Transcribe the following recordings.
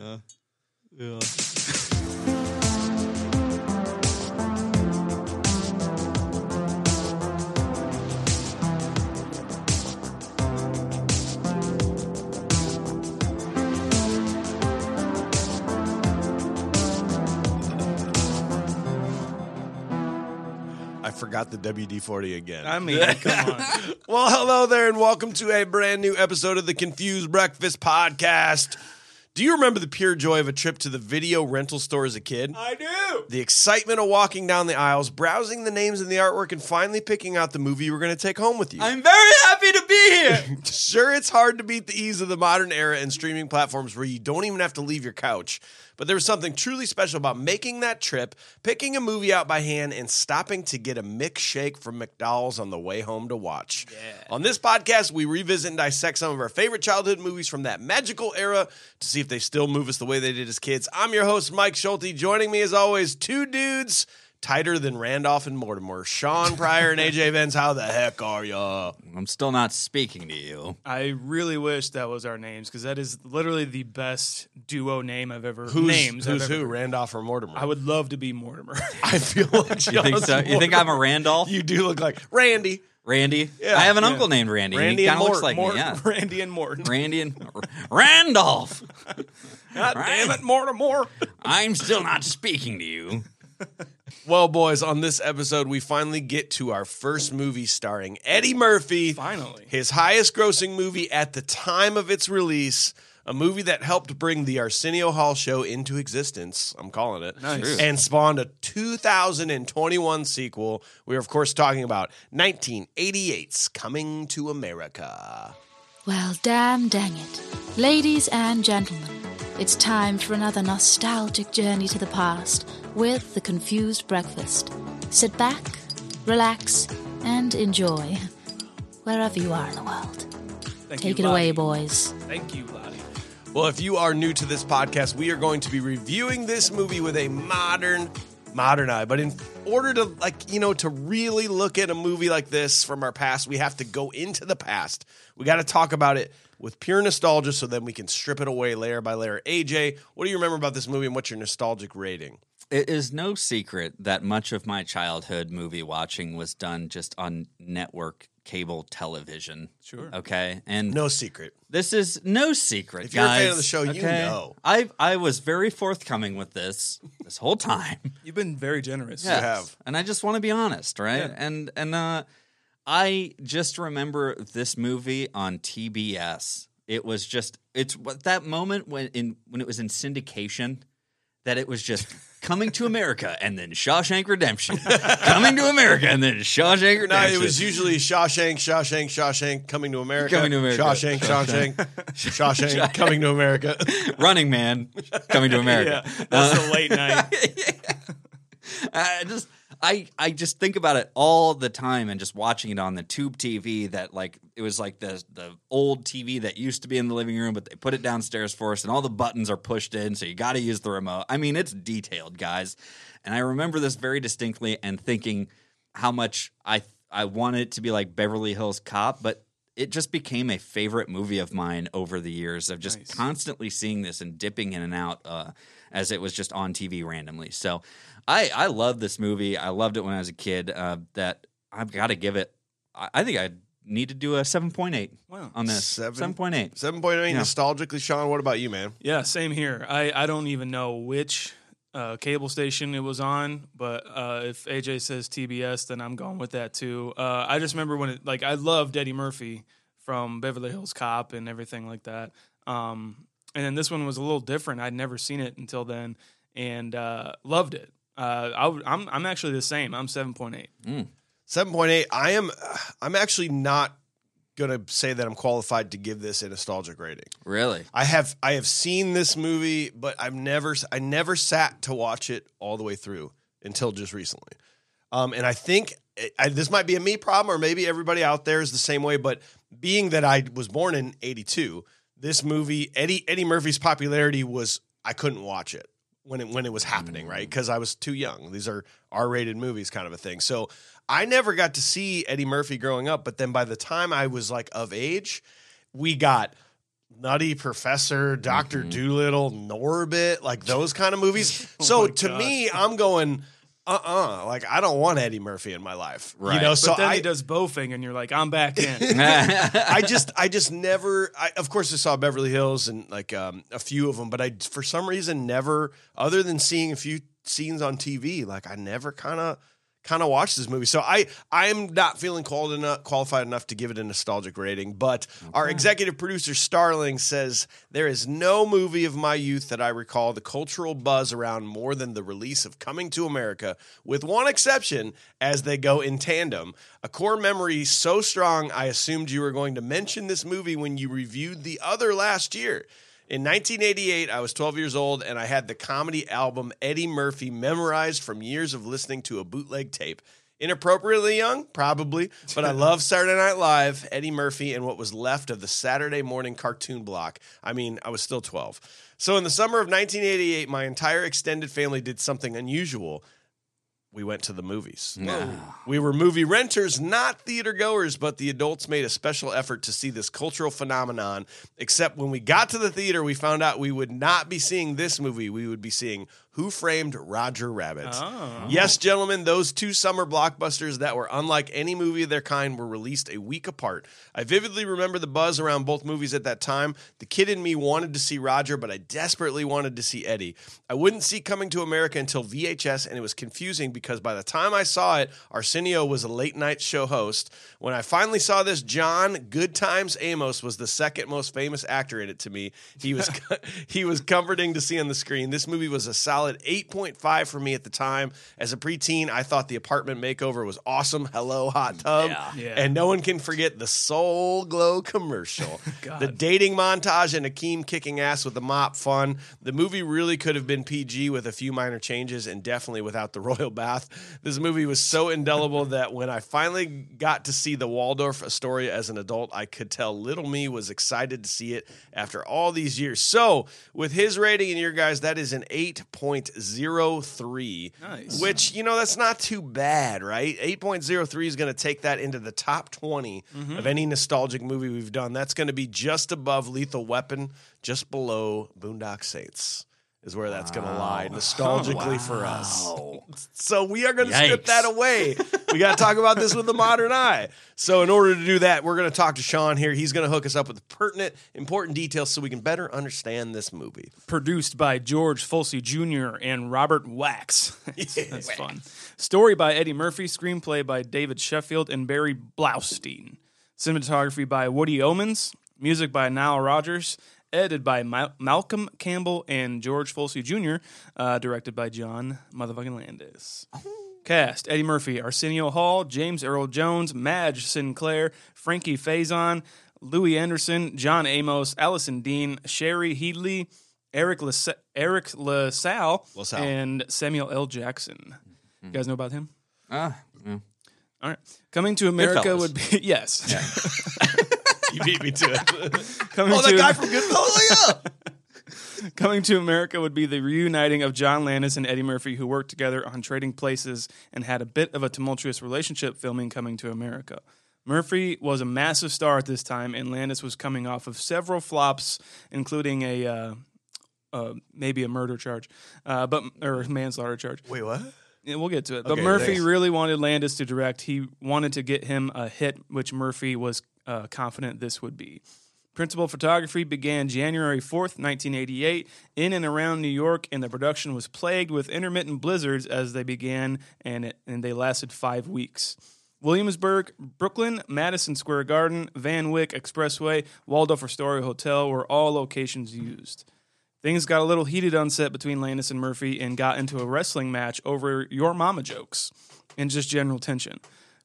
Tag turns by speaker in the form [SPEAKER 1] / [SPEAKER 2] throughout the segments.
[SPEAKER 1] Ja. ja.
[SPEAKER 2] I forgot the WD 40 again.
[SPEAKER 3] I mean, come on.
[SPEAKER 2] well, hello there, and welcome to a brand new episode of the Confused Breakfast Podcast. Do you remember the pure joy of a trip to the video rental store as a kid?
[SPEAKER 3] I do.
[SPEAKER 2] The excitement of walking down the aisles, browsing the names and the artwork, and finally picking out the movie you were going to take home with you.
[SPEAKER 3] I'm very happy to be here.
[SPEAKER 2] Sure, it's hard to beat the ease of the modern era and streaming platforms where you don't even have to leave your couch. But there was something truly special about making that trip, picking a movie out by hand, and stopping to get a milkshake from McDowell's on the way home to watch. On this podcast, we revisit and dissect some of our favorite childhood movies from that magical era to see if they still move us the way they did as kids. I'm your host, Mike Schulte. Joining me, as always, two dudes. Tighter than Randolph and Mortimer, Sean Pryor and AJ Vens. How the heck are ya?
[SPEAKER 1] I'm still not speaking to you.
[SPEAKER 3] I really wish that was our names because that is literally the best duo name I've ever
[SPEAKER 2] Who's,
[SPEAKER 3] names. I've
[SPEAKER 2] Who's
[SPEAKER 3] ever-
[SPEAKER 2] who? Randolph or Mortimer?
[SPEAKER 3] I would love to be Mortimer.
[SPEAKER 2] I feel like
[SPEAKER 1] You think so? You think I'm a Randolph?
[SPEAKER 2] You do look like Randy.
[SPEAKER 1] Randy?
[SPEAKER 2] Yeah,
[SPEAKER 1] I have an
[SPEAKER 2] yeah.
[SPEAKER 1] uncle named Randy.
[SPEAKER 2] Randy
[SPEAKER 1] he
[SPEAKER 2] and
[SPEAKER 1] kind of
[SPEAKER 2] Mort-
[SPEAKER 1] looks like
[SPEAKER 2] Mort-
[SPEAKER 1] me. Yeah.
[SPEAKER 3] Randy and Morton.
[SPEAKER 1] Randy and Randolph.
[SPEAKER 3] God damn it, Mortimer.
[SPEAKER 1] I'm still not speaking to you.
[SPEAKER 2] Well, boys, on this episode, we finally get to our first movie starring Eddie Murphy.
[SPEAKER 3] Finally.
[SPEAKER 2] His highest grossing movie at the time of its release, a movie that helped bring the Arsenio Hall show into existence. I'm calling it.
[SPEAKER 3] Nice.
[SPEAKER 2] And spawned a 2021 sequel. We are, of course, talking about 1988's Coming to America.
[SPEAKER 4] Well, damn dang it. Ladies and gentlemen, it's time for another nostalgic journey to the past with the Confused Breakfast. Sit back, relax, and enjoy wherever you are in the world.
[SPEAKER 3] Thank
[SPEAKER 4] Take
[SPEAKER 3] you,
[SPEAKER 4] it away,
[SPEAKER 3] Lottie.
[SPEAKER 4] boys.
[SPEAKER 3] Thank you, Lottie.
[SPEAKER 2] Well, if you are new to this podcast, we are going to be reviewing this movie with a modern, modern eye. But in order to, like, you know, to really look at a movie like this from our past, we have to go into the past. We got to talk about it with pure nostalgia so then we can strip it away layer by layer. AJ, what do you remember about this movie and what's your nostalgic rating?
[SPEAKER 1] It is no secret that much of my childhood movie watching was done just on network cable television. Sure. Okay. And
[SPEAKER 2] No secret.
[SPEAKER 1] This is no secret.
[SPEAKER 2] If you're a fan of
[SPEAKER 1] guys,
[SPEAKER 2] the show, you know.
[SPEAKER 1] I I was very forthcoming with this this whole time.
[SPEAKER 3] You've been very generous.
[SPEAKER 1] Yes.
[SPEAKER 2] have.
[SPEAKER 1] and I just want to be honest, right? And and uh, I just remember this movie on TBS. It was just it's what that moment when in when it was in syndication that it was just coming to America and then Shawshank Redemption, coming to America and then Shawshank Redemption.
[SPEAKER 2] No, it was usually Shawshank, Shawshank, Shawshank, coming to America.
[SPEAKER 1] Coming to America.
[SPEAKER 2] Shawshank, Shawshank, Shawshank, coming to America.
[SPEAKER 1] Running Man, coming to America.
[SPEAKER 3] That's the late night.
[SPEAKER 1] I just I I just think about it all the time and just watching it on the tube TV that like it was like the the old TV that used to be in the living room but they put it downstairs for us and all the buttons are pushed in so you got to use the remote. I mean it's detailed guys. And I remember this very distinctly and thinking how much I I wanted it to be like Beverly Hills Cop but it just became a favorite movie of mine over the years of just constantly seeing this and dipping in and out uh, as it was just on TV randomly. So I I love this movie. I loved it when I was a kid. Uh, that I've got to give it. I, I think I need to do a 7.8
[SPEAKER 3] Wow.
[SPEAKER 1] on this.
[SPEAKER 2] Seven-
[SPEAKER 1] 7.8.
[SPEAKER 2] Seven point eight
[SPEAKER 1] Yeah.
[SPEAKER 2] nostalgically, Sean. What about you, man?
[SPEAKER 3] Yeah, same here. I, I don't even know which uh, cable station it was on, but uh, if AJ says TBS, then I'm going with that too. Uh, I just remember when it, like, I loved Eddie Murphy from Beverly Hills Cop and everything like that. Um, and then this one was a little different. I'd never seen it until then and uh, loved it. Uh, I would, I'm, I'm actually the same. I'm 7.8.
[SPEAKER 2] Seven point eight. I am. I'm actually not gonna say that I'm qualified to give this a nostalgic rating.
[SPEAKER 1] Really?
[SPEAKER 2] I have I have seen this movie, but I've never I never sat to watch it all the way through until just recently. Um, and I think I, this might be a me problem, or maybe everybody out there is the same way. But being that I was born in '82, this movie Eddie Eddie Murphy's popularity was I couldn't watch it when it when it was happening, right? Because I was too young. These are R-rated movies, kind of a thing. So I never got to see Eddie Murphy growing up. But then by the time I was like of age, we got Nutty Professor, Doctor Doolittle, Norbit, like those kind of movies. so to me, I'm going, uh, uh like I don't want Eddie Murphy in my life, You
[SPEAKER 1] Right.
[SPEAKER 2] know,
[SPEAKER 1] But
[SPEAKER 2] so
[SPEAKER 3] But then
[SPEAKER 2] I
[SPEAKER 3] he does Bowfinger, and you're like, I'm back in.
[SPEAKER 2] I just I just never I of course I saw Beverly Hills and like um, a few of them but I for some reason never other than seeing a few scenes on TV like I never kind of kind of watched this movie so I I am not feeling called enough qualified enough to give it a nostalgic rating but our executive producer Starling says there is no movie of my youth that I recall the cultural buzz around more than the release of Coming to America with one exception as they go in tandem a core memory so strong I assumed you were going to mention this movie when you reviewed the other last year. In 1988, I was 12 years old and I had the comedy album Eddie Murphy memorized from years of listening to a bootleg tape. Inappropriately young, probably, but I love Saturday Night Live, Eddie Murphy, and what was left of the Saturday morning cartoon block. I mean, I was still 12. So in the summer of 1988, my entire extended family did something unusual we went to the movies. We were movie renters, not theater goers, but the adults made a special effort to see this cultural phenomenon. Except when we got to the theater, we found out we would not be seeing this movie. We would be seeing Who Framed Roger Rabbit. Yes, gentlemen, those two summer blockbusters that were unlike any movie of their kind were released a week apart. I vividly remember the buzz around both movies at that time. The kid in me wanted to see Roger, but I desperately wanted to see Eddie. I wouldn't see Coming to America until VHS, and it was confusing because by the time I saw it, Arsenio was a late night show host. When I finally saw this, John Good Times Amos was the second most famous actor in it to me. He was he was comforting to see on the screen. This movie was a solid 8.5 for me at the time. As a preteen, I thought the apartment makeover was awesome. Hello, hot tub.
[SPEAKER 3] Yeah.
[SPEAKER 2] And no one can forget the Soul Glow commercial. the dating montage and Akeem kicking ass with the mop fun. The movie really could have been PG with a few minor changes and definitely without the royal bath. This movie was so indelible that when I finally got to see the Waldorf Astoria as an adult, I could tell little me was excited to see it after all these years. So, with his rating and your guys, that is an 8.03.
[SPEAKER 3] Nice.
[SPEAKER 2] Which, you know, that's not too bad, right? 8.03 is going to take that into the top 20 of any nostalgic movie we've done. That's going to be just above Lethal Weapon, just below Boondock Saints, is where that's going to lie nostalgically for us. So we are going to strip
[SPEAKER 1] Yikes.
[SPEAKER 2] that away. We got to talk about this with the modern eye. So in order to do that, we're going to talk to Sean here. He's going to hook us up with pertinent, important details so we can better understand this movie.
[SPEAKER 3] produced by George Folsey Jr. and Robert Wax. That's that's fun. Story by Eddie Murphy, screenplay by David Sheffield and Barry Blaustein. Cinematography by Woody Omens, music by Nile Rodgers, edited by Mal- Malcolm Campbell and George Folsey Jr., uh, directed by John motherfucking Landis. Cast Eddie Murphy, Arsenio Hall, James Earl Jones, Madge Sinclair, Frankie Faison, Louis Anderson, John Amos, Allison Dean, Sherry Headley, Eric Lasa- Eric LaSalle,
[SPEAKER 2] LaSalle.
[SPEAKER 3] and Samuel L. Jackson. You guys know about him?
[SPEAKER 1] Ah, yeah.
[SPEAKER 3] All right. Coming to America
[SPEAKER 1] Goodfellas.
[SPEAKER 3] would be yes.
[SPEAKER 2] You beat me to it.
[SPEAKER 3] Coming
[SPEAKER 2] oh, that
[SPEAKER 3] to
[SPEAKER 2] guy from Goodfellas. Look at that.
[SPEAKER 3] Coming to America would be the reuniting of John Landis and Eddie Murphy, who worked together on Trading Places and had a bit of a tumultuous relationship filming Coming to America. Murphy was a massive star at this time, and Landis was coming off of several flops, including a uh, uh, maybe a murder charge, uh, but or manslaughter charge.
[SPEAKER 2] Wait, what?
[SPEAKER 3] Yeah, we'll get to it. but
[SPEAKER 2] Okay,
[SPEAKER 3] Murphy
[SPEAKER 2] thanks.
[SPEAKER 3] really wanted Landis to direct. He wanted to get him a hit, which Murphy was uh, confident this would be. Principal photography began January 4th, 1988, in and around New York, and the production was plagued with intermittent blizzards as they began, and, it, and they lasted five weeks. Williamsburg, Brooklyn, Madison Square Garden, Van Wyck Expressway, Waldorf Astoria Hotel were all locations used. Things got a little heated on set between Landis and Murphy and got into a wrestling match over your mama jokes and just general tension.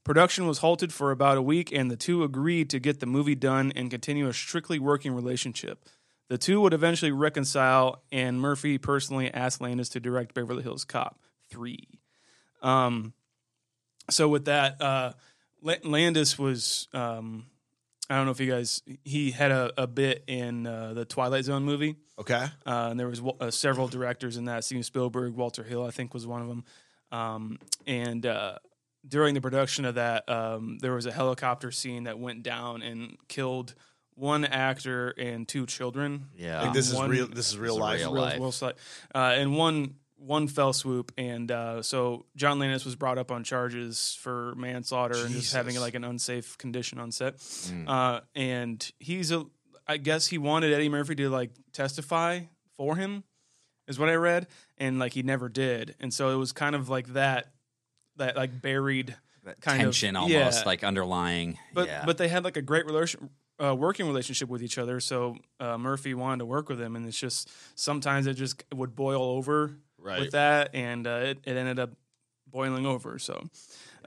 [SPEAKER 3] Production was halted for about a week, and the two agreed to get the movie done and continue a strictly working relationship. The two would eventually reconcile, and Murphy personally asked Landis to direct Beverly Hills Cop 3. Um, so, with that, uh, La- Landis was, um, I don't know if you guys, he had a, a bit in uh, the Twilight Zone movie.
[SPEAKER 2] Okay.
[SPEAKER 3] Uh, and there was wa- uh, several directors in that. Steven Spielberg, Walter Hill, I think, was one of them. Um, and uh, during the production of that, um, there was a helicopter scene that went down and killed one actor and two children.
[SPEAKER 1] Yeah.
[SPEAKER 3] Um,
[SPEAKER 2] Like this is
[SPEAKER 3] one-
[SPEAKER 2] real. This is real
[SPEAKER 1] is
[SPEAKER 2] life.
[SPEAKER 1] real.
[SPEAKER 3] real-
[SPEAKER 1] life.
[SPEAKER 3] well sli- uh, and one one fell swoop. And uh, so John Landis was brought up on charges for manslaughter and just having
[SPEAKER 2] Jesus.
[SPEAKER 3] like an unsafe condition on set.
[SPEAKER 1] Mm.
[SPEAKER 3] Uh, and he's a, I guess he wanted Eddie Murphy to like testify for him, is what I read, and like he never did. And so it was kind of like that, that like buried
[SPEAKER 1] That
[SPEAKER 3] kind of-
[SPEAKER 1] tension almost
[SPEAKER 3] yeah.
[SPEAKER 1] like underlying.
[SPEAKER 3] but
[SPEAKER 1] yeah.
[SPEAKER 3] but they had like a great relation, uh, working relationship with each other. So uh, Murphy wanted to work with him, and it's just sometimes it just would boil over
[SPEAKER 2] Right.
[SPEAKER 3] with that, and uh, it, it ended up boiling over. So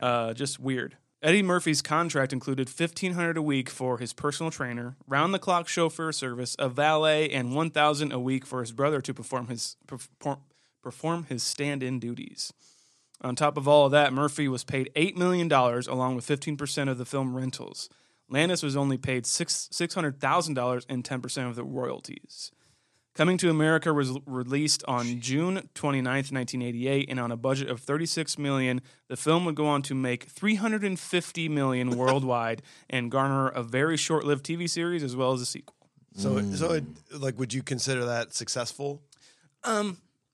[SPEAKER 3] uh, just weird. Eddie Murphy's contract included fifteen hundred a week for his personal trainer, round the clock chauffeur service, a valet, and one thousand a week for his brother to perform his perform, perform his stand in duties. On top of all of that, Murphy was paid $8 million along with 15% of the film rentals. Landis was only paid six, $600,000 and 10% of the royalties. Coming to America was released on June 29th, 1988, and on a budget of 36 million, the film would go on to make 350 million worldwide and garner a very short-lived TV series as well as a sequel.
[SPEAKER 2] So, so it, like, would you consider that successful?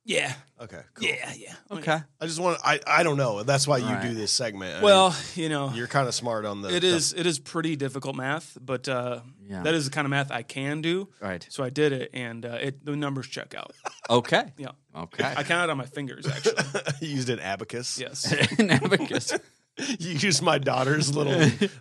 [SPEAKER 3] Yeah.
[SPEAKER 2] Okay. Cool.
[SPEAKER 3] Yeah, yeah.
[SPEAKER 1] okay.
[SPEAKER 2] I just want. I. I don't know. That's why you do this segment. I
[SPEAKER 3] Well, you know,
[SPEAKER 2] mean, you're kind of smart on the.
[SPEAKER 3] It is it is pretty difficult math, but uh, that is the kind of math I can do.
[SPEAKER 1] Right.
[SPEAKER 3] So I did it, and uh, it the numbers check out.
[SPEAKER 1] Okay.
[SPEAKER 3] Yeah,
[SPEAKER 1] Okay.
[SPEAKER 3] I counted on my fingers actually.
[SPEAKER 2] you used an abacus.
[SPEAKER 3] Yes.
[SPEAKER 1] Navicus.
[SPEAKER 2] You used my daughter's little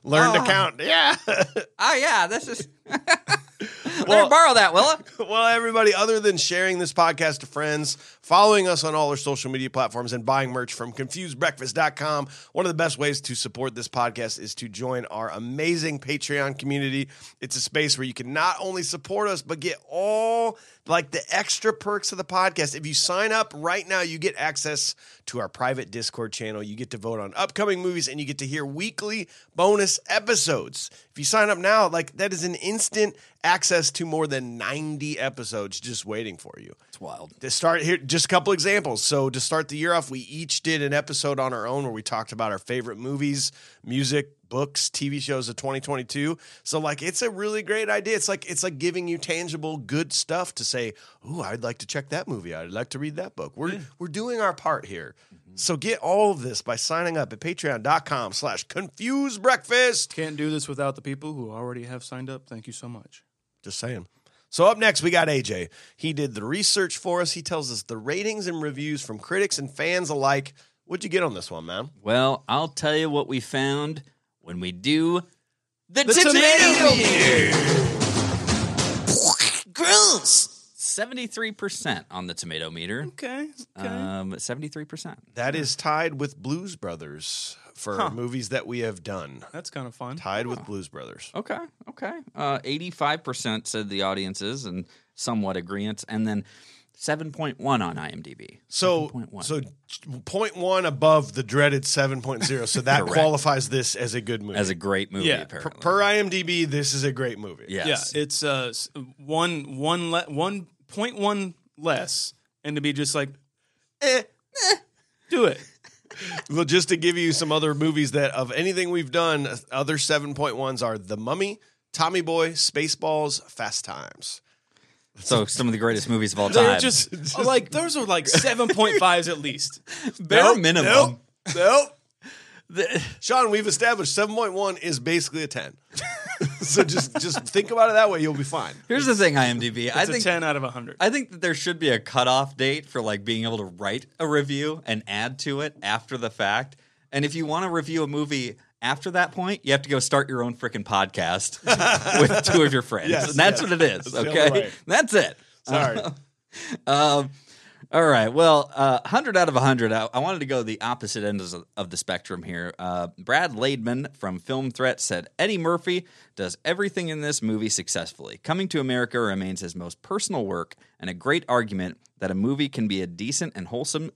[SPEAKER 2] learn to count. Yeah.
[SPEAKER 1] Oh yeah, this is. Let me borrow that, Willa.
[SPEAKER 2] well, everybody, other than sharing this podcast to friends, following us on all our social media platforms, and buying merch from confusedbreakfast.com, one of the best ways to support this podcast is to join our amazing Patreon community. It's a space where you can not only support us, but get all like the extra perks of the podcast. If you sign up right now, you get access to our private Discord channel. You get to vote on upcoming movies and you get to hear weekly bonus episodes. If you sign up now, like that is an instant access to more than 90 episodes just waiting for you.
[SPEAKER 1] It's wild.
[SPEAKER 2] To start here, just a couple examples. So to start the year off, we each did an episode on our own where we talked about our favorite movies, music, books, TV shows of 2022. So like, it's a really great idea. It's like it's like giving you tangible good stuff to say, "Ooh, I'd like to check that movie. I'd like to read that book." We're we're doing our part here. So get all of this by signing up at patreon.com slash confuse breakfast.
[SPEAKER 3] Can't do this without the people who already have signed up. Thank you so much.
[SPEAKER 2] Just saying. So up next, we got AJ. He did the research for us. He tells us the ratings and reviews from critics and fans alike. What'd you get on this one, man?
[SPEAKER 1] Well, I'll tell you what we found when we do the,
[SPEAKER 3] The
[SPEAKER 1] tomato,
[SPEAKER 3] tomato
[SPEAKER 1] meter. Gross. Seventy-three percent on the tomato meter.
[SPEAKER 3] Okay. Okay.
[SPEAKER 1] Um, seventy-three percent.
[SPEAKER 2] That is tied with Blues Brothers for movies that we have done.
[SPEAKER 3] That's kind of fun.
[SPEAKER 2] Tied with Blues Brothers.
[SPEAKER 1] Okay, okay. Uh, 85% said the audiences and somewhat agreement, and then 7.1 on IMDb.
[SPEAKER 2] So,
[SPEAKER 1] 7.1.
[SPEAKER 2] so point one above the dreaded 7.0. So that
[SPEAKER 1] Correct.
[SPEAKER 2] qualifies this as a good movie.
[SPEAKER 1] As a great movie,
[SPEAKER 3] Yeah, per-
[SPEAKER 2] per,
[SPEAKER 1] apparently.
[SPEAKER 2] per IMDb, this is a great movie.
[SPEAKER 1] yes.
[SPEAKER 3] Yeah, it's uh s- one one le- one point one less, and to be just like, eh, eh, do it.
[SPEAKER 2] Well, just to give you some other movies that of anything we've done, other 7.1s are The Mummy, Tommy Boy, Spaceballs, Fast Times.
[SPEAKER 1] So some of the greatest movies of all
[SPEAKER 3] They're
[SPEAKER 1] time.
[SPEAKER 3] just, oh, like those are like seven point fives at least.
[SPEAKER 1] bare minimum.
[SPEAKER 2] Nope. Um, nope. Sean, we've established 7.1 is basically a 10. so just just think about it that way. You'll be fine.
[SPEAKER 1] Here's the thing, IMDb. I
[SPEAKER 3] It's a
[SPEAKER 1] think
[SPEAKER 3] ten out of hundred.
[SPEAKER 1] I think that there should be a cutoff date for like being able to write a review and add to it after the fact. And if you want to review a movie after that point, you have to go start your own freaking podcast with two of your friends.
[SPEAKER 2] Yes,
[SPEAKER 1] and that's
[SPEAKER 2] yes.
[SPEAKER 1] what it is.
[SPEAKER 2] the
[SPEAKER 1] okay.
[SPEAKER 2] only way.
[SPEAKER 1] That's it.
[SPEAKER 2] Sorry.
[SPEAKER 1] Um, all right. Well, uh, 100 out of 100. I, I wanted to go the opposite end of, of the spectrum here. Uh, Brad Laidman from Film Threat said Eddie Murphy does everything in this movie successfully. Coming to America remains his most personal work and a great argument that a movie can be a decent and wholesome.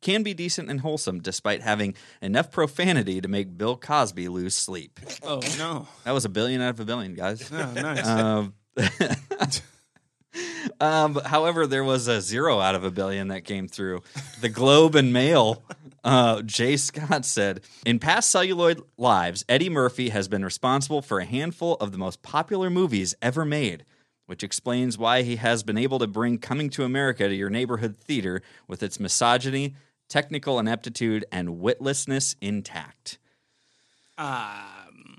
[SPEAKER 1] Can be decent and wholesome despite having enough profanity to make Bill Cosby lose sleep.
[SPEAKER 3] Oh no,
[SPEAKER 1] That was a billion out of a billion, guys.
[SPEAKER 3] oh, nice.
[SPEAKER 1] Um, um, however, there was a zero out of a billion that came through. The Globe and Mail, uh, Jay Scott said In past celluloid lives, Eddie Murphy has been responsible for a handful of the most popular movies ever made, which explains why he has been able to bring Coming to America to your neighborhood theater with its misogyny, technical ineptitude, and witlessness intact. Ugh.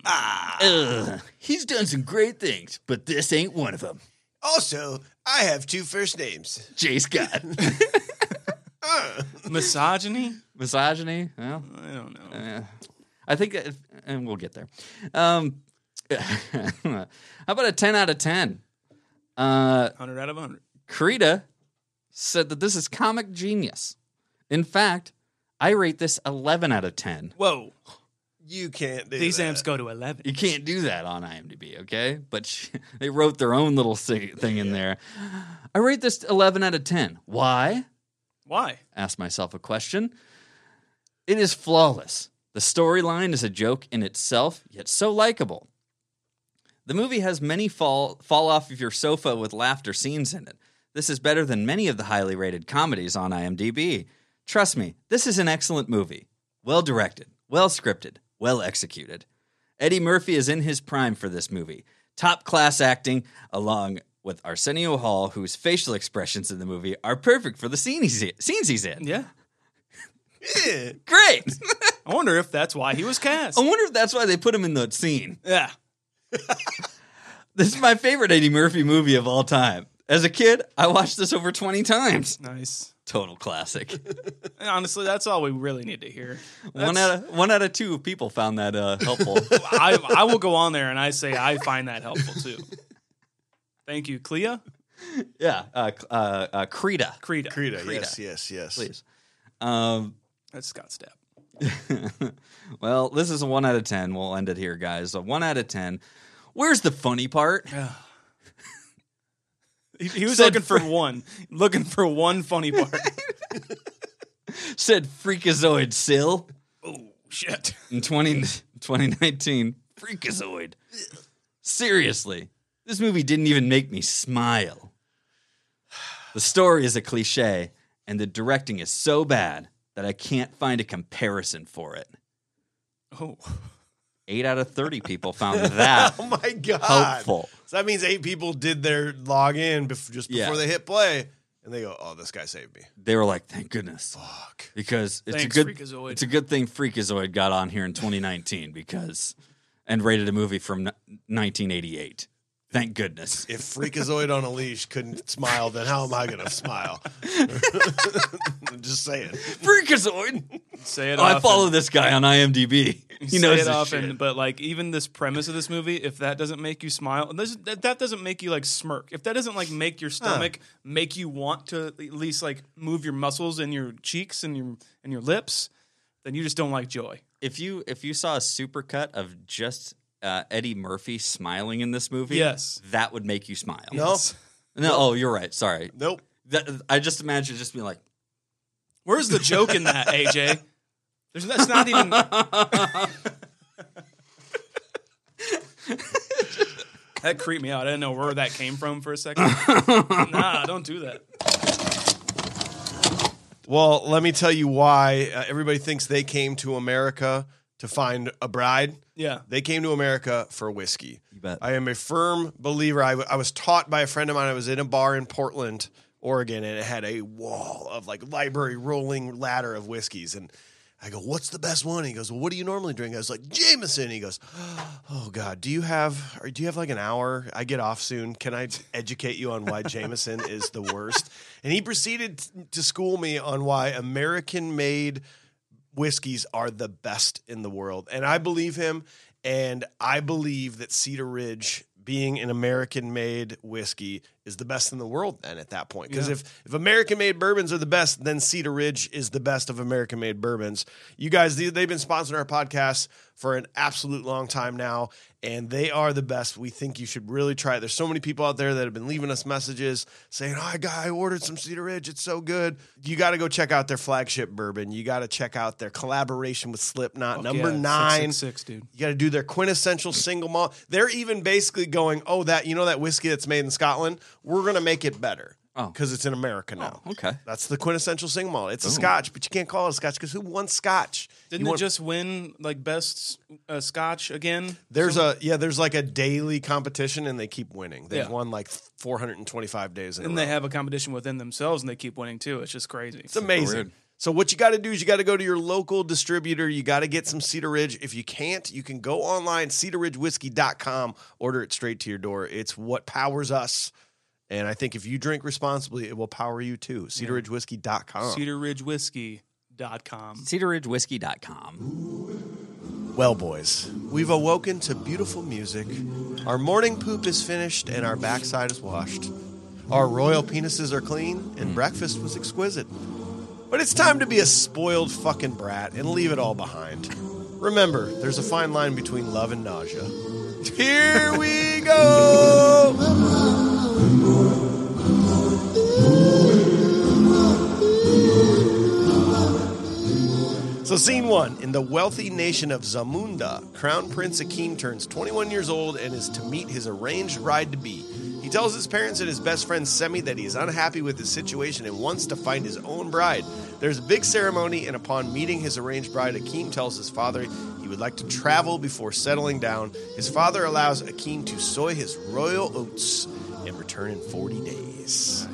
[SPEAKER 1] He's done some great things, but this ain't one of them.
[SPEAKER 2] Also, I have two first names.
[SPEAKER 1] Jay Scott.
[SPEAKER 3] Misogyny?
[SPEAKER 1] Misogyny? Well, eh.
[SPEAKER 3] I don't know.
[SPEAKER 1] I think, if, and we'll get there. Um, how about a 10 out of 10? Uh,
[SPEAKER 3] Hundred out of hundred.
[SPEAKER 1] Krita said that this is comic genius. In fact, I rate this 11 out of 10.
[SPEAKER 3] Whoa,
[SPEAKER 2] You can't do
[SPEAKER 3] these
[SPEAKER 2] that.
[SPEAKER 3] amps go to eleven.
[SPEAKER 1] You can't do that on IMDb, okay? But sh they wrote their own little si- thing in there. I rate this 11 out of 10. Why?
[SPEAKER 3] Why?
[SPEAKER 1] ask myself a question. It is flawless. The storyline is a joke in itself, yet so likable. The movie has many fall fall off of your sofa with laughter scenes in it. This is better than many of the highly rated comedies on IMDb. Trust me, this is an excellent movie. Well directed, well scripted, well executed. Eddie Murphy is in his prime for this movie. Top class acting, along with Arsenio Hall, whose facial expressions in the movie are perfect for the scene he's scenes he's in.
[SPEAKER 3] Yeah.
[SPEAKER 1] Great!
[SPEAKER 3] I wonder if that's why he was cast.
[SPEAKER 1] I wonder if that's why they put him in the scene.
[SPEAKER 3] Yeah.
[SPEAKER 1] This is my favorite Eddie Murphy movie of all time. As a kid, I watched this over 20 times.
[SPEAKER 3] Nice.
[SPEAKER 1] Total classic.
[SPEAKER 3] And honestly, that's all we really need to hear.
[SPEAKER 1] one, out of, one out of two people found that uh, helpful.
[SPEAKER 3] I, I will go on there and I say I find that helpful too. Thank you, Clea.
[SPEAKER 1] yeah, uh, uh, uh, Krita,
[SPEAKER 3] Creta.
[SPEAKER 2] Krita, yes, yes, yes.
[SPEAKER 1] please. Um,
[SPEAKER 3] That's Scott Stapp.
[SPEAKER 1] well, this is a one out of 10. We'll end it here, guys. A one out of 10. Where's the funny part?
[SPEAKER 3] He, he was
[SPEAKER 1] Said
[SPEAKER 3] looking for one, looking for one funny part.
[SPEAKER 1] Said Freakazoid Sill
[SPEAKER 2] Oh,
[SPEAKER 3] Shit.
[SPEAKER 1] in 20, 2019. Freakazoid. Seriously, this movie didn't even make me smile. The story is a cliche, and the directing is so bad that I can't find a comparison for it.
[SPEAKER 3] Oh,
[SPEAKER 1] Eight out of 30 people found that
[SPEAKER 2] Oh my god.
[SPEAKER 1] helpful.
[SPEAKER 2] So that means eight people did their log in bef- just before
[SPEAKER 1] Yeah.
[SPEAKER 2] they hit play, and they go, "Oh, this guy saved me."
[SPEAKER 1] They were like, thank goodness.
[SPEAKER 2] Fuck.
[SPEAKER 1] because it's
[SPEAKER 3] Thanks,
[SPEAKER 1] a good
[SPEAKER 3] Freakazoid.
[SPEAKER 1] it's a good thing Freakazoid got on here in 2019 because and rated a movie from n- 1988. Thank goodness.
[SPEAKER 2] If Freakazoid on a leash couldn't smile, then how am I gonna smile? just saying.
[SPEAKER 1] Freakazoid.
[SPEAKER 3] say it.
[SPEAKER 1] Oh, I
[SPEAKER 3] often.
[SPEAKER 1] follow this guy on IMDb. He knows
[SPEAKER 3] say
[SPEAKER 1] this
[SPEAKER 3] it often,
[SPEAKER 1] shit.
[SPEAKER 3] but like even this premise of this movie, if that doesn't make you smile, this- that that doesn't make you like smirk. If that doesn't like make your stomach make you want to at least like move your muscles and your cheeks and your and your lips, then you just don't like joy.
[SPEAKER 1] If you if you saw a supercut of just uh, Eddie Murphy smiling in this movie,
[SPEAKER 3] Yes.
[SPEAKER 1] that would make you smile.
[SPEAKER 2] No,
[SPEAKER 1] no. Oh, you're right. Sorry.
[SPEAKER 2] nope.
[SPEAKER 1] That, I just imagine just being like,
[SPEAKER 3] Where's the joke in that, AJ? There's, that's not even. that creeped me out. I didn't know where that came from for a second. nah, don't do that.
[SPEAKER 2] Well, let me tell you why uh, everybody thinks they came to America to find a bride.
[SPEAKER 3] Yeah.
[SPEAKER 2] They came to America for whiskey. You
[SPEAKER 1] bet.
[SPEAKER 2] I am a firm believer. I, w- I was taught by a friend of mine. I was in a bar in Portland, Oregon, and it had a wall of like library rolling ladder of whiskeys. And I go, What's the best one? He goes, Well, what do you normally drink? I was like, Jameson. He goes, Oh God, do you have or do you have like an hour? I get off soon. Can I educate you on why Jameson is the worst? And he proceeded t- to school me on why American made whiskeys are the best in the world. And I believe him. And I believe that Cedar Ridge being an American made whiskey is the best in the world then at that point. Because if, if American made bourbons are the best, then Cedar Ridge is the best of American made bourbons. You guys, they- they've been sponsoring our podcast for an absolute long time now, and they are the best. We think you should really try it. There's so many people out there that have been leaving us messages saying, "Oh, I got, I ordered some Cedar Ridge. It's so good." You got to go check out their flagship bourbon. You got to check out their collaboration with Slipknot, number
[SPEAKER 3] yeah,
[SPEAKER 2] nine.
[SPEAKER 3] 666, dude.
[SPEAKER 2] You got to do their quintessential single malt. They're even basically going, "Oh, that you know that whiskey that's made in Scotland, we're gonna make it better."
[SPEAKER 3] Oh.
[SPEAKER 2] Because it's in America now.
[SPEAKER 1] okay.
[SPEAKER 2] That's the quintessential single malt. It's a scotch, but you can't call it a scotch because who wants scotch?
[SPEAKER 3] Didn't
[SPEAKER 2] You
[SPEAKER 3] it
[SPEAKER 2] want-
[SPEAKER 3] just win like best uh, Scotch again?
[SPEAKER 2] There's a yeah. There's like a daily competition, and they keep winning. They've
[SPEAKER 3] Yeah.
[SPEAKER 2] won like 425 days in a
[SPEAKER 3] And they
[SPEAKER 2] row.
[SPEAKER 3] have a competition within themselves, and they keep winning too. It's just crazy.
[SPEAKER 2] It's amazing.
[SPEAKER 1] Weird.
[SPEAKER 2] So what you got to do is you got to go to your local distributor. You got to get some Cedar Ridge. If you can't, you can go online cedarridgewhiskey.com, order it straight to your door. It's what powers us. And I think if you drink responsibly, it will power you too. cedarridgewhiskey.com.
[SPEAKER 3] CedarRidgeWhiskey.com.
[SPEAKER 1] CedarRidgeWhiskey.com.
[SPEAKER 2] Well, boys, we've awoken to beautiful music. Our morning poop is finished and our backside is washed. Our royal penises are clean and breakfast was exquisite. But it's time to be a spoiled fucking brat and leave it all behind. Remember, there's a fine line between love and nausea. Here we go! So, scene one in the wealthy nation of Zamunda, Crown Prince Akeem turns 21 years old and is to meet his arranged bride to be. He tells his parents and his best friend Semi that he is unhappy with his situation and wants to find his own bride. There's a big ceremony, and upon meeting his arranged bride, Akeem tells his father he would like to travel before settling down. His father allows Akeem to soy his royal oats and return in 40 days.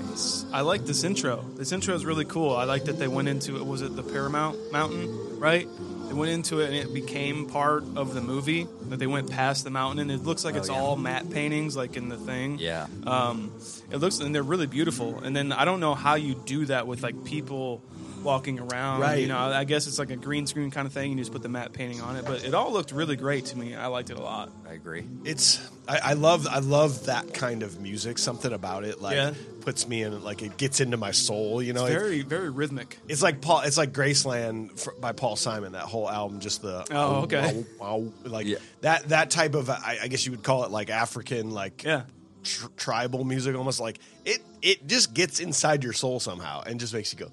[SPEAKER 3] I like this intro. This intro is really cool. I like that they went into it. Was it the Paramount Mountain? Right? They went into it and it became part of the movie. That they went past the mountain and it looks
[SPEAKER 2] Oh,
[SPEAKER 3] like it's all matte paintings, like in the thing.
[SPEAKER 1] Yeah.
[SPEAKER 3] Um, it looks and they're really beautiful. And then I don't know how you do that with like people walking around.
[SPEAKER 2] Right.
[SPEAKER 3] You know, I guess it's like a green screen kind of thing. You just put the matte painting on it, but it all looked really great to me. I liked it a lot.
[SPEAKER 1] I agree.
[SPEAKER 2] it's I, I love I love that kind of music. Something about it like
[SPEAKER 3] Yeah.
[SPEAKER 2] puts me in like it gets into my soul. You know, It-
[SPEAKER 3] Very, very rhythmic.
[SPEAKER 2] it's like Paul. It's like Graceland fr by Paul Simon. That whole album, just the
[SPEAKER 3] Oh, okay.
[SPEAKER 2] ow, ow, like
[SPEAKER 1] Yeah.
[SPEAKER 2] that that type of I, I guess you would call it like African like
[SPEAKER 3] Yeah.
[SPEAKER 2] tr- tribal music, almost like it it just gets inside your soul somehow and just makes you go.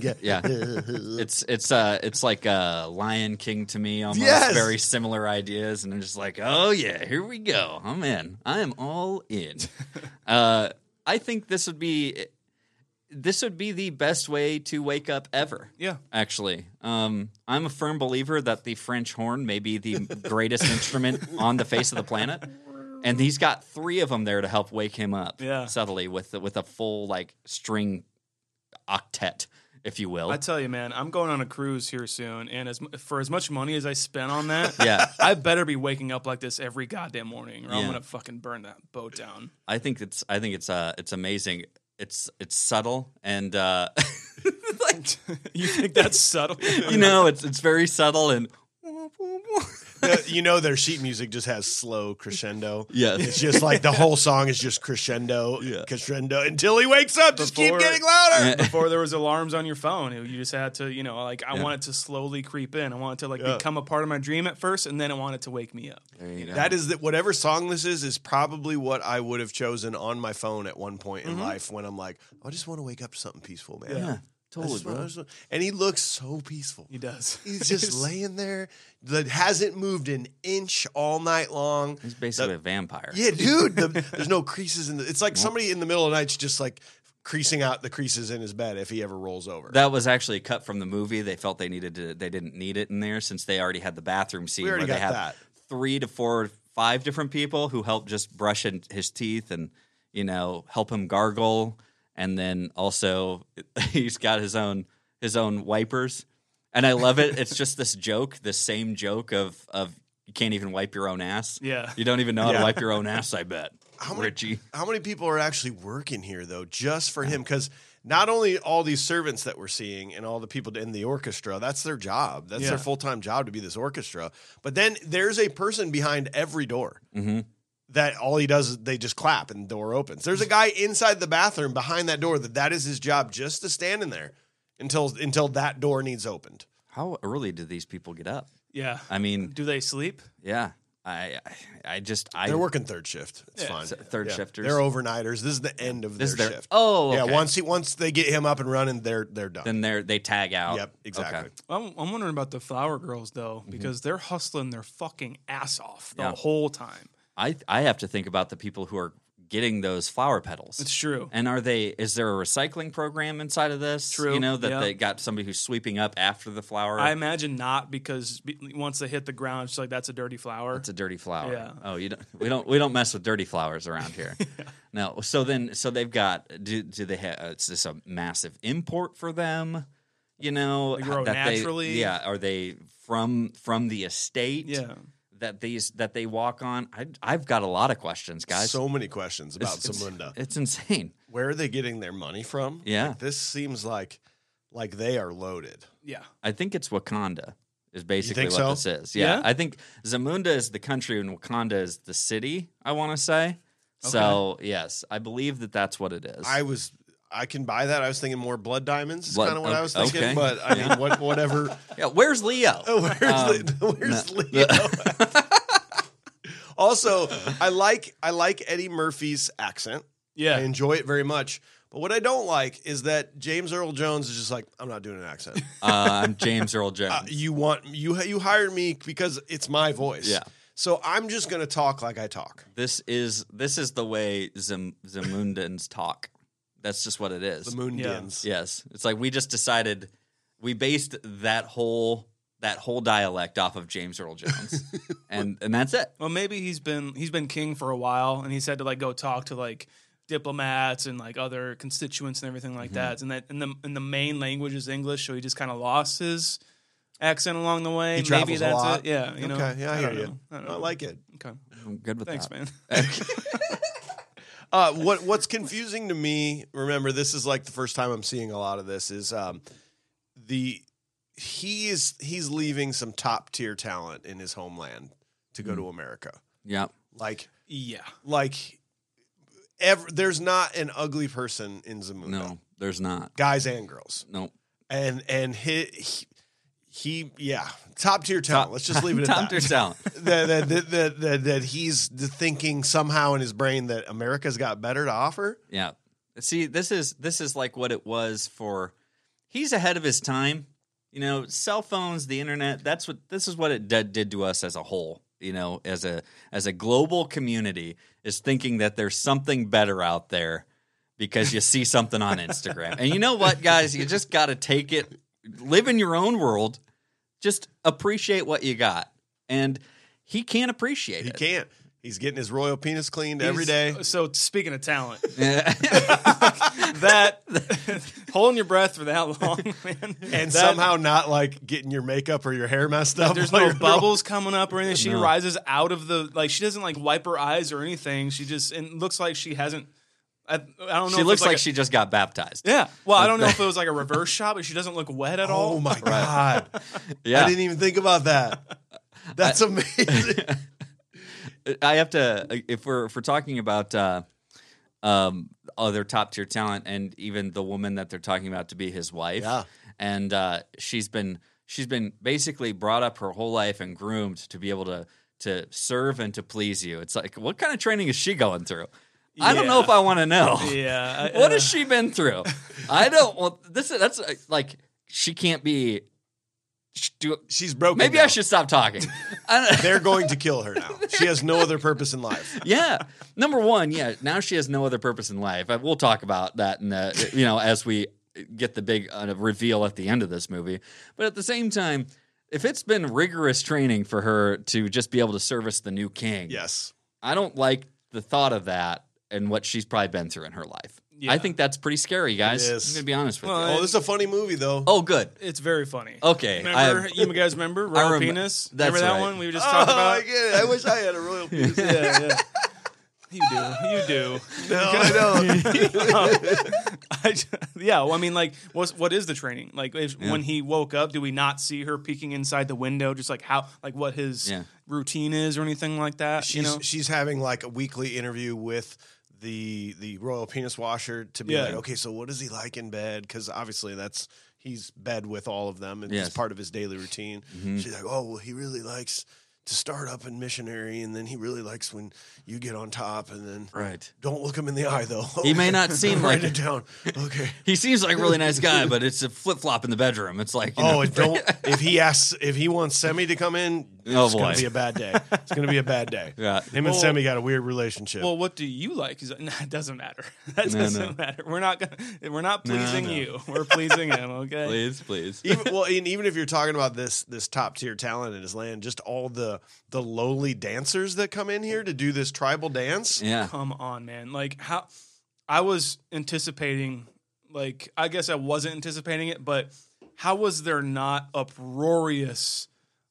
[SPEAKER 2] Yeah,
[SPEAKER 1] Yeah. it's it's uh it's like uh, Lion King to me almost
[SPEAKER 2] Yes!
[SPEAKER 1] very similar ideas and I'm just like, "Oh yeah, here we go. I'm in. I am all in." uh I think this would be this would be the best way to wake up ever.
[SPEAKER 3] Yeah.
[SPEAKER 1] Actually, um, I'm a firm believer that the French horn may be the greatest instrument on the face of the planet, and he's got three of them there to help wake him up
[SPEAKER 3] Yeah.
[SPEAKER 1] subtly with with a full like string octet, if you will.
[SPEAKER 3] I tell you, man, I'm going on a cruise here soon, and as mu- for as much money as I spent on that,
[SPEAKER 1] Yeah.
[SPEAKER 3] I better be waking up like this every goddamn morning, or I'm
[SPEAKER 1] Yeah.
[SPEAKER 3] gonna fucking burn that boat down.
[SPEAKER 1] I think it's I think it's uh it's amazing. It's it's subtle and uh, like
[SPEAKER 3] you think that's subtle?
[SPEAKER 1] you know it's it's very subtle and
[SPEAKER 2] you know their sheet music just has slow crescendo.
[SPEAKER 1] Yes.
[SPEAKER 2] it's just like the whole song is just crescendo, crescendo until he wakes up. Just
[SPEAKER 3] Before-
[SPEAKER 2] keep getting louder.
[SPEAKER 3] Before there was alarms on your phone, you just had to, you know, like I want it to slowly creep in. I want it to like become a part of my dream at first, and then I want it to wake me up.
[SPEAKER 2] That is that whatever song this is is probably what I would have chosen on my phone at one point
[SPEAKER 3] Mm-hmm.
[SPEAKER 2] in life when I'm like, I just want to wake up to something peaceful, man. Yeah,
[SPEAKER 1] totally, bro.
[SPEAKER 2] and he looks so peaceful.
[SPEAKER 3] He does.
[SPEAKER 2] He's just laying there that hasn't moved an inch all night long.
[SPEAKER 1] He's basically a vampire.
[SPEAKER 2] Yeah, dude. The, there's no creases in the. It's like somebody in the middle of the night just like creasing out the creases in his bed if he ever rolls over.
[SPEAKER 1] That was actually cut from the movie. They felt they needed to. They didn't need it in there since they already had the bathroom scene
[SPEAKER 2] We already
[SPEAKER 1] where they
[SPEAKER 2] got that.
[SPEAKER 1] have three to four, five different people who help just brush in his teeth and you know help him gargle, and then also he's got his own his own wipers. And I love it. It's just this joke, this same joke of of you can't even wipe your own ass.
[SPEAKER 3] Yeah.
[SPEAKER 1] you don't even know how to wipe your own ass. I bet. Richie.
[SPEAKER 2] How many people are actually working here though, just for him? Because not only all these servants that we're seeing and all the people in the orchestra, that's their job. That's
[SPEAKER 3] Yeah.
[SPEAKER 2] their full time job to be this orchestra. But then there's a person behind every door. That all he does is they just clap and the door opens. There's a guy inside the bathroom behind that door that that is his job just to stand in there until until that door needs opened.
[SPEAKER 1] How early did these people get up?
[SPEAKER 3] Yeah.
[SPEAKER 1] I mean,
[SPEAKER 3] Do they sleep?
[SPEAKER 1] Yeah, I, I, I just, I.
[SPEAKER 2] They're working third shift. It's fine.
[SPEAKER 1] S- third shifters.
[SPEAKER 2] They're overnighters. This is the end of
[SPEAKER 1] This is
[SPEAKER 2] their,
[SPEAKER 1] their-
[SPEAKER 2] shift.
[SPEAKER 1] oh,
[SPEAKER 2] yeah.
[SPEAKER 1] okay.
[SPEAKER 2] Once he once they get him up and running, they're they're done.
[SPEAKER 1] Then they're they tag out.
[SPEAKER 2] yep, exactly.
[SPEAKER 1] Okay.
[SPEAKER 3] I'm, I'm wondering about the flower girls though, because they're hustling their fucking ass off the
[SPEAKER 1] Mm-hmm. Yeah.
[SPEAKER 3] whole time.
[SPEAKER 1] I, I have to think about the people who are getting those flower petals.
[SPEAKER 3] It's true.
[SPEAKER 1] And are they? Is there a recycling program inside of this?
[SPEAKER 3] True,
[SPEAKER 1] You know that
[SPEAKER 3] yeah.
[SPEAKER 1] they got somebody who's sweeping up after the flower.
[SPEAKER 3] I imagine not because be- once they hit the ground, it's like that's a dirty flower.
[SPEAKER 1] It's a dirty flower.
[SPEAKER 3] Yeah.
[SPEAKER 1] Oh, you don't. We don't. We don't mess with dirty flowers around here. No. So then, so they've got. Do do they have? Is this a massive import for them? You know,
[SPEAKER 3] They grow
[SPEAKER 1] that they-
[SPEAKER 3] naturally?
[SPEAKER 1] yeah. Are they from from the estate?
[SPEAKER 3] Yeah.
[SPEAKER 1] That these that they walk on. I, I've got a lot of questions, guys.
[SPEAKER 2] So many questions about
[SPEAKER 1] It's- it's-
[SPEAKER 2] Zamunda.
[SPEAKER 1] It's, insane.
[SPEAKER 2] Where are they getting their money from?
[SPEAKER 1] Yeah.
[SPEAKER 2] Like, this seems like like they are loaded.
[SPEAKER 3] yeah.
[SPEAKER 1] I think it's Wakanda is basically
[SPEAKER 2] think
[SPEAKER 1] what
[SPEAKER 2] so?
[SPEAKER 1] this is. Yeah,
[SPEAKER 3] Yeah?
[SPEAKER 1] I think Zamunda is the country and Wakanda is the city. I want to say. So yes, I believe that that's what it is.
[SPEAKER 2] I was I can buy that. I was thinking more blood diamonds is
[SPEAKER 1] Blood-
[SPEAKER 2] kind of what I was
[SPEAKER 1] okay.
[SPEAKER 2] thinking, but I mean what whatever.
[SPEAKER 1] yeah, where's Leo?
[SPEAKER 2] Where's,
[SPEAKER 1] Um,
[SPEAKER 2] the, where's Leo? also, I like I like Eddie Murphy's accent. I
[SPEAKER 3] Yeah.
[SPEAKER 2] enjoy it very much. But what I don't like is that James Earl Jones is just like, I'm not doing an accent.
[SPEAKER 1] uh, I'm James Earl Jones.
[SPEAKER 2] Uh, you want you you hired me because it's my voice.
[SPEAKER 1] Yeah.
[SPEAKER 2] So I'm just gonna talk like I talk.
[SPEAKER 1] this is this is the way Zam- Zamundans talk. That's just what it is.
[SPEAKER 2] The Moondians.
[SPEAKER 1] yes, it's like we just decided we based that whole that whole dialect off of James Earl Jones, and and that's it.
[SPEAKER 3] Well, maybe he's been he's been king for a while, and he's had to like go talk to like diplomats and like other constituents and everything
[SPEAKER 2] Mm-hmm.
[SPEAKER 3] like that. And that and the and the main language is English, so he just kind of lost his accent along the way.
[SPEAKER 2] He
[SPEAKER 3] maybe
[SPEAKER 2] travels a
[SPEAKER 3] that's
[SPEAKER 2] lot.
[SPEAKER 3] it. Yeah. You know.
[SPEAKER 2] okay, yeah, I, hear
[SPEAKER 3] don't
[SPEAKER 2] you.
[SPEAKER 3] know. I, don't
[SPEAKER 2] I
[SPEAKER 3] know.
[SPEAKER 2] like uh, it.
[SPEAKER 3] Okay.
[SPEAKER 1] I'm good with
[SPEAKER 3] Thanks,
[SPEAKER 1] that.
[SPEAKER 3] man.
[SPEAKER 2] Uh, what what's confusing to me? Remember, this is like the first time I'm seeing a lot of this. Is um, the he is he's leaving some top tier talent in his homeland to go
[SPEAKER 1] Mm.
[SPEAKER 2] to America.
[SPEAKER 1] Yeah,
[SPEAKER 2] Like
[SPEAKER 3] yeah.
[SPEAKER 2] like, ever, there's not an ugly person in Zamunda.
[SPEAKER 1] no, there's not.
[SPEAKER 2] guys and girls.
[SPEAKER 1] No,
[SPEAKER 2] and and he he, he yeah top tier talent. Let's just leave it at
[SPEAKER 1] Tom
[SPEAKER 2] that.
[SPEAKER 1] Turtelli.
[SPEAKER 2] that, that, that, that, that, that he's the thinking somehow in his brain that America's got better to offer.
[SPEAKER 1] Yeah. See, this is this is like what it was for. He's ahead of his time. You know, cell phones, the internet. That's what this is what it did, did to us as a whole. You know, as a as a global community is thinking that there's something better out there because you see something on Instagram. And you know what, guys, you just got to take it. Live in your own world. Just appreciate what you got. And he can't appreciate
[SPEAKER 2] He
[SPEAKER 1] it.
[SPEAKER 2] can't. He's getting his royal penis cleaned every day.
[SPEAKER 3] He's- So speaking of talent, that holding your breath for that long, man,
[SPEAKER 2] And
[SPEAKER 3] That-
[SPEAKER 2] somehow not like getting your makeup or your hair messed up.
[SPEAKER 3] There's
[SPEAKER 2] while
[SPEAKER 3] no
[SPEAKER 2] Oh, you're
[SPEAKER 3] bubbles coming up or anything. She rises out of the like. She doesn't like wipe her eyes or anything. She just and looks like she hasn't. I, I don't know.
[SPEAKER 1] She
[SPEAKER 3] if
[SPEAKER 1] looks
[SPEAKER 3] it's
[SPEAKER 1] like,
[SPEAKER 3] a-
[SPEAKER 1] she just got baptized.
[SPEAKER 3] Yeah. Well, I don't know if it was like a reverse shot, but she doesn't look wet at all.
[SPEAKER 2] Oh my god!
[SPEAKER 1] Yeah.
[SPEAKER 2] I didn't even think about that. That's amazing.
[SPEAKER 1] I have to if we're if we're talking about uh, um, other top tier talent and even the woman that they're talking about to be his wife,
[SPEAKER 2] Yeah.
[SPEAKER 1] and uh, she's been she's been basically brought up her whole life and groomed to be able to to serve and to please you. It's like what kind of training is she going through? I don't know
[SPEAKER 3] Yeah.
[SPEAKER 1] if I want to know.
[SPEAKER 3] Yeah. I-
[SPEAKER 1] What has she been through? I don't. Well, this is that's uh, like she can't be. sh- do.
[SPEAKER 2] She's broken.
[SPEAKER 1] Maybe I
[SPEAKER 2] now.
[SPEAKER 1] should stop talking. I don't-
[SPEAKER 2] They're going to kill her now. She has no other purpose in life.
[SPEAKER 1] yeah. Number one, yeah. Now she has no other purpose in life. Uh, We'll talk about that, in the, you know, as we get the big uh, reveal at the end of this movie. But at the same time, if it's been rigorous training for her to just be able to service the new king,
[SPEAKER 2] Yes.
[SPEAKER 1] I don't like the thought of that and what she's probably been through in her life.
[SPEAKER 3] Yeah.
[SPEAKER 1] I think that's pretty scary, guys.
[SPEAKER 2] is.
[SPEAKER 1] I'm gonna be honest with you.
[SPEAKER 2] Oh, this is a funny movie though.
[SPEAKER 1] Oh, good.
[SPEAKER 3] It's very funny.
[SPEAKER 1] Okay,
[SPEAKER 3] Remember,
[SPEAKER 1] I-
[SPEAKER 3] you guys remember Royal
[SPEAKER 1] rem-
[SPEAKER 3] Penis?
[SPEAKER 1] that's
[SPEAKER 3] remember that
[SPEAKER 1] right.
[SPEAKER 3] one we just
[SPEAKER 2] Oh,
[SPEAKER 3] talked
[SPEAKER 2] I
[SPEAKER 3] about?
[SPEAKER 2] get it. I wish I had a royal penis.
[SPEAKER 3] yeah, yeah. You do. You do.
[SPEAKER 2] No, I don't.
[SPEAKER 3] I ju- yeah, well, I mean, like, what's, what is the training? Like, if, when he woke up, do we not see her peeking inside the window? Just like how, like, what his
[SPEAKER 1] Yeah.
[SPEAKER 3] routine is or anything like that?
[SPEAKER 2] She's
[SPEAKER 3] you know,
[SPEAKER 2] she's having like a weekly interview with the the royal penis washer to be
[SPEAKER 3] Yeah.
[SPEAKER 2] like, okay, so what is he like in bed? Because obviously that's he's bed with all of them and
[SPEAKER 1] Yes.
[SPEAKER 2] it's part of his daily routine. She's like, oh well, he really likes to start up in missionary, and then he really likes when you get on top, and then
[SPEAKER 1] Right.
[SPEAKER 2] don't look him in the eye though.
[SPEAKER 1] He may not seem
[SPEAKER 2] write
[SPEAKER 1] like
[SPEAKER 2] it down. Okay.
[SPEAKER 1] he seems like a really nice guy, but it's a flip flop in the bedroom. It's like you
[SPEAKER 2] Oh,
[SPEAKER 1] know,
[SPEAKER 2] and don't if he asks if he wants Semi to come in, it's
[SPEAKER 1] Oh,
[SPEAKER 2] gonna
[SPEAKER 1] boy.
[SPEAKER 2] be a bad day. It's gonna be a bad day.
[SPEAKER 1] Yeah.
[SPEAKER 2] Him and
[SPEAKER 3] Well-
[SPEAKER 2] Semi got a weird relationship.
[SPEAKER 3] well, what do you like? Is no, it doesn't matter. That
[SPEAKER 1] No,
[SPEAKER 3] doesn't
[SPEAKER 1] no.
[SPEAKER 3] matter. We're not gonna. We're not pleasing
[SPEAKER 1] no.
[SPEAKER 3] you. We're pleasing him. Okay.
[SPEAKER 1] please, please.
[SPEAKER 2] even, well, and even if you're talking about this this top tier talent in his land, just all the the lowly dancers that come in here to do this tribal dance.
[SPEAKER 1] Yeah.
[SPEAKER 3] Come on, man. Like how I was anticipating like I guess I wasn't anticipating it, but how was there not uproarious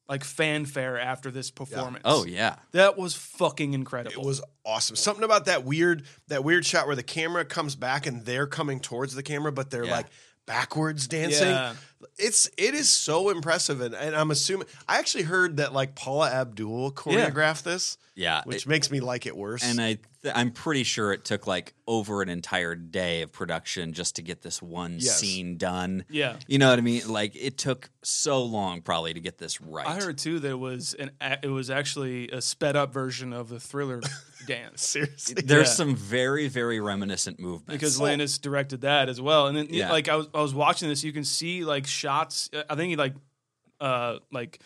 [SPEAKER 3] like fanfare after this performance?
[SPEAKER 1] Oh yeah.
[SPEAKER 3] That was fucking incredible.
[SPEAKER 2] It was awesome. Something about that weird that weird shot where the camera comes back and they're coming towards the camera, but they're
[SPEAKER 1] Yeah.
[SPEAKER 2] like backwards dancing.
[SPEAKER 3] Yeah.
[SPEAKER 2] It's it is so impressive, and, and I'm assuming I actually heard that like Paula Abdul
[SPEAKER 3] Yeah.
[SPEAKER 2] choreographed this.
[SPEAKER 1] Yeah,
[SPEAKER 2] which
[SPEAKER 1] it-
[SPEAKER 2] makes me like it worse.
[SPEAKER 3] uh,
[SPEAKER 1] And I th- I'm pretty sure it took like over an entire day of production just to get this one
[SPEAKER 2] Yes.
[SPEAKER 1] scene done.
[SPEAKER 3] Yeah.
[SPEAKER 1] You know what I mean? Like it took so long probably to get this right.
[SPEAKER 3] I heard too that it was an a- it was actually a sped up version of the thriller dance.
[SPEAKER 2] seriously,
[SPEAKER 1] There's
[SPEAKER 3] yeah.
[SPEAKER 1] some very very reminiscent movements.
[SPEAKER 3] because Landis directed that as well. And then
[SPEAKER 1] Yeah.
[SPEAKER 3] like I was I was watching this, you can see like shots. I think he like uh like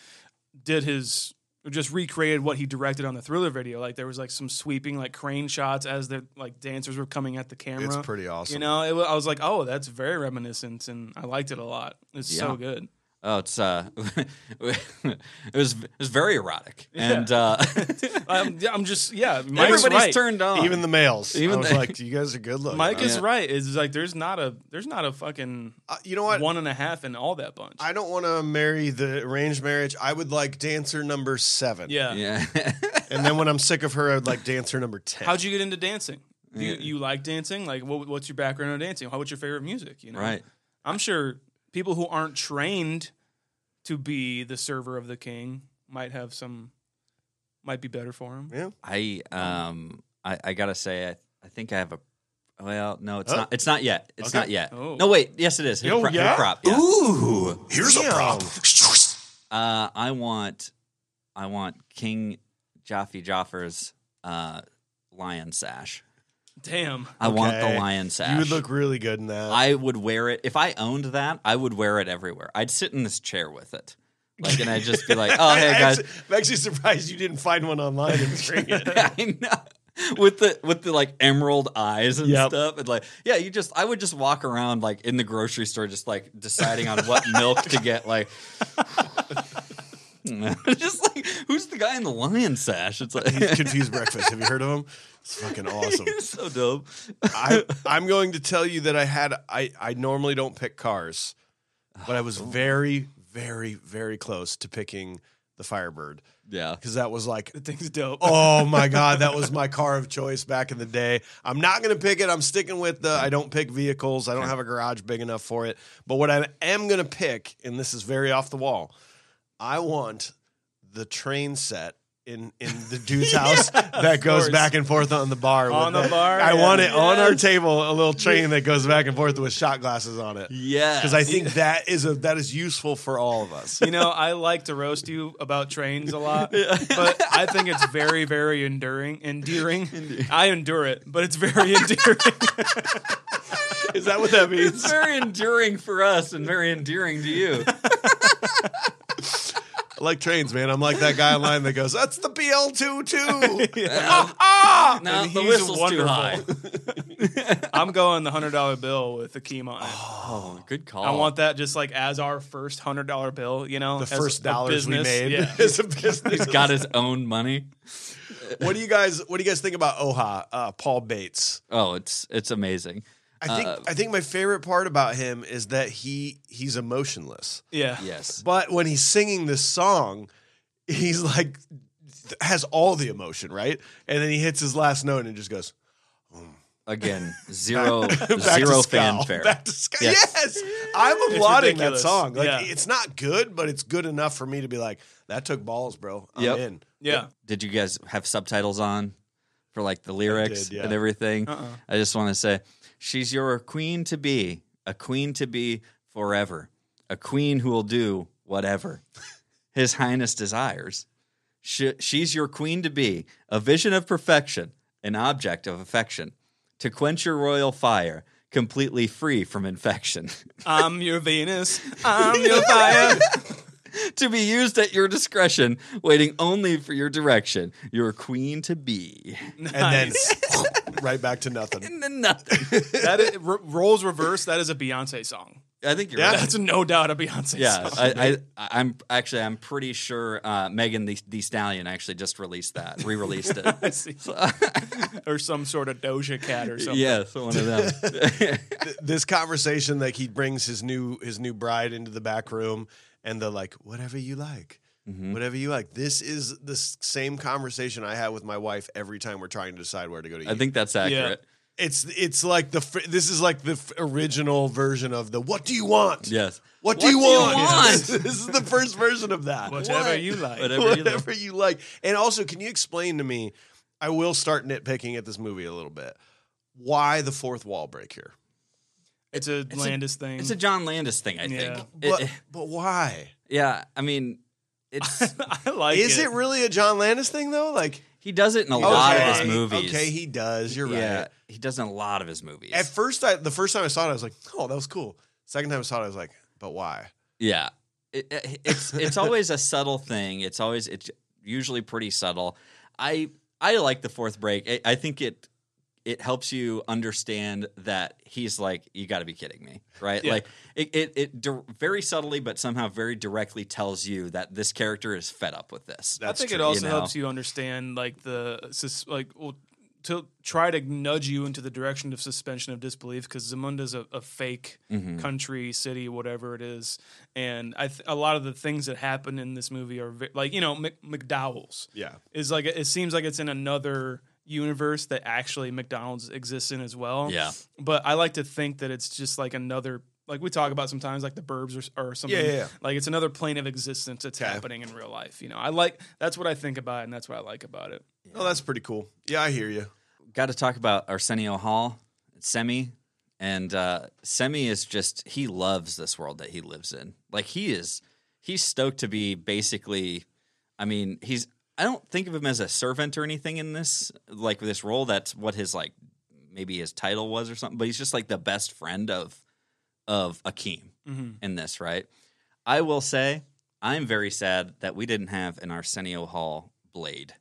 [SPEAKER 3] did his or just recreated what he directed on the thriller video. Like there was like some sweeping like crane shots as the like dancers were coming at the camera.
[SPEAKER 2] it's pretty awesome.
[SPEAKER 3] You know, it, wa- I was like, oh, that's very reminiscent, and I liked it a lot. It's so
[SPEAKER 1] Yeah.
[SPEAKER 3] good.
[SPEAKER 1] Oh, it's uh, it was it was very erotic, and uh,
[SPEAKER 3] I'm, I'm just Um, yeah. Mike's
[SPEAKER 1] everybody's
[SPEAKER 3] right.
[SPEAKER 1] turned on.
[SPEAKER 2] even the males. I
[SPEAKER 1] Even
[SPEAKER 2] was
[SPEAKER 1] the-
[SPEAKER 2] like, you guys are good looking.
[SPEAKER 3] Mike
[SPEAKER 2] huh?
[SPEAKER 3] is right. It's like there's not a there's not a fucking
[SPEAKER 2] Uh, you know what?
[SPEAKER 3] one and a half and all that bunch.
[SPEAKER 2] I don't want to marry the arranged marriage. I would like dancer number seven.
[SPEAKER 3] yeah.
[SPEAKER 1] yeah,
[SPEAKER 2] And then when I'm sick of her, I would like dancer number 10.
[SPEAKER 3] How'd you get into dancing? Do you, you like dancing? Like, what, what's your background on dancing? How, what's your favorite music? You know,
[SPEAKER 1] right.
[SPEAKER 3] I'm sure people who aren't trained to be the server of the king might have some, might be better for them.
[SPEAKER 2] Yeah.
[SPEAKER 1] I um I, I gotta say I, I think I have a well no it's
[SPEAKER 2] Huh?
[SPEAKER 1] not it's not yet it's
[SPEAKER 2] Oh. Okay.
[SPEAKER 1] not yet
[SPEAKER 3] Oh.
[SPEAKER 1] no wait yes it is hit,
[SPEAKER 2] Yo,
[SPEAKER 1] a pro- hit
[SPEAKER 2] yeah?
[SPEAKER 1] a prop yeah. ooh
[SPEAKER 2] Here's a prop.
[SPEAKER 1] uh I want I want King Joffy Joffer's uh lion sash
[SPEAKER 3] Damn,
[SPEAKER 1] I want the
[SPEAKER 2] Okay.
[SPEAKER 1] lion sash
[SPEAKER 2] You would look really good in that.
[SPEAKER 1] I would wear it if I owned that I would wear it everywhere I'd sit in this chair with it like and I'd just be like oh hey guys
[SPEAKER 2] actually, I'm actually surprised you didn't find one online and bring it.
[SPEAKER 1] I know. With the with the like emerald eyes and
[SPEAKER 2] Yep.
[SPEAKER 1] stuff, and like yeah, you just I would just walk around like in the grocery store, just like deciding on what milk to get. Like, just like who's the guy in the lion sash? It's like
[SPEAKER 2] He's confused breakfast. Have you heard of him? It's fucking awesome.
[SPEAKER 1] it's so dope.
[SPEAKER 2] I, I'm going to tell you that I had I I normally don't pick cars, but I was
[SPEAKER 1] Oh.
[SPEAKER 2] very very very close to picking the Firebird
[SPEAKER 1] Yeah,
[SPEAKER 2] because that was like
[SPEAKER 3] the thing's dope.
[SPEAKER 2] oh my god that was my car of choice back in the day. I'm not going to pick it. I'm sticking with the I don't pick vehicles. I don't have a garage big enough for it. But what I am going to pick, and this is very off the wall, I want the train set. In, in the dude's house that goes
[SPEAKER 3] course.
[SPEAKER 2] back and forth on the bar. with
[SPEAKER 3] On the bar,
[SPEAKER 2] I
[SPEAKER 3] yeah.
[SPEAKER 2] want it on our
[SPEAKER 3] Yes.
[SPEAKER 2] table, a little train that goes back and forth with shot glasses on it.
[SPEAKER 1] yeah.
[SPEAKER 2] Because I think that is a that is useful for all of us.
[SPEAKER 3] you know, I like to roast you about trains a lot, but I think it's very, very enduring, endearing. I endure it, but it's very endearing.
[SPEAKER 2] Is that what that means?
[SPEAKER 1] it's very enduring for us and very endearing to you.
[SPEAKER 2] like trains, man. I'm like that guy online that goes, "That's the BL22."
[SPEAKER 1] No, the
[SPEAKER 3] he's
[SPEAKER 1] whistle's too
[SPEAKER 3] wonderful.
[SPEAKER 1] high.
[SPEAKER 3] I'm going the hundred dollar bill with the keem on it.
[SPEAKER 1] Oh, good call.
[SPEAKER 3] I want that just like as our first hundred dollar bill. You know,
[SPEAKER 2] the
[SPEAKER 3] as
[SPEAKER 2] first
[SPEAKER 3] a
[SPEAKER 2] dollars we
[SPEAKER 3] business.
[SPEAKER 2] made
[SPEAKER 3] Yeah.
[SPEAKER 2] as a business.
[SPEAKER 1] He's got his own money.
[SPEAKER 2] what do you guys What do you guys think about Oha? Uh, Paul Bates.
[SPEAKER 1] Oh, it's it's amazing.
[SPEAKER 2] I
[SPEAKER 3] Uh,
[SPEAKER 2] think I think my favorite part about him is that he he's emotionless.
[SPEAKER 3] yeah,
[SPEAKER 1] Yes.
[SPEAKER 2] But when he's singing this song, he's like has all the emotion, right? And then he hits his last note and just goes
[SPEAKER 1] Again, zero
[SPEAKER 2] back
[SPEAKER 1] zero
[SPEAKER 2] to Scowl.
[SPEAKER 1] fanfare.
[SPEAKER 2] Back to Scowl.
[SPEAKER 1] Yes.
[SPEAKER 2] Yes. I'm applauding that
[SPEAKER 3] ridiculous.
[SPEAKER 2] song. Like
[SPEAKER 3] Yeah.
[SPEAKER 2] it's not good, but it's good enough for me to be like, that took balls, bro. I'm
[SPEAKER 1] Yep.
[SPEAKER 2] in.
[SPEAKER 3] yeah.
[SPEAKER 1] Did you guys have subtitles on for like the lyrics
[SPEAKER 2] did, yeah. Uh-uh.
[SPEAKER 1] and everything? I just want to say, she's your queen to be, a queen to be forever, a queen who will do whatever His Highness desires. She, she's your queen to be, a vision of perfection, an object of affection, to quench your royal fire, completely free from infection.
[SPEAKER 3] I'm your Venus. I'm your fire.
[SPEAKER 1] to be used at your discretion, waiting only for your direction. Your queen to be.
[SPEAKER 2] And then right back to nothing.
[SPEAKER 1] And then nothing.
[SPEAKER 3] That is, r- roles reverse. That is a Beyonce song.
[SPEAKER 1] I think you're
[SPEAKER 2] Yeah.
[SPEAKER 1] right.
[SPEAKER 3] That's no doubt a Beyonce
[SPEAKER 1] Yeah,
[SPEAKER 3] song.
[SPEAKER 1] I, I, I'm actually I'm pretty sure uh, Megan the, the Stallion actually just released that, re-released
[SPEAKER 3] I
[SPEAKER 1] it.
[SPEAKER 3] see. or some sort of Doja Cat or something.
[SPEAKER 1] yeah, so one of them.
[SPEAKER 2] Th- This conversation, like he brings his new his new bride into the back room and the like, whatever you like.
[SPEAKER 1] Mm-hmm.
[SPEAKER 2] Whatever you like. This is the s- same conversation I have with my wife every time we're trying to decide where to go to eat.
[SPEAKER 1] I think that's accurate.
[SPEAKER 2] it's it's like the fr- this is like the f- original version of the what do you want?
[SPEAKER 1] Yes,
[SPEAKER 2] What do you want? this is the first version of that.
[SPEAKER 3] Whatever you like.
[SPEAKER 1] whatever. you like.
[SPEAKER 2] Whatever you like. And also, can you explain to me? I will start nitpicking at this movie a little bit. Why the fourth wall break here?
[SPEAKER 3] It's a Landis thing.
[SPEAKER 1] It's a John Landis thing, I think.
[SPEAKER 3] Yeah.
[SPEAKER 1] It-
[SPEAKER 2] But
[SPEAKER 1] it-
[SPEAKER 2] but why?
[SPEAKER 1] yeah, I mean, it's
[SPEAKER 3] I like
[SPEAKER 2] Is
[SPEAKER 3] it.
[SPEAKER 2] it really a John Landis thing though? Like
[SPEAKER 1] he does it in a lot of his
[SPEAKER 2] okay,
[SPEAKER 1] movies.
[SPEAKER 2] Okay, he does. You're
[SPEAKER 1] yeah,
[SPEAKER 2] right.
[SPEAKER 1] he does it in a lot of his movies.
[SPEAKER 2] At first, I, the first time I saw it, I was like, "Oh, that was cool." Second time I saw it, I was like, "But why?"
[SPEAKER 1] Yeah, It- it- it's it's always a subtle thing. It's always it's usually pretty subtle. I I like the fourth break. I, I think it it helps you understand that he's like you got to be kidding me, right? Like it it, it di- very subtly but somehow very directly tells you that this character is fed up with this.
[SPEAKER 3] I think it
[SPEAKER 1] true,
[SPEAKER 3] also
[SPEAKER 1] you know?
[SPEAKER 3] helps you understand like the sus- like well, to try to nudge you into the direction of suspension of disbelief because Zamunda's a, a fake
[SPEAKER 1] Mm-hmm.
[SPEAKER 3] country, city, whatever it is, and I th- a lot of the things that happen in this movie are ve- like you know Mc- McDowell's
[SPEAKER 2] Yeah.
[SPEAKER 3] is like it seems like it's in another universe that actually McDonald's exists in as well.
[SPEAKER 1] Yeah.
[SPEAKER 3] But I like to think that it's just like another like we talk about sometimes like the burbs or, or something.
[SPEAKER 2] Yeah, yeah, yeah.
[SPEAKER 3] Like it's another plane of existence that's happening in real life. You know, I like that's what I think about it and that's what I like about it.
[SPEAKER 2] Oh, that's pretty cool. Yeah, I hear you.
[SPEAKER 1] got to talk about Arsenio Hall, Semi. And uh, Semi is just, he loves this world that he lives in. Like, he is, he's stoked to be basically, I mean, he's, I don't think of him as a servant or anything in this, like, this role. That's what his, like, maybe his title was or something, but he's just like the best friend of, of Akeem in this, right? I will say, I'm very sad that we didn't have an Arsenio Hall blade.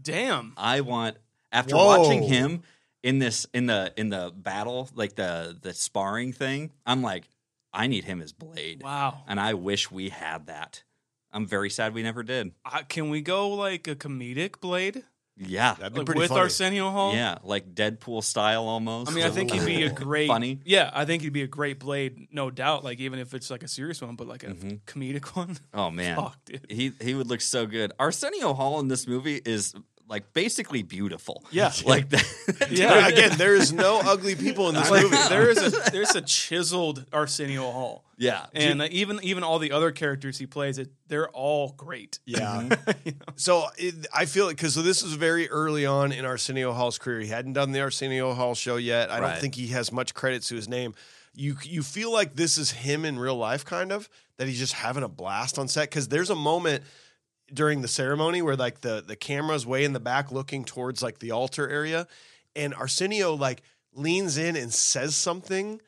[SPEAKER 3] Damn.
[SPEAKER 1] I want after
[SPEAKER 2] Whoa.
[SPEAKER 1] watching him in this in the in the battle, like the the sparring thing, I'm like, I need him as Blade.
[SPEAKER 3] Wow.
[SPEAKER 1] And I wish we had that. I'm very sad we never did.
[SPEAKER 3] Uh, can we go like a comedic blade?
[SPEAKER 1] Yeah.
[SPEAKER 2] That'd be
[SPEAKER 3] Like
[SPEAKER 2] pretty
[SPEAKER 3] with
[SPEAKER 2] funny.
[SPEAKER 3] Arsenio Hall?
[SPEAKER 1] Yeah, like Deadpool style almost.
[SPEAKER 3] I mean, I think he'd be a great
[SPEAKER 1] Funny.
[SPEAKER 3] Yeah, I think he'd be a great blade, no doubt. Like even if it's like a serious one, but like a comedic one.
[SPEAKER 1] Mm-hmm. Oh man.
[SPEAKER 3] Fuck, dude.
[SPEAKER 1] He he would look so good. Arsenio Hall in this movie is like basically beautiful.
[SPEAKER 3] Yeah.
[SPEAKER 1] Like that.
[SPEAKER 3] Yeah.
[SPEAKER 2] Again, there is no ugly people in this
[SPEAKER 3] Like,
[SPEAKER 2] movie.
[SPEAKER 3] there is a there's a chiseled Arsenio Hall.
[SPEAKER 1] Yeah.
[SPEAKER 3] And uh, even even all the other characters he plays, it, they're all great.
[SPEAKER 2] Yeah. So it, I feel it because so this was very early on in Arsenio Hall's career. He hadn't done the Arsenio Hall show yet. I don't
[SPEAKER 1] Right.
[SPEAKER 2] think he has much credit to his name. You you feel like this is him in real life, kind of that he's just having a blast on set because there's a moment during the ceremony where like the the camera's way in the back looking towards like the altar area, and Arsenio like leans in and says something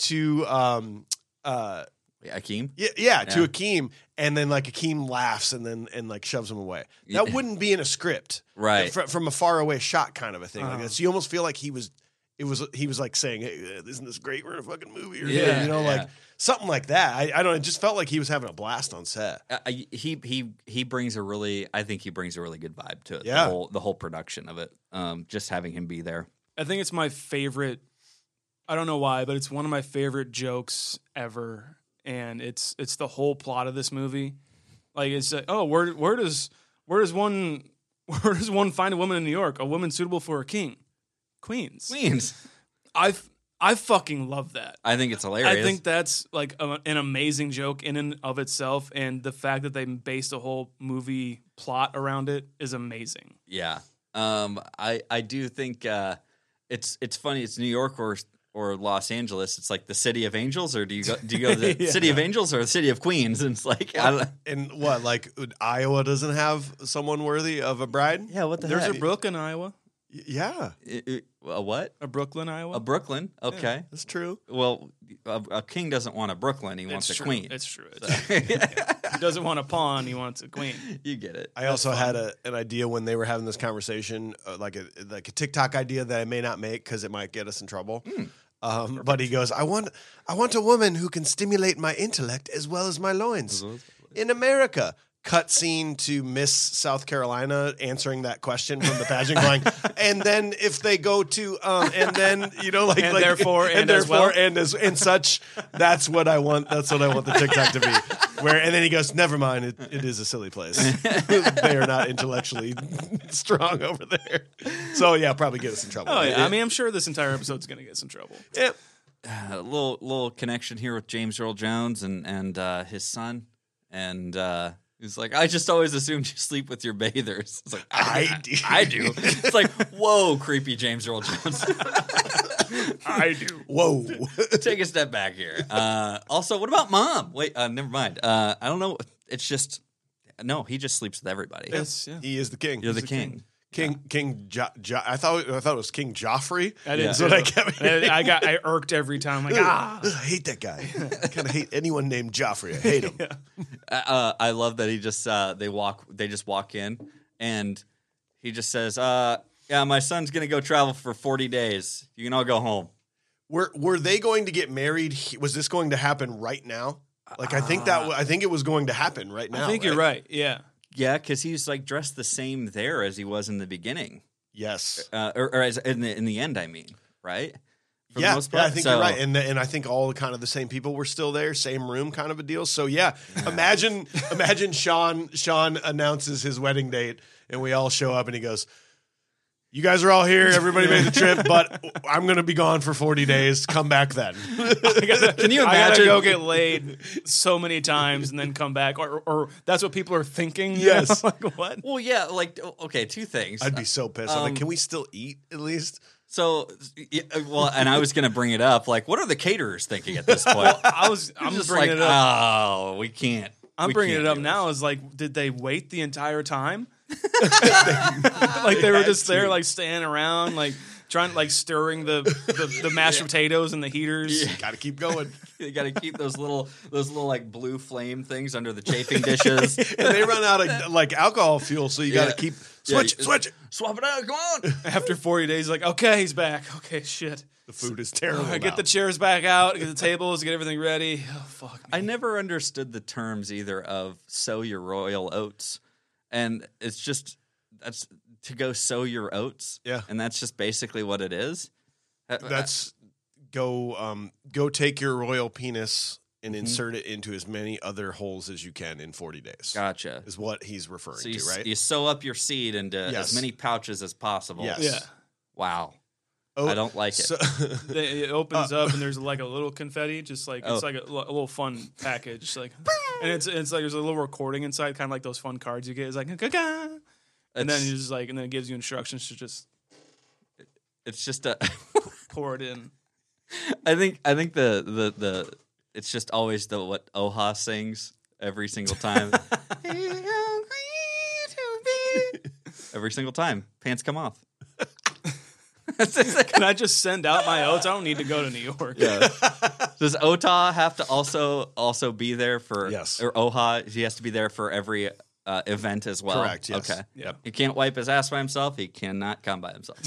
[SPEAKER 2] to um uh
[SPEAKER 1] Akeem?
[SPEAKER 2] Yeah, yeah, to Akeem, and then like Akeem laughs and then and like shoves him away. That wouldn't be in a script,
[SPEAKER 1] Right.
[SPEAKER 2] Fr- from a faraway shot, kind of a thing. Like that. So you almost feel like he was, it was he was like saying, "Hey, uh, isn't this great? We're in a fucking movie," or
[SPEAKER 1] Yeah,
[SPEAKER 2] you know, like
[SPEAKER 1] yeah.
[SPEAKER 2] something like that. I, I don't. know. It just felt like he was having a blast on set.
[SPEAKER 1] I- I, he he he brings a really I think he brings a really good vibe to it.
[SPEAKER 2] Yeah.
[SPEAKER 1] The whole the whole production of it. Um just having him be there.
[SPEAKER 3] I think it's my favorite. I don't know why, but it's one of my favorite jokes ever, and it's it's the whole plot of this movie. Like it's like, oh, where where does where does one where does one find a woman in New York? A woman suitable for a king, Queens.
[SPEAKER 1] Queens.
[SPEAKER 3] I I fucking love that.
[SPEAKER 1] I think it's hilarious.
[SPEAKER 3] I think that's like a, an amazing joke in and of itself, and the fact that they based a whole movie plot around it is amazing.
[SPEAKER 1] Yeah. Um I I do think uh it's it's funny it's New York or or Los Angeles. It's like the city of angels or do you go do you go to the
[SPEAKER 3] Yeah.
[SPEAKER 1] city of angels or the city of Queens and it's like I don't,
[SPEAKER 2] And what like Iowa doesn't have someone worthy of a bride?
[SPEAKER 1] Yeah, what the
[SPEAKER 3] There's
[SPEAKER 1] heck?
[SPEAKER 3] a Brooklyn, Iowa,
[SPEAKER 2] Y- yeah,
[SPEAKER 1] I- I- a what?
[SPEAKER 3] a Brooklyn, Iowa.
[SPEAKER 1] A Brooklyn. Okay.
[SPEAKER 2] that's true.
[SPEAKER 1] Well, a, a king doesn't want a Brooklyn, he wants
[SPEAKER 3] it's
[SPEAKER 1] a
[SPEAKER 3] true.
[SPEAKER 1] queen.
[SPEAKER 3] It's true. It's true. he doesn't want a pawn. He wants a queen.
[SPEAKER 1] you get it.
[SPEAKER 2] I also had a, an idea when they were having this conversation, uh, like a like a TikTok idea that I may not make because it might get us in trouble.
[SPEAKER 3] Hmm.
[SPEAKER 2] Um, but he goes, "I want I want a woman who can stimulate my intellect as well as my loins." In America, cut scene to Miss South Carolina answering that question from the pageant, going, "And then if they go to, um, and then you know, like,
[SPEAKER 3] And
[SPEAKER 2] like-
[SPEAKER 3] therefore, and as
[SPEAKER 2] therefore,
[SPEAKER 3] well."
[SPEAKER 2] and as and such." That's what I want. That's what I want the TikTok to be. Where and then he goes, "Never mind. It, it is a silly place. they are not intellectually strong over there." So yeah, probably get us in trouble.
[SPEAKER 3] Oh yeah. I mean, I'm sure this entire episode's gonna get us in trouble.
[SPEAKER 2] Yeah.
[SPEAKER 1] a little little connection here with James Earl Jones and and uh, his son, and uh, he's like, I just always assumed you sleep with your bathers. It's like I,
[SPEAKER 2] I do.
[SPEAKER 1] I do. It's like whoa, creepy James Earl Jones.
[SPEAKER 3] I do.
[SPEAKER 2] Whoa.
[SPEAKER 1] Take a step back here. Uh, also, what about mom? Wait, uh, never mind. Uh, I don't know. It's just no. He just sleeps with everybody.
[SPEAKER 3] Yes. Yeah.
[SPEAKER 2] he is the king.
[SPEAKER 1] You're the
[SPEAKER 2] He's
[SPEAKER 1] king.
[SPEAKER 2] King King jo- jo- I thought I thought it was King Joffrey.
[SPEAKER 3] I
[SPEAKER 2] That's
[SPEAKER 3] didn't.
[SPEAKER 2] what I
[SPEAKER 3] do
[SPEAKER 2] kept.
[SPEAKER 3] it. I, I got. I irked every time. Like ah.
[SPEAKER 2] Ugh, I hate that guy. I kind of hate anyone named Joffrey. I hate him.
[SPEAKER 1] uh, I love that he just uh, they walk they just walk in and he just says, uh, "Yeah, my son's gonna go travel for forty days. You can all go home."
[SPEAKER 2] Were Were they going to get married? He- Was this going to happen right now? Like I think
[SPEAKER 1] Uh,
[SPEAKER 2] that w- I think it was going to happen right now.
[SPEAKER 3] I think you're right. Yeah.
[SPEAKER 1] Yeah, because he's like dressed the same there as he was in the beginning,
[SPEAKER 2] Yes.
[SPEAKER 1] uh, or, or as in the in the end. I mean, right? For the
[SPEAKER 2] yeah,
[SPEAKER 1] most
[SPEAKER 2] yeah, I
[SPEAKER 1] part.
[SPEAKER 2] think
[SPEAKER 1] So-
[SPEAKER 2] you're right, and the, and I think all kind of the same people were still there, same room, kind of a deal. So yeah, imagine imagine Sean Sean announces his wedding date, and we all show up, and he goes, "You guys are all here, everybody made the trip, but I'm gonna be gone for 40 days. Come back then."
[SPEAKER 3] Can you
[SPEAKER 2] imagine-
[SPEAKER 3] I gotta go get laid so many times and then come back, or or that's what people are thinking. you
[SPEAKER 2] Yes.
[SPEAKER 3] know? like what?
[SPEAKER 1] Well, yeah, like o- okay, two things.
[SPEAKER 2] I'd be so pissed. I'm like,
[SPEAKER 1] Um,
[SPEAKER 2] can we still eat at least?
[SPEAKER 1] so yeah, well, and I was gonna bring it up. Like, what are the caterers thinking at this point?
[SPEAKER 3] I was. I'm
[SPEAKER 1] just
[SPEAKER 3] bringing
[SPEAKER 1] like,
[SPEAKER 3] it up.
[SPEAKER 1] oh, we can't.
[SPEAKER 3] I'm
[SPEAKER 1] we
[SPEAKER 3] bringing
[SPEAKER 1] can't
[SPEAKER 3] it up
[SPEAKER 1] do
[SPEAKER 3] now. Is like, did they wait the entire time? like they were just there, like standing around, like trying, like stirring the the, the mashed potatoes and the heaters.
[SPEAKER 2] Got to keep going.
[SPEAKER 1] You got to keep those little those little like blue flame things under the chafing dishes.
[SPEAKER 2] and they run out of like alcohol fuel, so you got to
[SPEAKER 1] Yeah.
[SPEAKER 2] keep
[SPEAKER 1] Yeah,
[SPEAKER 2] switch
[SPEAKER 1] you-
[SPEAKER 2] switch.
[SPEAKER 1] Swap it out. Come on.
[SPEAKER 3] After 40 days, like, okay, he's back. Okay, shit.
[SPEAKER 2] The food is terrible.
[SPEAKER 3] I get
[SPEAKER 2] now.
[SPEAKER 3] the chairs back out, get the tables, get everything ready. Oh fuck.
[SPEAKER 1] I never understood the terms either of sow your royal oats, and it's just that's to go sow your oats.
[SPEAKER 2] Yeah.
[SPEAKER 1] and that's just basically what it is. Uh,
[SPEAKER 2] That's go um go take your royal penis and
[SPEAKER 1] Mm-hmm.
[SPEAKER 2] insert it into as many other holes as you can in 40 days.
[SPEAKER 1] gotcha.
[SPEAKER 2] Is what he's referring
[SPEAKER 1] So you,
[SPEAKER 2] to,
[SPEAKER 1] s-
[SPEAKER 2] right?
[SPEAKER 1] you sew up your seed into
[SPEAKER 2] Yes.
[SPEAKER 1] as many pouches as possible.
[SPEAKER 2] Yes.
[SPEAKER 3] Yeah.
[SPEAKER 1] Wow.
[SPEAKER 2] Oh,
[SPEAKER 1] I don't like it.
[SPEAKER 2] so-
[SPEAKER 3] They, it opens up and there's like a little confetti, just like it's
[SPEAKER 1] Oh.
[SPEAKER 3] like a, li- a little fun package, like, and it's it's like there's a little recording inside, kind of like those fun cards you get. It's like, "Ga-ga." and then
[SPEAKER 1] It's-
[SPEAKER 3] you just like, and then it gives you instructions to just
[SPEAKER 1] It's just a.
[SPEAKER 3] pour it in.
[SPEAKER 1] I think I think the the the it's just always the what Oha sings every single time. every single time, pants come off.
[SPEAKER 3] Can I just send out my oats? I don't need to go to New York.
[SPEAKER 1] uh, Does Ota have to also also be there for
[SPEAKER 2] Yes.
[SPEAKER 1] or Oha? He has to be there for every uh, event as well.
[SPEAKER 2] Correct, yes.
[SPEAKER 1] oh, Okay.
[SPEAKER 2] Yep.
[SPEAKER 1] He can't wipe his ass by himself. He cannot come by himself.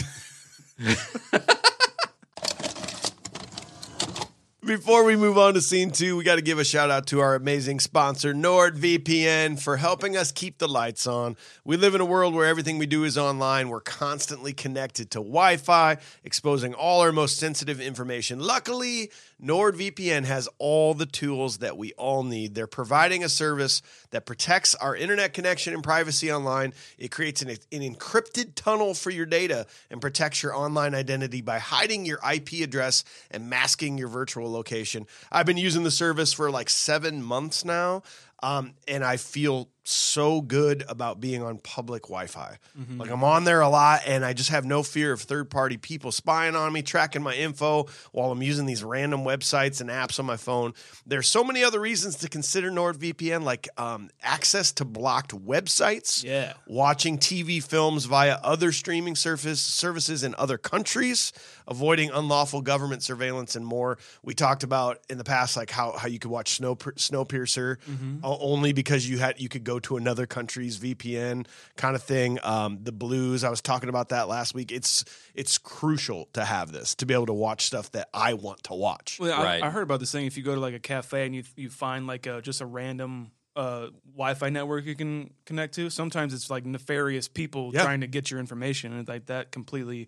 [SPEAKER 2] Before we move on to scene two, we got to give a shout out to our amazing sponsor, NordVPN, for helping us keep the lights on. We live in a world where everything we do is online. We're constantly connected to Wi Fi, exposing all our most sensitive information. Luckily, NordVPN has all the tools that we all need. They're providing a service that protects our internet connection and privacy online. It creates an, an encrypted tunnel for your data and protects your online identity by hiding your IP address and masking your virtual location. I've been using the service for like seven months now, um, and I feel so good about being on public Wi Fi. Like, I'm on there a lot, and I just have no fear of third party people spying on me, tracking my info while I'm using these random websites and apps on my phone. There's so many other reasons to consider NordVPN, like um, access to blocked websites
[SPEAKER 3] Yeah.
[SPEAKER 2] watching TV films via other streaming surface services in other countries, avoiding unlawful government surveillance and more. We talked about in the past like how how you could watch Snow Snowpiercer o- only because you had you could go to another country's VPN kind of thing. Um, the Blues, I was talking about that last week. It's it's crucial to have this to be able to watch stuff that I want to watch.
[SPEAKER 3] Well, I,
[SPEAKER 1] Right.
[SPEAKER 3] I heard about this thing. If you go to like a cafe and you you find like a, just a random uh, Wi-Fi network you can connect to, sometimes it's like nefarious people
[SPEAKER 2] Yeah.
[SPEAKER 3] trying to get your information, and like that completely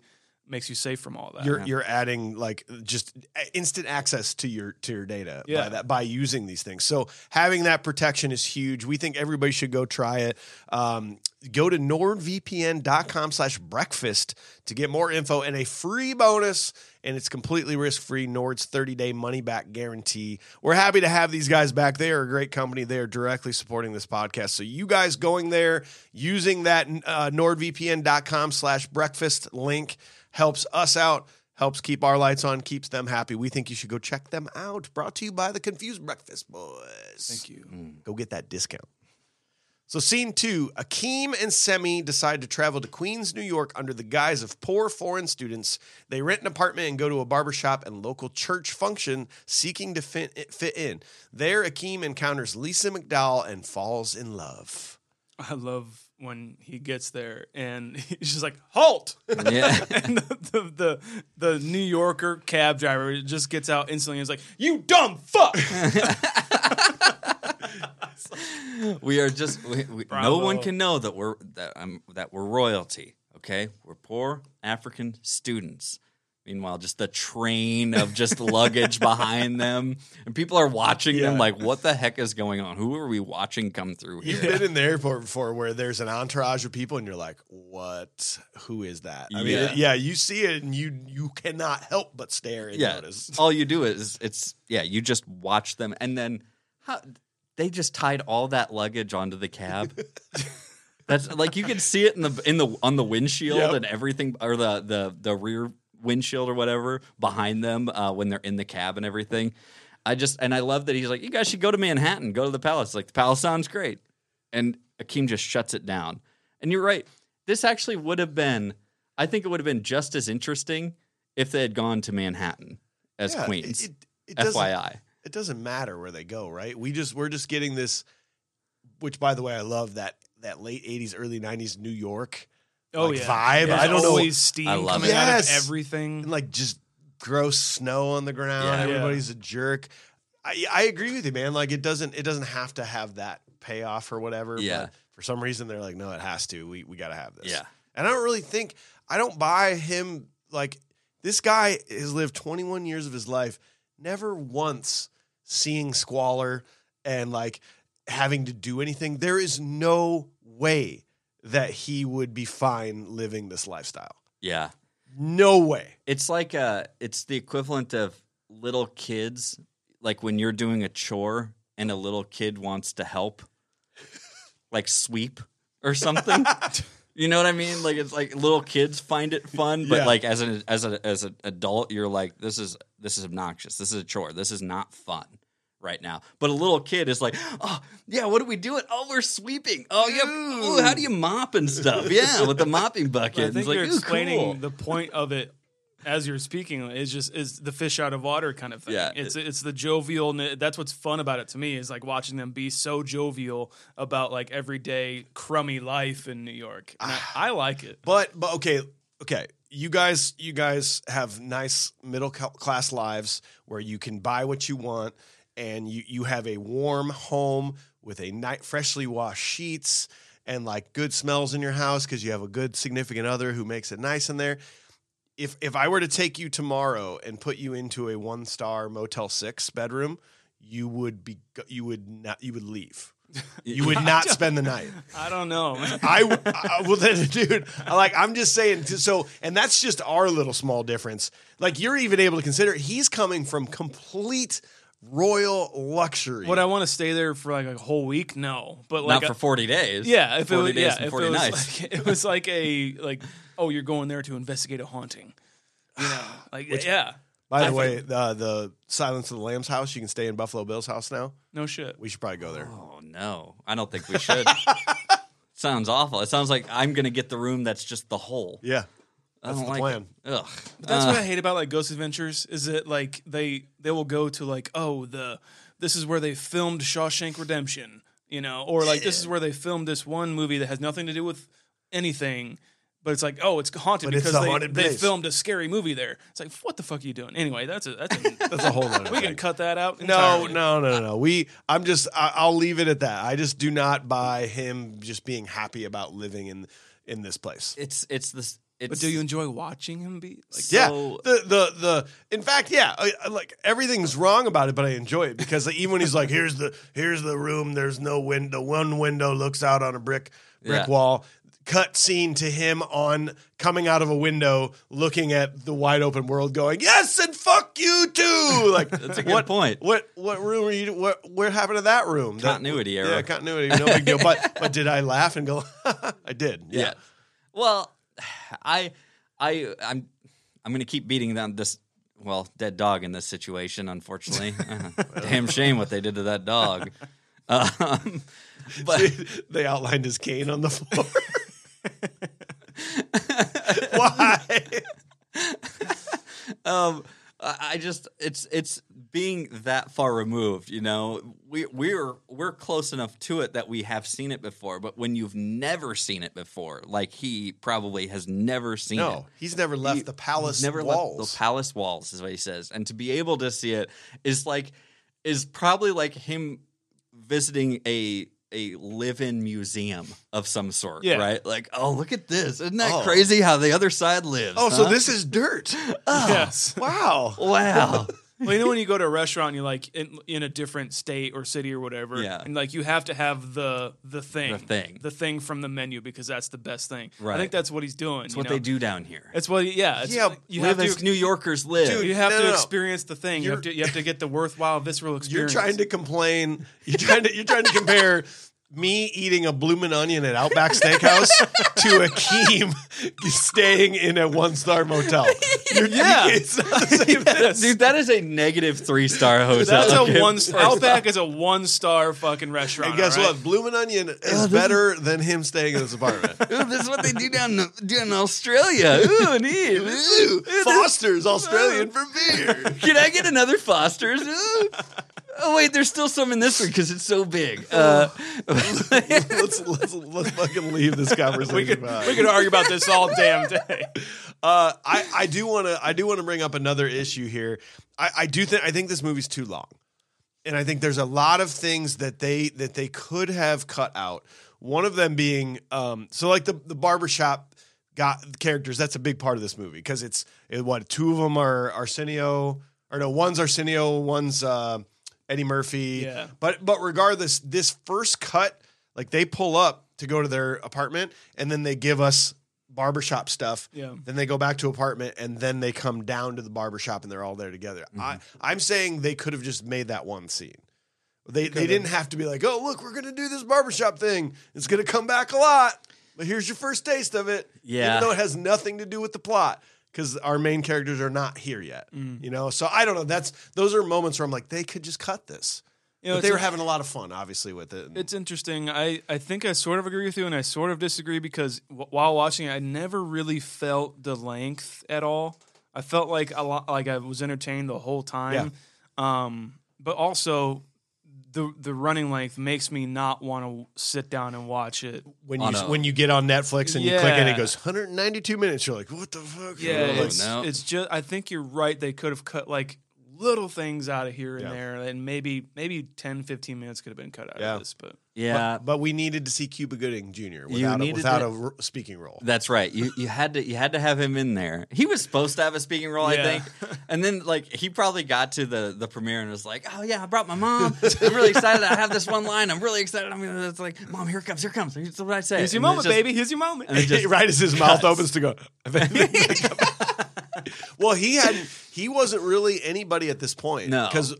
[SPEAKER 3] makes you safe from all that.
[SPEAKER 2] you're you're adding like just uh, instant access to your to your data by
[SPEAKER 3] Yeah.
[SPEAKER 2] that by using these things. So having that protection is huge. We think everybody should go try it. Um, go to nordvpn.com slash breakfast to get more info and a free bonus and it's completely risk-free nord's 30-day money-back guarantee we're happy to have these guys back they are a great company they are directly supporting this podcast so you guys going there using that uh, nordvpn.com slash breakfast link helps us out, helps keep our lights on, keeps them happy. We think you should go check them out. Brought to you by the Confused Breakfast Boys. Thank you. Go get that discount. So, scene two Akeem and Semi decide to travel to Queens, New York under the guise of poor foreign students. They rent an apartment and go to a barbershop and local church function seeking to fit, fit in. There, Akeem encounters Lisa McDowell and falls in love.
[SPEAKER 3] I love when he gets there and he's just like halt.
[SPEAKER 1] yeah.
[SPEAKER 3] and the, the the the New Yorker cab driver just gets out instantly and is like, "You dumb fuck!"
[SPEAKER 1] We are just we, we, no
[SPEAKER 3] Bravo.
[SPEAKER 1] one can know that we're that um, that we're royalty. Okay, we're poor African students. Meanwhile, just the train of just luggage behind them, and people are watching them like, "What the heck is going on? Who are we watching come through here?"
[SPEAKER 2] You've been in the airport before where there's an entourage of people and you're like, what? Who is that? I mean,
[SPEAKER 1] Yeah.
[SPEAKER 2] yeah, you see it and you you cannot help but stare and
[SPEAKER 1] yeah,
[SPEAKER 2] notice.
[SPEAKER 1] all you do is it's yeah, you just watch them, and then how they just tied all that luggage onto the cab. That's like you can see it in the in the on the windshield
[SPEAKER 2] Yep.
[SPEAKER 1] and everything, or the the the rear windshield or whatever behind them uh, when they're in the cab and everything. I just and I love that he's like, you guys should go to Manhattan, go to the Palace. Like the Palace sounds great, and Akeem just shuts it down. And you're right. This actually would have been, I think it would have been just as interesting if they had gone to Manhattan as
[SPEAKER 2] Yeah, it-
[SPEAKER 1] Queens.
[SPEAKER 2] It, it doesn't,
[SPEAKER 1] FYI.
[SPEAKER 2] it doesn't matter where they go, right? We just we're just getting this which by the way, I love that that late 80s early 90s New York
[SPEAKER 3] Oh
[SPEAKER 2] like,
[SPEAKER 3] yeah,
[SPEAKER 2] vibe.
[SPEAKER 3] There's
[SPEAKER 2] I don't know.
[SPEAKER 3] always steam
[SPEAKER 1] I love
[SPEAKER 3] coming
[SPEAKER 2] it.
[SPEAKER 3] out of
[SPEAKER 2] Yes.
[SPEAKER 3] everything.
[SPEAKER 2] and like just gross snow on the ground.
[SPEAKER 1] Yeah.
[SPEAKER 2] Everybody's a jerk. I, I agree with you, man. Like it doesn't it doesn't have to have that payoff or whatever.
[SPEAKER 1] Yeah.
[SPEAKER 2] But for some reason they're like, no, it has to. We we gotta have this.
[SPEAKER 1] Yeah.
[SPEAKER 2] And I don't really think I don't buy him like this guy has lived 21 years of his life, never once seeing squalor and like having to do anything. There is no way that he would be fine living this lifestyle.
[SPEAKER 1] Yeah.
[SPEAKER 2] No way.
[SPEAKER 1] It's like uh it's the equivalent of little kids, like when you're doing a chore and a little kid wants to help, like sweep or something. you know what I mean? Like it's like little kids find it fun, but
[SPEAKER 2] Yeah.
[SPEAKER 1] like as an as a as an adult, you're like, this is this is obnoxious. This is a chore. This is not fun right now. But a little kid is like, oh yeah, what are we doing? Oh, we're sweeping. Oh yeah, Ooh, how do you mop and stuff? Yeah, with the mopping bucket.
[SPEAKER 3] But I
[SPEAKER 1] It's
[SPEAKER 3] think
[SPEAKER 1] like,
[SPEAKER 3] you're
[SPEAKER 1] "Ooh,
[SPEAKER 3] explaining
[SPEAKER 1] cool."
[SPEAKER 3] the point of it as you're speaking is just is the fish out of water kind of thing.
[SPEAKER 1] Yeah.
[SPEAKER 3] it's it's the jovial. That's what's fun about it to me is like watching them be so jovial about like everyday crummy life in New York. And
[SPEAKER 2] Ah.
[SPEAKER 3] I, I like it.
[SPEAKER 2] But but okay, okay. You guys, you guys have nice middle cl- class lives where you can buy what you want, and you you have a warm home with a night freshly washed sheets and like good smells in your house because you have a good significant other who makes it nice in there. If if I were to take you tomorrow and put you into a one star Motel Six bedroom, you would be you would not you would leave. You would not spend the night.
[SPEAKER 3] I don't know. man.
[SPEAKER 2] I, w- I- well then, dude. I Like I'm just saying. t- So, and that's just our little small difference. Like you're even able to consider he's coming from complete royal luxury.
[SPEAKER 3] Would I want to stay there for like a whole week? No, but like uh,
[SPEAKER 1] Not for 40 days.
[SPEAKER 3] Yeah, if it
[SPEAKER 1] 40
[SPEAKER 3] was,
[SPEAKER 1] days
[SPEAKER 3] yeah,
[SPEAKER 1] and
[SPEAKER 3] if it
[SPEAKER 1] 40
[SPEAKER 3] was
[SPEAKER 1] nights.
[SPEAKER 3] like it was like a like oh you're going there to investigate a haunting, you know, like yeah,
[SPEAKER 2] By the way, the the Silence of the Lambs house. You can stay in Buffalo Bill's house now.
[SPEAKER 3] no shit.
[SPEAKER 2] We should probably go there.
[SPEAKER 1] Oh no, I don't think we should. sounds awful. It sounds like I'm gonna get the room that's just the hole.
[SPEAKER 2] Yeah,
[SPEAKER 1] I don't
[SPEAKER 2] the
[SPEAKER 1] like
[SPEAKER 2] plan.
[SPEAKER 1] it. Ugh.
[SPEAKER 3] That's
[SPEAKER 2] Uh.
[SPEAKER 3] what I hate about like Ghost Adventures is that like they they will go to like oh the this is where they filmed Shawshank Redemption, you know, or like this is where they filmed this one movie that has nothing to do with anything. But it's like, oh, it's haunted
[SPEAKER 2] But it's
[SPEAKER 3] because
[SPEAKER 2] a
[SPEAKER 3] they,
[SPEAKER 2] haunted
[SPEAKER 3] they
[SPEAKER 2] place.
[SPEAKER 3] filmed a scary movie there. It's like, what the fuck are you doing? Anyway, that's a that's a,
[SPEAKER 2] that's a whole lot.
[SPEAKER 3] we can cut that out.
[SPEAKER 2] No,
[SPEAKER 3] entirely.
[SPEAKER 2] no, no, no, no. We, I'm just, I, I'll leave it at that. I just do not buy him just being happy about living in in this place.
[SPEAKER 1] It's it's this. It's,
[SPEAKER 3] But do you enjoy watching him be? Like,
[SPEAKER 2] Yeah,
[SPEAKER 1] So-
[SPEAKER 2] the the the. In fact, yeah, I, I like everything's wrong about it, but I enjoy it because like, even when he's like, "Here's the here's the room. There's no window. One window looks out on a brick brick
[SPEAKER 1] Yeah.
[SPEAKER 2] wall." Cut scene to him on coming out of a window, looking at the wide open world, going, "Yes, and fuck you too." Like that's
[SPEAKER 1] a good
[SPEAKER 2] what,
[SPEAKER 1] point.
[SPEAKER 2] What what room are you? What what happened to that room? That-
[SPEAKER 1] Continuity error.
[SPEAKER 2] Yeah, continuity. No big deal. But but did I laugh and go? I did.
[SPEAKER 1] Yeah.
[SPEAKER 2] Yeah.
[SPEAKER 1] Well, I I I'm I'm gonna keep beating down this well dead dog in this situation. Unfortunately, damn shame what they did to that dog. Um, but
[SPEAKER 2] they outlined his cane on the floor. Why?
[SPEAKER 1] um, I I just it's it's being that far removed, you know. We we're we're close enough to it that we have seen it before, but when you've never seen it before, like he probably has never seen it.
[SPEAKER 2] No, he's never left
[SPEAKER 1] He-
[SPEAKER 2] the palace
[SPEAKER 1] he's never left
[SPEAKER 2] walls.
[SPEAKER 1] the palace walls is what he says, and to be able to see it is like is probably like him visiting a a live-in museum of some sort,
[SPEAKER 3] Yeah.
[SPEAKER 1] right? Like, oh, look at this! Isn't that
[SPEAKER 2] Oh.
[SPEAKER 1] crazy how the other side lives?
[SPEAKER 2] oh, so
[SPEAKER 1] huh?
[SPEAKER 2] this is dirt.
[SPEAKER 3] Yes.
[SPEAKER 2] Wow.
[SPEAKER 1] wow.
[SPEAKER 3] well, you know when you go to a restaurant, and you're like in, in a different state or city or whatever,
[SPEAKER 1] Yeah.
[SPEAKER 3] and like you have to have the the thing,
[SPEAKER 1] The thing.
[SPEAKER 3] the thing from the menu because that's the best thing. I
[SPEAKER 1] Right.
[SPEAKER 3] think that's what he's doing.
[SPEAKER 1] That's what they do down here.
[SPEAKER 3] It's what, yeah, it's,
[SPEAKER 2] Yeah,
[SPEAKER 3] You
[SPEAKER 1] live
[SPEAKER 3] have
[SPEAKER 1] as
[SPEAKER 3] to,
[SPEAKER 1] New Yorkers live.
[SPEAKER 3] you
[SPEAKER 2] Dude,
[SPEAKER 3] have
[SPEAKER 2] no,
[SPEAKER 3] to
[SPEAKER 2] no, no.
[SPEAKER 3] experience the thing. You have to,
[SPEAKER 2] You're-
[SPEAKER 3] you have to get the worthwhile visceral
[SPEAKER 2] You're
[SPEAKER 3] experience.
[SPEAKER 2] trying to complain. You're trying to. You're trying to compare. Me eating a bloomin' onion at Outback Steakhouse to Akeem staying in a one star motel. You're-
[SPEAKER 3] Yeah.
[SPEAKER 2] it's not the same thing.
[SPEAKER 1] Dude, that is a negative three star hotel.
[SPEAKER 3] That's
[SPEAKER 1] Okay.
[SPEAKER 3] a one. Outback is a one star fucking restaurant.
[SPEAKER 2] And guess
[SPEAKER 3] all right?
[SPEAKER 2] what? Bloomin' onion
[SPEAKER 1] Oh,
[SPEAKER 2] is better than him staying in this apartment.
[SPEAKER 1] Ooh, this is what they do down, the, down in Australia. Ooh, neat. Ooh.
[SPEAKER 2] Foster's Australian for beer.
[SPEAKER 1] Can I get another Foster's? Ooh. Oh wait, there's still some in this one because it's so big. Uh,
[SPEAKER 2] let's, let's let's fucking leave this conversation.
[SPEAKER 3] We could
[SPEAKER 2] behind.
[SPEAKER 3] we could argue about this all damn day.
[SPEAKER 2] Uh, I I do want to I do want to bring up another issue here. I, I do think I think this movie's too long, and I think there's a lot of things that they that they could have cut out. One of them being um, so like the the barbershop got characters. That's a big part of this movie because it's it, what two of them are Arsenio or no one's Arsenio, one's uh, Eddie Murphy.
[SPEAKER 3] Yeah.
[SPEAKER 2] But but regardless, this first cut, like they pull up to go to their apartment and then they give us barbershop stuff.
[SPEAKER 3] Yeah.
[SPEAKER 2] Then they go back to apartment and then they come down to the barbershop and they're all there together. I, I'm saying they could have just made that one scene. They they didn't have to be like, oh look, we're gonna do this barbershop thing. It's gonna come back a lot. But here's your first taste of it.
[SPEAKER 1] Yeah.
[SPEAKER 2] Even though it has nothing to do with the plot. Because our main characters are not here yet,
[SPEAKER 3] Mm.
[SPEAKER 2] you know. So I don't know. That's those are moments where I'm like, they could just cut this
[SPEAKER 3] You know,
[SPEAKER 2] but
[SPEAKER 3] it's
[SPEAKER 2] they were
[SPEAKER 3] a-
[SPEAKER 2] having a lot of fun, obviously, with it.
[SPEAKER 3] It's interesting. I, I think I sort of agree with you, and I sort of disagree because w- while watching it, I never really felt the length at all. I I felt like a lot, like I was entertained the whole time. Um, but also the the running length makes me not want to sit down and watch it.
[SPEAKER 5] When
[SPEAKER 1] On
[SPEAKER 5] you
[SPEAKER 1] a-
[SPEAKER 5] when you get on Netflix and you click it,
[SPEAKER 3] Yeah.
[SPEAKER 5] it goes 192 minutes. You're like, what the fuck?
[SPEAKER 3] Yeah,
[SPEAKER 1] Oh,
[SPEAKER 3] it's,
[SPEAKER 1] no.
[SPEAKER 3] it's just. I think you're right. They could have cut like little things out of here and
[SPEAKER 5] Yeah.
[SPEAKER 3] there, and maybe maybe 10, 15 minutes could have been cut out
[SPEAKER 2] Yeah.
[SPEAKER 3] of this. But
[SPEAKER 1] Yeah,
[SPEAKER 5] But we needed to see Cuba Gooding Jr. without a,
[SPEAKER 1] needed
[SPEAKER 5] without
[SPEAKER 1] to-
[SPEAKER 5] a r- speaking role.
[SPEAKER 1] That's right. You you had to you had to have him in there. He was supposed to have a speaking role, I
[SPEAKER 3] Yeah.
[SPEAKER 1] think. And then like he probably got to the the premiere and was like, "Oh yeah, I brought my mom. I'm really excited. I have this one line. I'm really excited. I'm gonna." It's like, "Mom, here it comes. Here it comes. Here's what I say."
[SPEAKER 3] here's your
[SPEAKER 1] And it's
[SPEAKER 3] moment,
[SPEAKER 1] just-
[SPEAKER 3] baby. Here's your moment.
[SPEAKER 1] And it just
[SPEAKER 5] right as his mouth opens to go,
[SPEAKER 2] Well, he had he wasn't really anybody at this point.
[SPEAKER 1] No.
[SPEAKER 2] because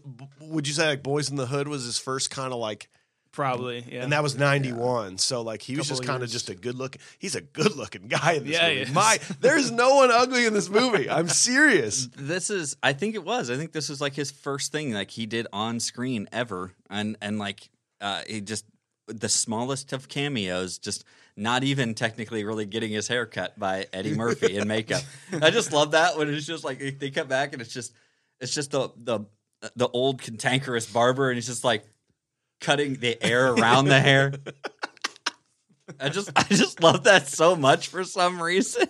[SPEAKER 2] would you say like Boys in the Hood was his first kind of like,
[SPEAKER 3] Probably, yeah.
[SPEAKER 2] and that was ninety one. So like he was
[SPEAKER 3] Couple
[SPEAKER 2] just kind of
[SPEAKER 3] years.
[SPEAKER 2] just a good looking. He's a good looking guy in this
[SPEAKER 3] Yeah, he
[SPEAKER 2] movie.
[SPEAKER 3] is.
[SPEAKER 2] My, there's no one ugly in this movie. I'm serious.
[SPEAKER 1] this is I think it was. I think this was like his first thing like he did on screen ever. And and like uh he just the smallest of cameos, just not even technically really getting his hair cut by Eddie Murphy in makeup. I just love that when it's just like they cut back and it's just it's just the the the old cantankerous barber and he's just like cutting the air around the hair. I just I just love that so much for some reason.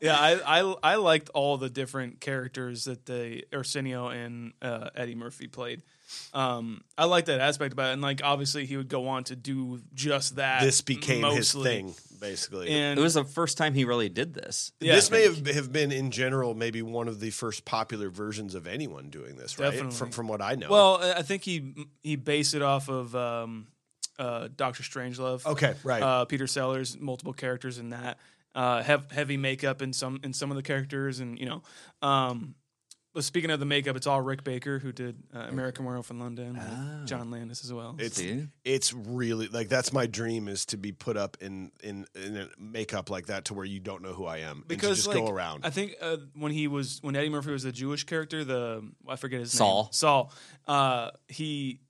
[SPEAKER 3] yeah, I, I I liked all the different characters that they Arsenio and uh, Eddie Murphy played. Um, I like that aspect about it, and like obviously he would go on to do just that.
[SPEAKER 2] This became his
[SPEAKER 3] mostly.
[SPEAKER 2] thing basically.
[SPEAKER 3] and
[SPEAKER 1] It was the first time he really did this.
[SPEAKER 3] yeah,
[SPEAKER 2] this may have, have been in general maybe one of the first popular versions of anyone doing this, right?
[SPEAKER 3] Definitely.
[SPEAKER 2] From from what I know.
[SPEAKER 3] Well, I- I think he he based it off of um, uh, Doctor Strangelove.
[SPEAKER 2] okay, right.
[SPEAKER 3] Uh, Peter Sellers, multiple characters in that. Uh, have heavy makeup in some in some of the characters, and you know. Um, but speaking of the makeup, it's all Rick Baker who did uh, American Werewolf in London, with
[SPEAKER 2] Ah.
[SPEAKER 3] John Landis as well.
[SPEAKER 2] it's
[SPEAKER 1] See?
[SPEAKER 2] it's really like that's my dream is to be put up in in in a makeup like that to where you don't know who I am and to just go
[SPEAKER 3] like,
[SPEAKER 2] around.
[SPEAKER 3] I think uh, when he was when Eddie Murphy was the Jewish character, the I forget his
[SPEAKER 1] Saul.
[SPEAKER 3] name, Saul. Uh, he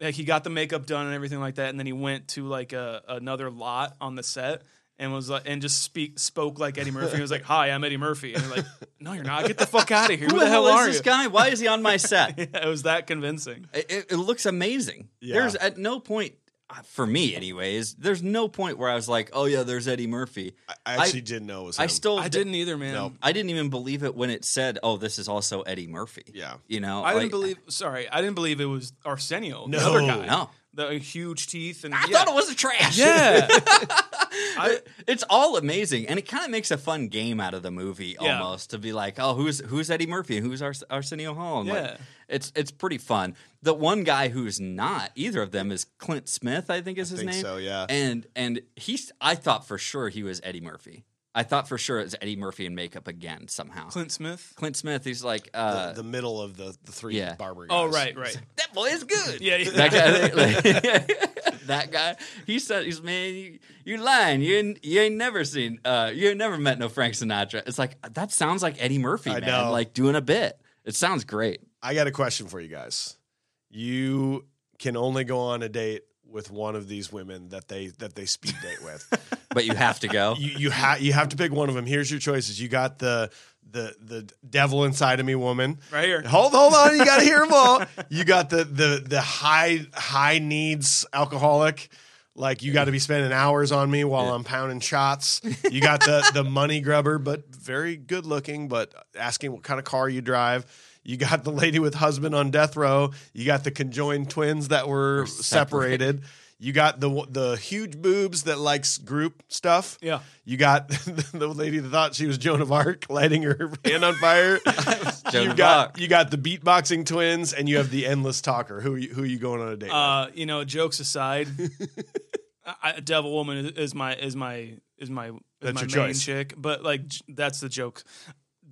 [SPEAKER 3] like he got the makeup done and everything like that, and then he went to like a, another lot on the set and was like and just speak spoke like Eddie Murphy. He was like, "Hi, I'm Eddie Murphy," and they're like, "No, you're not. Get the fuck out of here. Who,
[SPEAKER 1] Who
[SPEAKER 3] the hell, are
[SPEAKER 1] is this
[SPEAKER 3] you?"
[SPEAKER 1] guy? Why is he on my set? it,
[SPEAKER 3] Yeah, it was that convincing.
[SPEAKER 1] it, it looks amazing. There's at no point, uh, for me anyways, there's no point where I was like, oh yeah, there's Eddie Murphy.
[SPEAKER 2] I, actually didn't know it was
[SPEAKER 1] I
[SPEAKER 2] him.
[SPEAKER 1] still
[SPEAKER 3] I didn't e either, man.
[SPEAKER 2] No.
[SPEAKER 1] I didn't even believe it when it said, "Oh, this is also Eddie Murphy."
[SPEAKER 2] Yeah.
[SPEAKER 1] you know,
[SPEAKER 3] I
[SPEAKER 1] like-
[SPEAKER 3] didn't believe. Sorry, I didn't believe it was Arsenio, the
[SPEAKER 2] No.
[SPEAKER 3] other guy,
[SPEAKER 1] No.
[SPEAKER 3] the uh, huge teeth, and
[SPEAKER 1] I
[SPEAKER 3] yeah.
[SPEAKER 1] thought it was a trash.
[SPEAKER 3] Yeah,
[SPEAKER 1] it's all amazing, and it kind of makes a fun game out of the movie
[SPEAKER 3] Yeah.
[SPEAKER 1] almost to be like, oh, who's who's Eddie Murphy and who's Ars- Arsenio Hall? And like,
[SPEAKER 3] Yeah.
[SPEAKER 1] it's it's pretty fun. The one guy who's not either of them is Clint Smith, I think is his
[SPEAKER 2] think
[SPEAKER 1] name.
[SPEAKER 2] so, yeah.
[SPEAKER 1] and and he's I thought for sure he was Eddie Murphy. I thought for sure it was Eddie Murphy in makeup again somehow. Clint,
[SPEAKER 3] Clint Smith.
[SPEAKER 1] Smith, he's like,
[SPEAKER 2] the,
[SPEAKER 1] uh,
[SPEAKER 2] the middle of the, the three
[SPEAKER 1] yeah.
[SPEAKER 2] barber guys.
[SPEAKER 3] Oh, right, right.
[SPEAKER 1] that boy is good.
[SPEAKER 3] Yeah, yeah.
[SPEAKER 1] That guy, that guy, he said, "He's man, you, you lying. You ain't, you ain't never seen, uh, you ain't never met no Frank Sinatra." It's like that sounds like Eddie Murphy,
[SPEAKER 2] I
[SPEAKER 1] man,
[SPEAKER 2] know.
[SPEAKER 1] like doing a bit. It sounds great.
[SPEAKER 2] I got a question for you guys. You can only go on a date with one of these women that they that they speed date with.
[SPEAKER 1] But you have to go.
[SPEAKER 2] you you have you have to pick one of them. Here's your choices. You got the the the devil inside of me woman.
[SPEAKER 3] Right here.
[SPEAKER 2] Hold hold on. You got to hear them all. You got the the the high high needs alcoholic. Like you got to be spending hours on me while I'm pounding shots. You got the the money grubber, but very good looking, but asking what kind of car you drive. You got the lady with husband on death row. You got the conjoined twins that were separated. You got the the huge boobs that likes group stuff.
[SPEAKER 3] Yeah.
[SPEAKER 2] You got the lady that thought she was Joan of Arc lighting her hand on fire.
[SPEAKER 1] Joan
[SPEAKER 2] you
[SPEAKER 1] of
[SPEAKER 2] got
[SPEAKER 1] Arc.
[SPEAKER 2] you got the beatboxing twins, and you have the endless talker. Who are you, who are you going on a date?
[SPEAKER 3] Uh, you know, jokes aside, I, I- Devil Woman is- is my is my is my is
[SPEAKER 2] That's
[SPEAKER 3] my
[SPEAKER 2] your
[SPEAKER 3] main
[SPEAKER 2] choice.
[SPEAKER 3] chick. But like, j- that's the joke.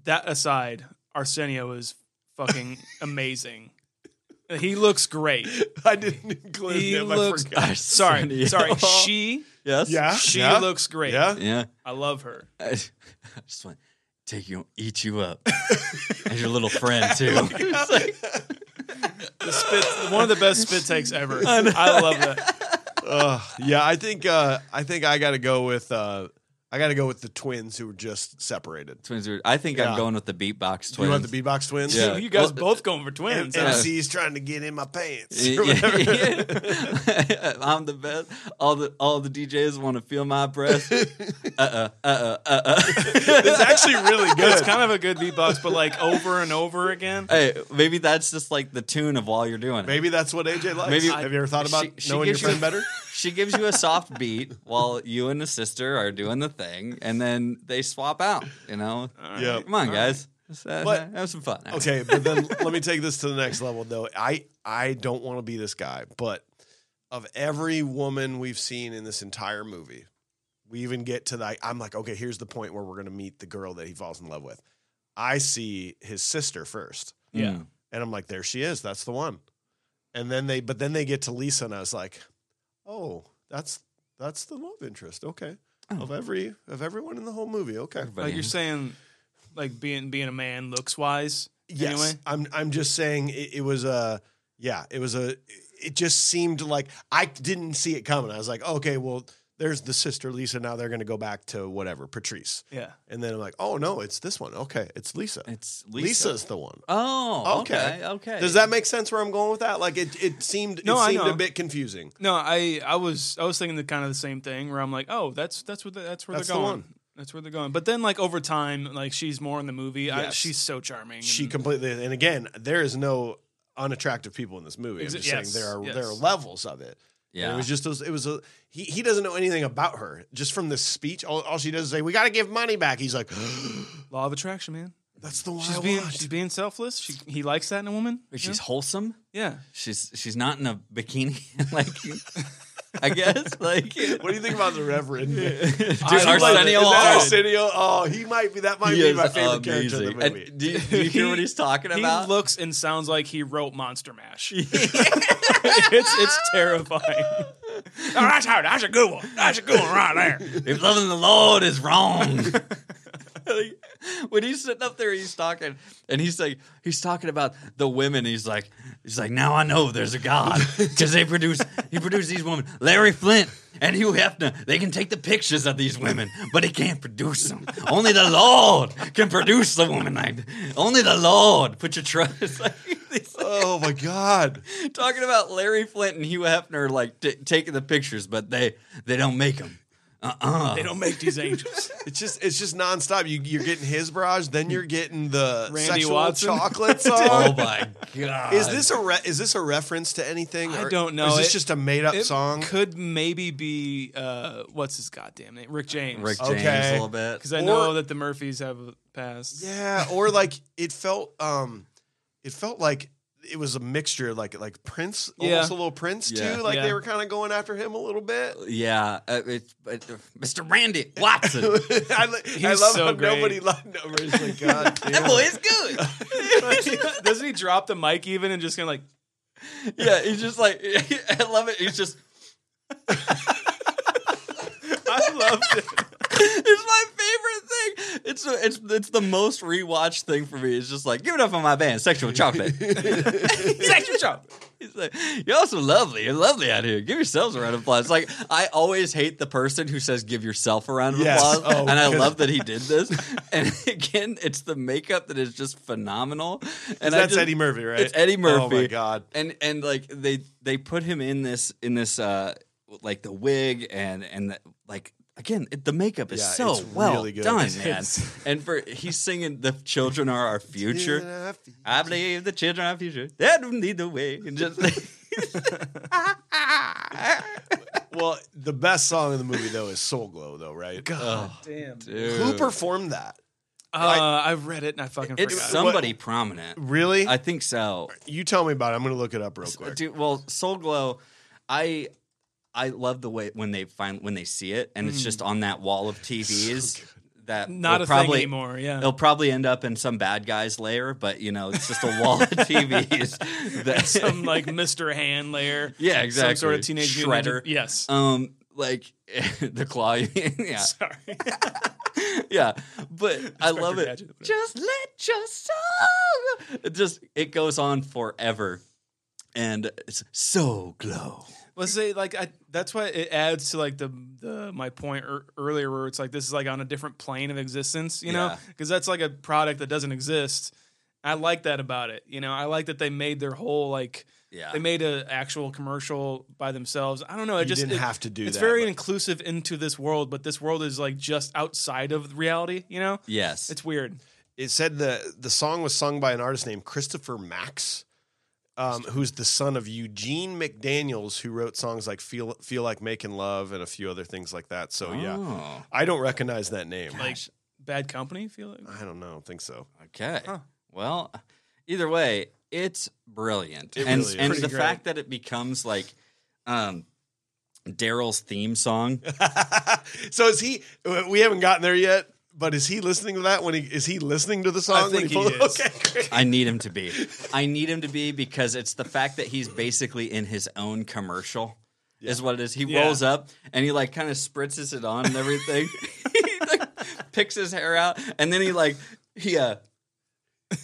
[SPEAKER 3] That aside, Arsenio is fucking amazing. He looks great.
[SPEAKER 2] with? I didn't include
[SPEAKER 3] He
[SPEAKER 2] him.
[SPEAKER 3] looks.
[SPEAKER 2] I forgot.
[SPEAKER 3] Sorry,
[SPEAKER 1] Arsenio.
[SPEAKER 3] sorry. She
[SPEAKER 1] yes.
[SPEAKER 2] Yeah,
[SPEAKER 3] she
[SPEAKER 2] yeah,
[SPEAKER 3] looks great.
[SPEAKER 2] Yeah,
[SPEAKER 1] Yeah.
[SPEAKER 3] I love her.
[SPEAKER 1] I just want to take you, eat you up as your little friend too. It's like,
[SPEAKER 3] The spit, one of the best spit takes ever. I love that.
[SPEAKER 2] yeah. I think uh, I think I got to go with uh, I got to go with the twins who were just separated.
[SPEAKER 1] Twins are, I think I'm
[SPEAKER 2] Yeah.
[SPEAKER 1] going with the beatbox twins.
[SPEAKER 2] You want the beatbox twins?
[SPEAKER 1] Yeah.
[SPEAKER 3] You guys
[SPEAKER 1] Well,
[SPEAKER 3] both going for twins. huh?
[SPEAKER 2] MC's trying to get in my pants. or whatever.
[SPEAKER 1] Yeah. I'm the best. All the all the DJs want to feel my breath. Uh-uh,
[SPEAKER 2] it's actually really
[SPEAKER 3] It's
[SPEAKER 2] good.
[SPEAKER 3] kind of a good beatbox, but like
[SPEAKER 2] oh
[SPEAKER 3] over and over again.
[SPEAKER 1] hey, maybe that's just like the tune of while you're doing it.
[SPEAKER 2] Maybe that's what AJ likes.
[SPEAKER 1] Maybe-
[SPEAKER 2] Have you ever thought about
[SPEAKER 1] She- she
[SPEAKER 2] knowing your
[SPEAKER 1] gives you-
[SPEAKER 2] friend better?
[SPEAKER 1] She gives you a soft beat while you and the sister are doing the thing, and then they swap out. You know,
[SPEAKER 2] Yep.
[SPEAKER 1] come on, guys, Just, uh,
[SPEAKER 2] But-
[SPEAKER 1] have some fun.
[SPEAKER 2] Okay, but then let me take this to the next level though. I I don't want to be this guy, but of every woman we've seen in this entire movie, we even get to the I'm like, okay, here's the point where we're gonna meet the girl that he falls in love with. I see his sister first.
[SPEAKER 1] yeah,
[SPEAKER 2] And I'm like, there she is. That's the one. And then they, but then they get to Lisa, and I was like, oh, that's that's the love interest. Okay, of every of everyone in the whole movie. Okay,
[SPEAKER 3] Like you're saying, like being being a man looks wise.
[SPEAKER 2] yes,
[SPEAKER 3] Anyway,
[SPEAKER 2] I'm I'm just saying it, it was a yeah, it was a it just seemed like I didn't see it coming. I was like, okay, well, there's the sister Lisa. Now they're gonna go back to whatever Patrice.
[SPEAKER 3] yeah.
[SPEAKER 2] And then I'm like, oh no, it's this one. Okay, it's Lisa.
[SPEAKER 1] it's Lisa.
[SPEAKER 2] Lisa's the one.
[SPEAKER 1] Oh, okay, okay.
[SPEAKER 2] Does that make sense where I'm going with that? Like it, it seemed
[SPEAKER 3] No,
[SPEAKER 2] it
[SPEAKER 3] I
[SPEAKER 2] seemed
[SPEAKER 3] know.
[SPEAKER 2] a bit confusing.
[SPEAKER 3] No, I I was I was thinking the kind of the same thing where I'm like, oh, that's that's where the, that's where
[SPEAKER 2] That's the
[SPEAKER 3] they're going.
[SPEAKER 2] one.
[SPEAKER 3] That's where they're going. But then like over time, like she's more in the movie. I,
[SPEAKER 2] Yes.
[SPEAKER 3] she's so charming.
[SPEAKER 2] She
[SPEAKER 3] and-
[SPEAKER 2] completely and again, there is no unattractive people in this movie. I'm
[SPEAKER 3] Exa-
[SPEAKER 2] just
[SPEAKER 3] yes,
[SPEAKER 2] saying there are
[SPEAKER 3] yes.
[SPEAKER 2] there are levels of it. And
[SPEAKER 1] Yeah.
[SPEAKER 2] it was just those, it was a he, he doesn't know anything about her. Just from this speech, all, all she does is say, "We got to give money back." He's like,
[SPEAKER 3] law of attraction, man.
[SPEAKER 2] "That's the one
[SPEAKER 3] She's
[SPEAKER 2] I
[SPEAKER 3] being
[SPEAKER 2] want."
[SPEAKER 3] she's being selfless. She he likes that in a woman. you
[SPEAKER 1] She's
[SPEAKER 3] know?
[SPEAKER 1] wholesome.
[SPEAKER 3] yeah.
[SPEAKER 1] She's she's not in a bikini. like, I guess. Like,
[SPEAKER 2] what do you think about the Reverend?
[SPEAKER 1] Dude, Arsenio
[SPEAKER 2] Is that
[SPEAKER 1] Hall.
[SPEAKER 2] Arsenio? Oh, he might be. That might
[SPEAKER 1] He
[SPEAKER 2] be
[SPEAKER 1] is
[SPEAKER 2] my favorite character in the
[SPEAKER 1] amazing. And
[SPEAKER 2] movie.
[SPEAKER 1] do, you, do you hear what he's talking
[SPEAKER 3] He
[SPEAKER 1] about?
[SPEAKER 3] looks and sounds like he wrote Monster Mash. it's it's terrifying. oh, that's hard. That's a good one. That's a good one right there.
[SPEAKER 1] if loving the Lord is wrong. Like, when he's sitting up there, he's talking, and he's like, he's talking about the women. He's like, he's like, now I know there's a God because they produce, he produced these women, Larry Flint and Hugh Hefner. They can take the pictures of these women, but he can't produce them. Only the Lord can produce the woman. Like, only the Lord. Put your trust. Like, he's like-
[SPEAKER 2] Oh my god!
[SPEAKER 1] talking about Larry Flint and Hugh Hefner, like t- taking the pictures, but they they don't make them. Uh-uh.
[SPEAKER 3] They don't make these angels.
[SPEAKER 2] It's just it's just nonstop. You, you're getting his barrage, then you're getting the
[SPEAKER 3] Randy
[SPEAKER 2] sexual
[SPEAKER 3] Watson.
[SPEAKER 2] chocolate song.
[SPEAKER 1] Oh my god!
[SPEAKER 2] Is this a re- is this a reference to anything?
[SPEAKER 3] I
[SPEAKER 2] or-
[SPEAKER 3] don't
[SPEAKER 2] Or
[SPEAKER 3] know.
[SPEAKER 2] is this
[SPEAKER 3] It-
[SPEAKER 2] just a made up
[SPEAKER 3] It
[SPEAKER 2] song?
[SPEAKER 3] could maybe be uh, what's his goddamn name? Rick James.
[SPEAKER 1] Rick James
[SPEAKER 2] Okay.
[SPEAKER 1] a little bit?
[SPEAKER 3] Because I know that the Murphys have a past.
[SPEAKER 2] yeah, or like it felt um, it felt like it was a mixture, like like Prince,
[SPEAKER 3] Yeah.
[SPEAKER 2] almost a little Prince
[SPEAKER 1] Yeah.
[SPEAKER 2] too. Like
[SPEAKER 3] Yeah.
[SPEAKER 2] they were kind of going after him a little bit.
[SPEAKER 1] Yeah, uh, it's, but, uh, Mr. Randy Watson.
[SPEAKER 2] I, li- I
[SPEAKER 3] He's
[SPEAKER 2] love
[SPEAKER 3] so
[SPEAKER 2] how
[SPEAKER 3] great.
[SPEAKER 2] nobody loved him. It's like God
[SPEAKER 1] that
[SPEAKER 2] damn.
[SPEAKER 1] boy is good.
[SPEAKER 3] Doesn't he drop the mic even and just kind of like
[SPEAKER 1] yeah, he's just like I love it. He's just
[SPEAKER 3] I loved it.
[SPEAKER 1] it's my favorite thing. It's it's it's the most rewatched thing for me. It's just like give it up on my band, Sexual Chocolate.
[SPEAKER 3] Sexual chocolate.
[SPEAKER 1] He's like, y'all so lovely. You're lovely out here. Give yourselves a round of applause. It's like, I always hate the person who says, give yourself a round of
[SPEAKER 2] Yes.
[SPEAKER 1] applause.
[SPEAKER 2] Oh,
[SPEAKER 1] and I
[SPEAKER 2] because-
[SPEAKER 1] love that he did this. And again, it's the makeup that is just phenomenal. And I
[SPEAKER 2] That's
[SPEAKER 1] just-
[SPEAKER 2] Eddie Murphy, right?
[SPEAKER 1] It's Eddie Murphy.
[SPEAKER 2] Oh my god!
[SPEAKER 1] And, and like, they, they put him in this, in this, uh, like the wig and, and the, like, Again, it, the makeup is
[SPEAKER 2] Yeah,
[SPEAKER 1] so
[SPEAKER 2] it's
[SPEAKER 1] well
[SPEAKER 2] really good.
[SPEAKER 1] done,
[SPEAKER 2] It
[SPEAKER 1] man. And for he's singing "The children are our future." I believe the children are our future. They don't need the way. And just
[SPEAKER 2] Well, the best song in the movie though is Soul Glow, though, right? God, who performed that?
[SPEAKER 3] Uh, I read it and I fucking
[SPEAKER 1] It's
[SPEAKER 3] forgot.
[SPEAKER 1] somebody prominent.
[SPEAKER 2] Really?
[SPEAKER 1] I think so.
[SPEAKER 2] you tell me about it. I'm going to look it up real quick.
[SPEAKER 1] Dude, well, Soul Glow, I I love the way when they find when they see it and it's just on that wall of TVs that
[SPEAKER 3] Mm. Not
[SPEAKER 1] will
[SPEAKER 3] a thing
[SPEAKER 1] probably,
[SPEAKER 3] anymore, yeah.
[SPEAKER 1] It'll probably end up in some bad guy's lair, but you know, it's just a wall of TVs that
[SPEAKER 3] some like Mr. Hand layer.
[SPEAKER 1] Yeah,
[SPEAKER 3] Some sort
[SPEAKER 1] exactly.
[SPEAKER 3] of teenage mutant
[SPEAKER 1] Shredder.
[SPEAKER 3] Ninja- Yes.
[SPEAKER 1] um like the claw yeah.
[SPEAKER 3] Sorry.
[SPEAKER 1] yeah, but I love it.
[SPEAKER 3] Gadget, whatever.
[SPEAKER 1] just let your soul. It just it goes on forever, and it's so glow.
[SPEAKER 3] let's say like I, that's why it adds to like the the my point ear earlier where it's like this is like on a different plane of existence, you know,
[SPEAKER 1] Yeah.
[SPEAKER 3] because that's like a product that doesn't exist. I like that about it, you know. I like that they made their whole like
[SPEAKER 1] Yeah.
[SPEAKER 3] they made an actual commercial by themselves. I don't know. It
[SPEAKER 2] You
[SPEAKER 3] just
[SPEAKER 2] didn't
[SPEAKER 3] it-
[SPEAKER 2] have to do
[SPEAKER 3] It's
[SPEAKER 2] that,
[SPEAKER 3] very
[SPEAKER 2] but-
[SPEAKER 3] inclusive into this world, but this world is like just outside of reality, you know.
[SPEAKER 1] Yes.
[SPEAKER 3] It's weird.
[SPEAKER 2] It said the the song was sung by an artist named Christopher Max, um, who's the son of Eugene McDaniels, who wrote songs like "Feel Feel Like Making Love" and a few other things like that. So yeah,
[SPEAKER 1] Oh,
[SPEAKER 2] I don't recognize that name.
[SPEAKER 3] Like bad company. Feel like.
[SPEAKER 2] I don't know. I don't think so.
[SPEAKER 1] okay. Well, either way, it's brilliant. and
[SPEAKER 2] really is.
[SPEAKER 1] and
[SPEAKER 3] Pretty
[SPEAKER 1] the
[SPEAKER 3] great.
[SPEAKER 1] fact that it becomes like um Daryl's theme song.
[SPEAKER 2] so is he? We haven't gotten there yet. But is he listening to that when he is he listening to the song?
[SPEAKER 6] think
[SPEAKER 2] when
[SPEAKER 6] he
[SPEAKER 2] pulls-
[SPEAKER 6] is.
[SPEAKER 2] Okay, great.
[SPEAKER 1] I need him to be. I need him to be because it's the fact that he's basically in his own commercial. Is what it is. He
[SPEAKER 3] Yeah.
[SPEAKER 1] rolls up and he like kind of spritzes it on and everything. he like picks his hair out and then he like he uh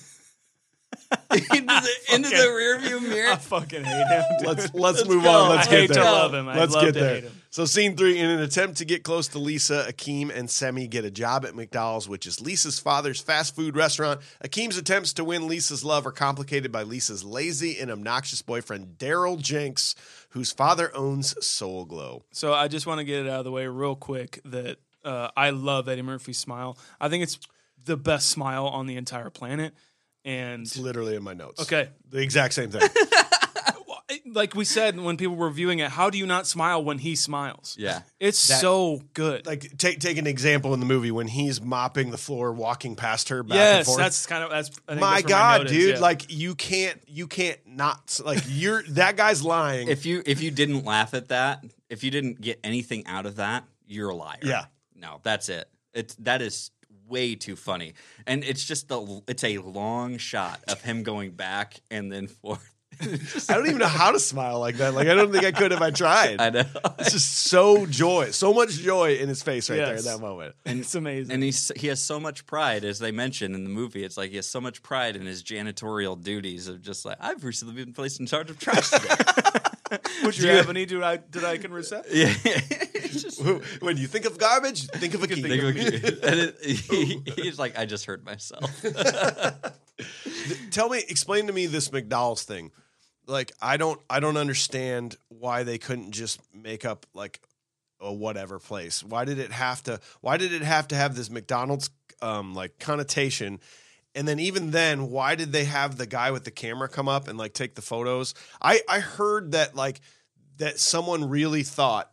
[SPEAKER 1] into the into the rearview mirror.
[SPEAKER 3] fucking hate him. dude.
[SPEAKER 2] Let's let's, move
[SPEAKER 1] go.
[SPEAKER 2] on. Let's
[SPEAKER 3] I
[SPEAKER 2] get
[SPEAKER 3] hate
[SPEAKER 2] there.
[SPEAKER 3] to love him. I
[SPEAKER 2] Let's
[SPEAKER 3] love
[SPEAKER 2] get
[SPEAKER 3] to
[SPEAKER 2] there.
[SPEAKER 3] hate him.
[SPEAKER 2] So scene three, in an attempt to get close to Lisa, Akeem and Semi get a job at McDonald's, which is Lisa's father's fast food restaurant. Akeem's attempts to win Lisa's love are complicated by Lisa's lazy and obnoxious boyfriend, Daryl Jenks, whose father owns Soul Glow.
[SPEAKER 3] So I just want to get it out of the way real quick that uh, I love Eddie Murphy's smile. I think it's the best smile on the entire planet. And
[SPEAKER 2] It's literally in my notes.
[SPEAKER 3] Okay.
[SPEAKER 2] The exact same thing.
[SPEAKER 3] like we said when people were viewing it, how do you not smile when he smiles?
[SPEAKER 1] Yeah.
[SPEAKER 3] It's
[SPEAKER 2] That-
[SPEAKER 3] so good.
[SPEAKER 2] like take take an example in the movie when he's mopping the floor, walking past her back and
[SPEAKER 3] yes,
[SPEAKER 2] forth.
[SPEAKER 3] that's kind of that's I think
[SPEAKER 2] my
[SPEAKER 3] that's where my
[SPEAKER 2] god
[SPEAKER 3] note is,
[SPEAKER 2] dude
[SPEAKER 3] yeah.
[SPEAKER 2] like you can't you can't not like you're that guy's lying
[SPEAKER 1] If you if you didn't laugh at that, if you didn't get anything out of that, you're a liar.
[SPEAKER 2] Yeah.
[SPEAKER 1] No, that's it. It's that is way too funny. And it's just the it's a long shot of him going back and then forth.
[SPEAKER 2] i don't even know how to smile like that like i don't think i could if i tried
[SPEAKER 1] I know.
[SPEAKER 2] it's just so joy so much joy in his face right there
[SPEAKER 3] Yes.
[SPEAKER 2] in that moment
[SPEAKER 3] it's amazing.
[SPEAKER 1] And he's he has so much pride, as they mentioned in the movie. It's like he has so much pride in his janitorial duties of just like I've recently been placed in charge of trash today.
[SPEAKER 3] Would you have any do I did I can reset?
[SPEAKER 1] yeah, It's just-
[SPEAKER 2] when you think of garbage think of a king
[SPEAKER 1] Think of it- and it- he- he's like, I just hurt myself.
[SPEAKER 2] tell me explain to me this mcdonald's thing like i don't i don't understand why they couldn't just make up like a whatever place why did it have to why did it have to have this mcdonald's um like connotation and then even then why did they have the guy with the camera come up and like take the photos i i heard that like that someone really thought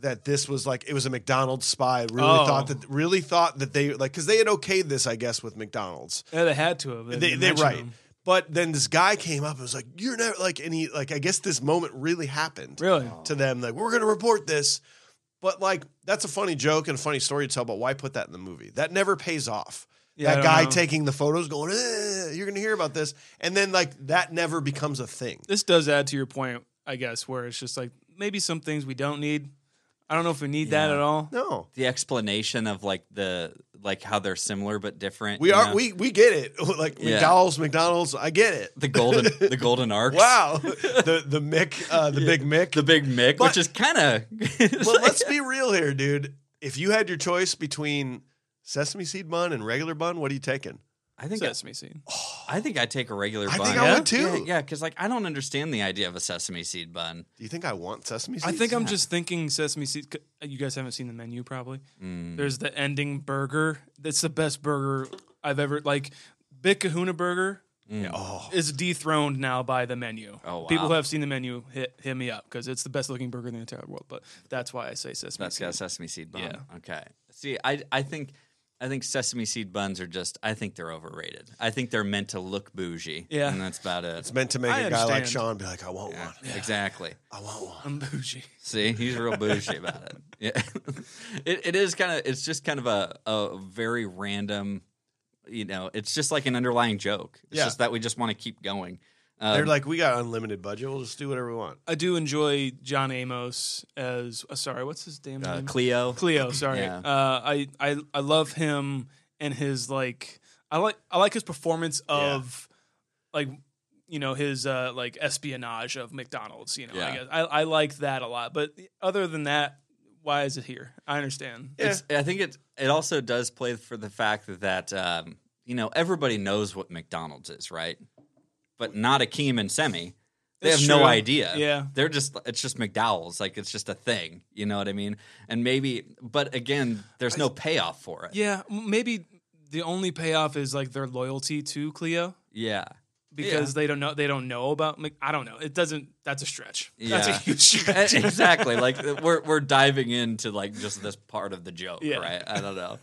[SPEAKER 2] that this was like it was a McDonald's spy really
[SPEAKER 3] Oh.
[SPEAKER 2] thought that really thought that they like because they had okayed this I guess with McDonald's
[SPEAKER 3] Yeah, they had to have.
[SPEAKER 2] they,
[SPEAKER 3] didn't
[SPEAKER 2] they
[SPEAKER 3] mention
[SPEAKER 2] right.
[SPEAKER 3] him.
[SPEAKER 2] But then this guy came up and was like, "You're never like," and he like, I guess this moment really happened
[SPEAKER 3] Really?
[SPEAKER 2] to them. Like, we're gonna report this, but like, that's a funny joke and a funny story to tell. But why put that in the movie? That never pays off.
[SPEAKER 3] Yeah, I
[SPEAKER 2] that
[SPEAKER 3] don't
[SPEAKER 2] guy
[SPEAKER 3] know.
[SPEAKER 2] taking the photos, going, "Eh, "You're gonna hear about this," and then like that never becomes a thing.
[SPEAKER 3] This does add to your point, I guess, where it's just like maybe some things we don't need. I don't know if we need that at all.
[SPEAKER 2] No,
[SPEAKER 1] the explanation of like the like how they're similar but different.
[SPEAKER 2] we
[SPEAKER 1] you
[SPEAKER 2] are
[SPEAKER 1] know?
[SPEAKER 2] we we get it. like
[SPEAKER 1] Yeah.
[SPEAKER 2] McDonald's, McDonald's, I get it.
[SPEAKER 1] the golden the golden arcs.
[SPEAKER 2] wow, the the Mick, uh, the Big Mick,
[SPEAKER 1] the big Mick,
[SPEAKER 2] But-
[SPEAKER 1] which is kind of.
[SPEAKER 2] Well, let's be real here, dude. If you had your choice between sesame seed bun and regular bun, what are you taking?
[SPEAKER 1] I Oh, think
[SPEAKER 3] Sesame seed.
[SPEAKER 1] I think I take a regular
[SPEAKER 2] I
[SPEAKER 1] bun.
[SPEAKER 2] think I would too.
[SPEAKER 1] Yeah, yeah, because like I don't understand the idea of a sesame seed bun.
[SPEAKER 2] Do you think I want sesame seeds?
[SPEAKER 3] I think I'm just thinking sesame seed. c- You guys haven't seen the menu, probably.
[SPEAKER 1] Mm.
[SPEAKER 3] There's the ending burger. That's the best burger I've ever like. Big Kahuna Burger is dethroned now by the menu.
[SPEAKER 1] Mm. Oh, wow.
[SPEAKER 3] People who have seen the menu hit hit me up because it's the best looking burger in the entire world. But that's why I say sesame
[SPEAKER 1] That's
[SPEAKER 3] seed.
[SPEAKER 1] got a sesame seed bun.
[SPEAKER 3] Yeah.
[SPEAKER 1] Okay. See, I I think I think sesame seed buns are just. I think they're overrated. I think they're meant to look bougie.
[SPEAKER 3] Yeah.
[SPEAKER 1] and that's about it.
[SPEAKER 2] It's meant to make
[SPEAKER 3] I
[SPEAKER 2] a guy like
[SPEAKER 3] understand.
[SPEAKER 2] Sean be like, I want one.
[SPEAKER 1] Exactly.
[SPEAKER 2] I want one.
[SPEAKER 3] I'm bougie.
[SPEAKER 1] See, he's real bougie about it. Yeah, it, it is kind of. It's just kind of a a very random. You know, it's just like an underlying joke. It's
[SPEAKER 2] Yeah.
[SPEAKER 1] just that we just want to keep going. Um,
[SPEAKER 2] They're like, we got unlimited budget. We'll just do whatever we want.
[SPEAKER 3] I do enjoy John Amos as uh, sorry, what's his damn
[SPEAKER 1] Uh,
[SPEAKER 3] name?
[SPEAKER 1] Cleo.
[SPEAKER 3] Cleo, sorry.
[SPEAKER 1] Yeah.
[SPEAKER 3] Uh, I, I I love him and his like I like I like his performance of like you know his uh, like espionage of McDonald's. You know,
[SPEAKER 1] Yeah.
[SPEAKER 3] I, guess. I I like that a lot. But other than that, why is it here? I understand.
[SPEAKER 1] It's, I think it it also does play for the fact that um, you know everybody knows what McDonald's is, right? But not Akeem and Semi. They
[SPEAKER 3] It's
[SPEAKER 1] have no
[SPEAKER 3] true.
[SPEAKER 1] idea.
[SPEAKER 3] Yeah.
[SPEAKER 1] they're just it's just McDowell's. Like it's just a thing. You know what I mean? And maybe, but again, there's no payoff for it.
[SPEAKER 3] Yeah, m- maybe the only payoff is like their loyalty to Cleo
[SPEAKER 1] Yeah.
[SPEAKER 3] because they don't know they don't know about Mc- I don't know. It doesn't. That's a stretch. That's a
[SPEAKER 1] Yeah.
[SPEAKER 3] huge stretch.
[SPEAKER 1] E- exactly. Like we're we're diving into like just this part of the joke,
[SPEAKER 3] Yeah.
[SPEAKER 1] right? I don't know.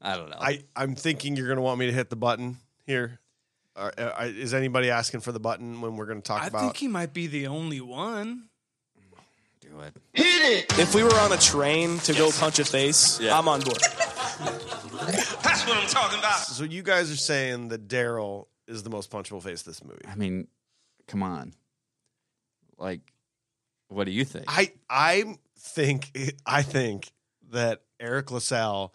[SPEAKER 1] I don't know.
[SPEAKER 2] I, I'm thinking you're going to want me to hit the button here. Are, are, is anybody asking for the button when we're going to talk
[SPEAKER 3] I
[SPEAKER 2] about?
[SPEAKER 3] think he might be the only one.
[SPEAKER 1] do it.
[SPEAKER 7] If we were on a train to go punch a face,
[SPEAKER 1] Yeah.
[SPEAKER 7] I'm on board.
[SPEAKER 8] That's what I'm talking about.
[SPEAKER 2] so you guys are saying that Daryl is the most punchable face of this movie.
[SPEAKER 1] I mean, come on. Like, what do you think?
[SPEAKER 2] I I think I think that Eric LaSalle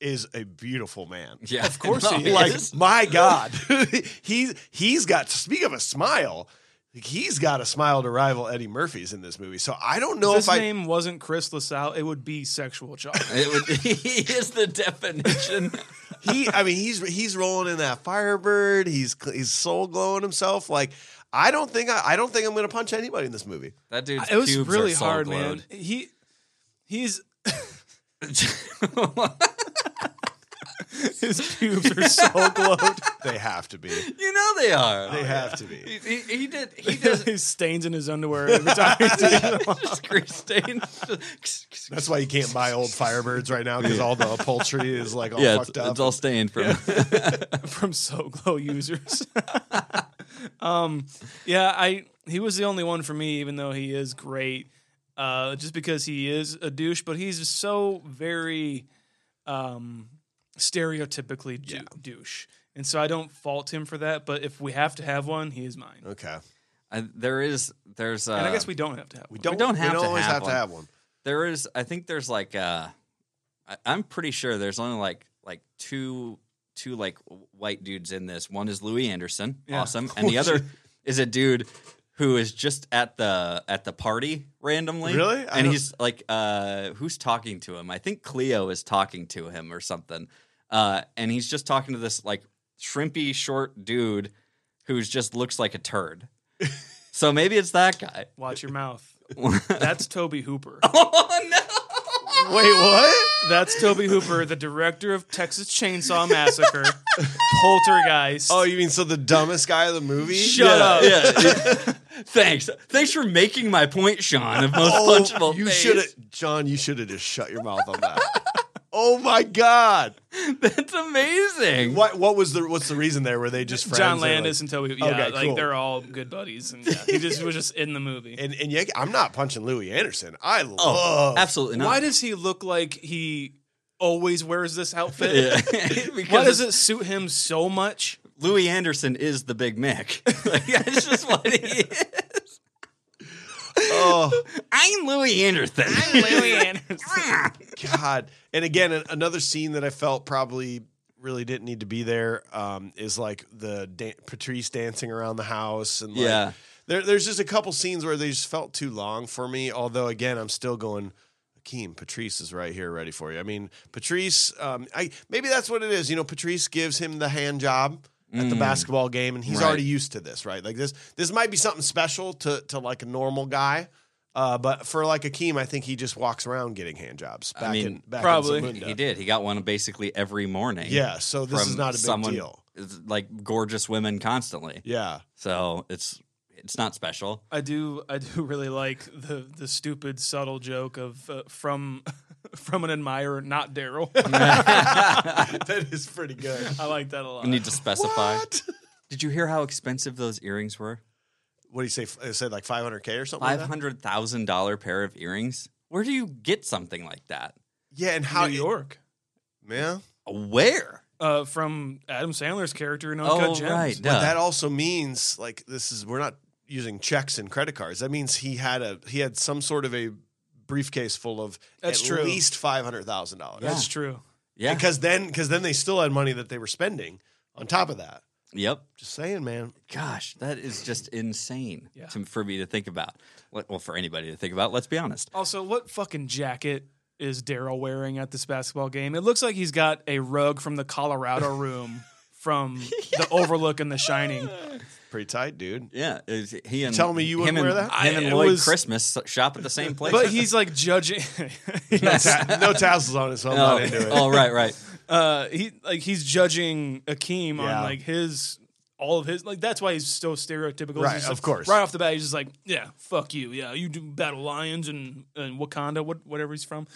[SPEAKER 2] is a beautiful man.
[SPEAKER 1] Yeah, of course
[SPEAKER 2] No, like my god he's he's got speak of a smile like, he's got a smile to rival eddie murphy's in this movie so i don't know
[SPEAKER 3] if his
[SPEAKER 2] if i
[SPEAKER 3] name wasn't Chris LaSalle, it would be sexual chocolate.
[SPEAKER 1] It would, he is the definition.
[SPEAKER 2] he i mean he's he's rolling in that firebird he's he's soul glowing himself like i don't think i, I don't think i'm gonna punch anybody in this movie
[SPEAKER 1] That dude's
[SPEAKER 3] it was
[SPEAKER 1] pubes are
[SPEAKER 3] really
[SPEAKER 1] so
[SPEAKER 3] hard,
[SPEAKER 1] glowed.
[SPEAKER 3] man. He he's his pubes are so glowed.
[SPEAKER 2] they have to be they
[SPEAKER 1] you know they are.
[SPEAKER 2] have to be
[SPEAKER 1] He, he, he did. He does.
[SPEAKER 3] His stains in his underwear every time. He
[SPEAKER 1] just grease stains. Just-
[SPEAKER 2] that's why you can't buy old firebirds right now because all the upholstery is like all
[SPEAKER 1] yeah, it's,
[SPEAKER 2] fucked up
[SPEAKER 1] it's all stained from.
[SPEAKER 3] from SoGlow users. um, yeah, I he was the only one for me, even though he is great, uh, just because he is a douche. But he's so very um, stereotypically dou- douche, and so I don't fault him for that. But if we have to have one, he is mine.
[SPEAKER 2] okay
[SPEAKER 1] I- there is. There's. Uh,
[SPEAKER 3] And I guess we don't have to have.
[SPEAKER 2] we
[SPEAKER 3] one.
[SPEAKER 2] don't,
[SPEAKER 1] don't
[SPEAKER 2] we
[SPEAKER 1] have to
[SPEAKER 2] always
[SPEAKER 1] have
[SPEAKER 2] have to
[SPEAKER 1] one.
[SPEAKER 2] have one
[SPEAKER 1] There is. I think there's like. Uh, I, I'm pretty sure there's only like like two two like white dudes in this. One is Louis Anderson, awesome, and the other is a dude who is just at the at the party randomly.
[SPEAKER 2] Really? I
[SPEAKER 1] and
[SPEAKER 2] don't-
[SPEAKER 1] he's like, uh, who's talking to him? I think Cleo is talking to him or something. Uh, and he's just talking to this like shrimpy short dude who's just looks like a turd. so maybe it's that guy.
[SPEAKER 3] Watch your mouth. That's Toby Hooper.
[SPEAKER 2] wait what
[SPEAKER 3] That's Toby Hooper, the director of Texas Chainsaw Massacre, Poltergeist.
[SPEAKER 2] Oh, you mean so the dumbest guy of the movie?
[SPEAKER 3] shut
[SPEAKER 1] Yeah,
[SPEAKER 3] up!
[SPEAKER 1] yeah, yeah. Thanks. Thanks for making my point, Sean, of most
[SPEAKER 2] Oh,
[SPEAKER 1] punchable
[SPEAKER 2] you
[SPEAKER 1] face.
[SPEAKER 2] should have, John. You should have just shut your mouth on that. oh my God!
[SPEAKER 1] That's amazing.
[SPEAKER 2] What what was the what's the reason there? Were they just friends?
[SPEAKER 3] John
[SPEAKER 2] They're like-
[SPEAKER 3] Landis and Toby. Yeah,
[SPEAKER 2] Okay,
[SPEAKER 3] like
[SPEAKER 2] cool.
[SPEAKER 3] they're all good buddies, and yeah, he just was just in the movie.
[SPEAKER 2] and and yeah, I'm not punching Louis Anderson. I love.
[SPEAKER 1] Absolutely not.
[SPEAKER 3] Why does he look like he always wears this outfit?
[SPEAKER 1] Yeah. because
[SPEAKER 3] Why does
[SPEAKER 1] it's-
[SPEAKER 3] it suit him so much?
[SPEAKER 1] Louis Anderson is the Big Mac. Like, that's just what he is.
[SPEAKER 2] Oh
[SPEAKER 1] I'm Louis Anderson.
[SPEAKER 3] Louis Anderson.
[SPEAKER 2] God! And again, an- another scene that I felt probably really didn't need to be there um, is like the dan- Patrice dancing around the house and like,
[SPEAKER 1] Yeah.
[SPEAKER 2] There, there's just a couple scenes where they just felt too long for me. Although, again, I'm still going. Akeem, Patrice is right here, ready for you. I mean, Patrice. Um, I maybe that's what it is. You know, Patrice gives him the hand job at the basketball game, and he's
[SPEAKER 1] Mm. Right.
[SPEAKER 2] already used to this, right? Like this, this might be something special to to like a normal guy. Uh, but for like Akeem, I think he just walks around getting hand jobs. Back
[SPEAKER 1] mean,
[SPEAKER 2] in, back
[SPEAKER 3] probably.
[SPEAKER 2] in Zamunda.
[SPEAKER 1] He did. He got one basically every morning.
[SPEAKER 2] Yeah, so this
[SPEAKER 1] from
[SPEAKER 2] is not a big
[SPEAKER 1] someone-
[SPEAKER 2] deal.
[SPEAKER 1] it's Like gorgeous women constantly.
[SPEAKER 2] Yeah,
[SPEAKER 1] So it's it's not special.
[SPEAKER 3] I do. I do really like the the stupid subtle joke of uh, from from an admirer, not Daryl.
[SPEAKER 2] that is pretty good.
[SPEAKER 3] I like that a lot.
[SPEAKER 1] We need to specify.
[SPEAKER 2] What?
[SPEAKER 1] Did you hear how expensive those earrings were?
[SPEAKER 2] What do you say? It said like 500k or something. like
[SPEAKER 1] Five
[SPEAKER 2] that?
[SPEAKER 1] hundred thousand dollar pair of earrings. Where do you get something like that?
[SPEAKER 2] Yeah, and how
[SPEAKER 3] New York.
[SPEAKER 2] man?
[SPEAKER 1] Where?
[SPEAKER 3] Uh, from Adam Sandler's character in Uncut
[SPEAKER 1] Oh,
[SPEAKER 3] Gems.
[SPEAKER 1] right.
[SPEAKER 2] But
[SPEAKER 1] duh.
[SPEAKER 2] that also means like this is we're not using checks and credit cards. That means he had a he had some sort of a briefcase full of
[SPEAKER 3] That's
[SPEAKER 2] at
[SPEAKER 3] true.
[SPEAKER 2] least five hundred thousand dollars.
[SPEAKER 3] That's true.
[SPEAKER 1] yeah.
[SPEAKER 2] Because then because then they still had money that they were spending on top of that.
[SPEAKER 1] Yep.
[SPEAKER 2] Just saying, man.
[SPEAKER 1] Gosh, that is just insane
[SPEAKER 3] Yeah.
[SPEAKER 1] to, for me to think about. Let- Well, for anybody to think about. Let's be honest.
[SPEAKER 3] Also, what fucking jacket is Daryl wearing at this basketball game? It looks like he's got a rug from the Colorado room from the Overlook and The Shining.
[SPEAKER 2] Pretty tight, dude.
[SPEAKER 1] Yeah, is he and
[SPEAKER 2] telling me you wouldn't
[SPEAKER 1] him
[SPEAKER 2] wear
[SPEAKER 1] and,
[SPEAKER 2] that?
[SPEAKER 1] Him
[SPEAKER 3] I-
[SPEAKER 1] and
[SPEAKER 3] it
[SPEAKER 1] Lloyd
[SPEAKER 3] was-
[SPEAKER 1] Christmas shop at the same place.
[SPEAKER 3] But he's like judging.
[SPEAKER 2] Ta- no tassels on it, so I'm
[SPEAKER 1] oh,
[SPEAKER 2] not into it.
[SPEAKER 1] oh, right, right.
[SPEAKER 3] uh, he like he's judging Akeem
[SPEAKER 2] Yeah.
[SPEAKER 3] on like his all of his like that's why he's so stereotypical. He's
[SPEAKER 2] Right,
[SPEAKER 3] just
[SPEAKER 2] of
[SPEAKER 3] like-
[SPEAKER 2] course.
[SPEAKER 3] Right off the bat, he's just like, yeah, fuck you, yeah, you do battle lions and, and Wakanda, what, whatever he's from.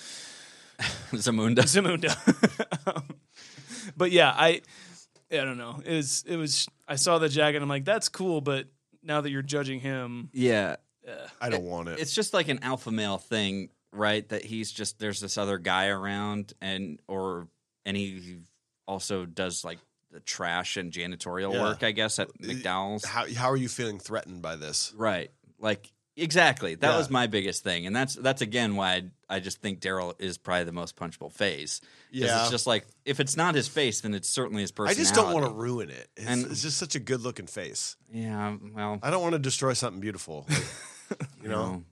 [SPEAKER 1] Zamunda.
[SPEAKER 3] Zamunda. Um, but yeah, I I don't know. It was it was I saw the jacket. I'm like, that's cool, but now that you're judging him,
[SPEAKER 1] Yeah,
[SPEAKER 2] I don't want it.
[SPEAKER 1] it's just like an alpha male thing, right? That he's just there's this other guy around, and or and he also does like the trash and janitorial
[SPEAKER 2] Yeah. Uh,
[SPEAKER 1] work, I guess, at McDowell's.
[SPEAKER 2] How how are you feeling threatened by this?
[SPEAKER 1] Right. Like exactly. That
[SPEAKER 2] Yeah.
[SPEAKER 1] was my biggest thing, and that's that's again why I, I just think Daryl is probably the most punchable face. 'Cause
[SPEAKER 2] Yeah.
[SPEAKER 1] It's just like if it's not his face, then it's certainly his
[SPEAKER 2] I
[SPEAKER 1] personality.
[SPEAKER 2] just don't want to ruin it. It's,
[SPEAKER 1] And-
[SPEAKER 2] it's just such a good looking face.
[SPEAKER 1] Yeah. Well,
[SPEAKER 2] I don't want to destroy something beautiful. Like, you know,
[SPEAKER 1] no.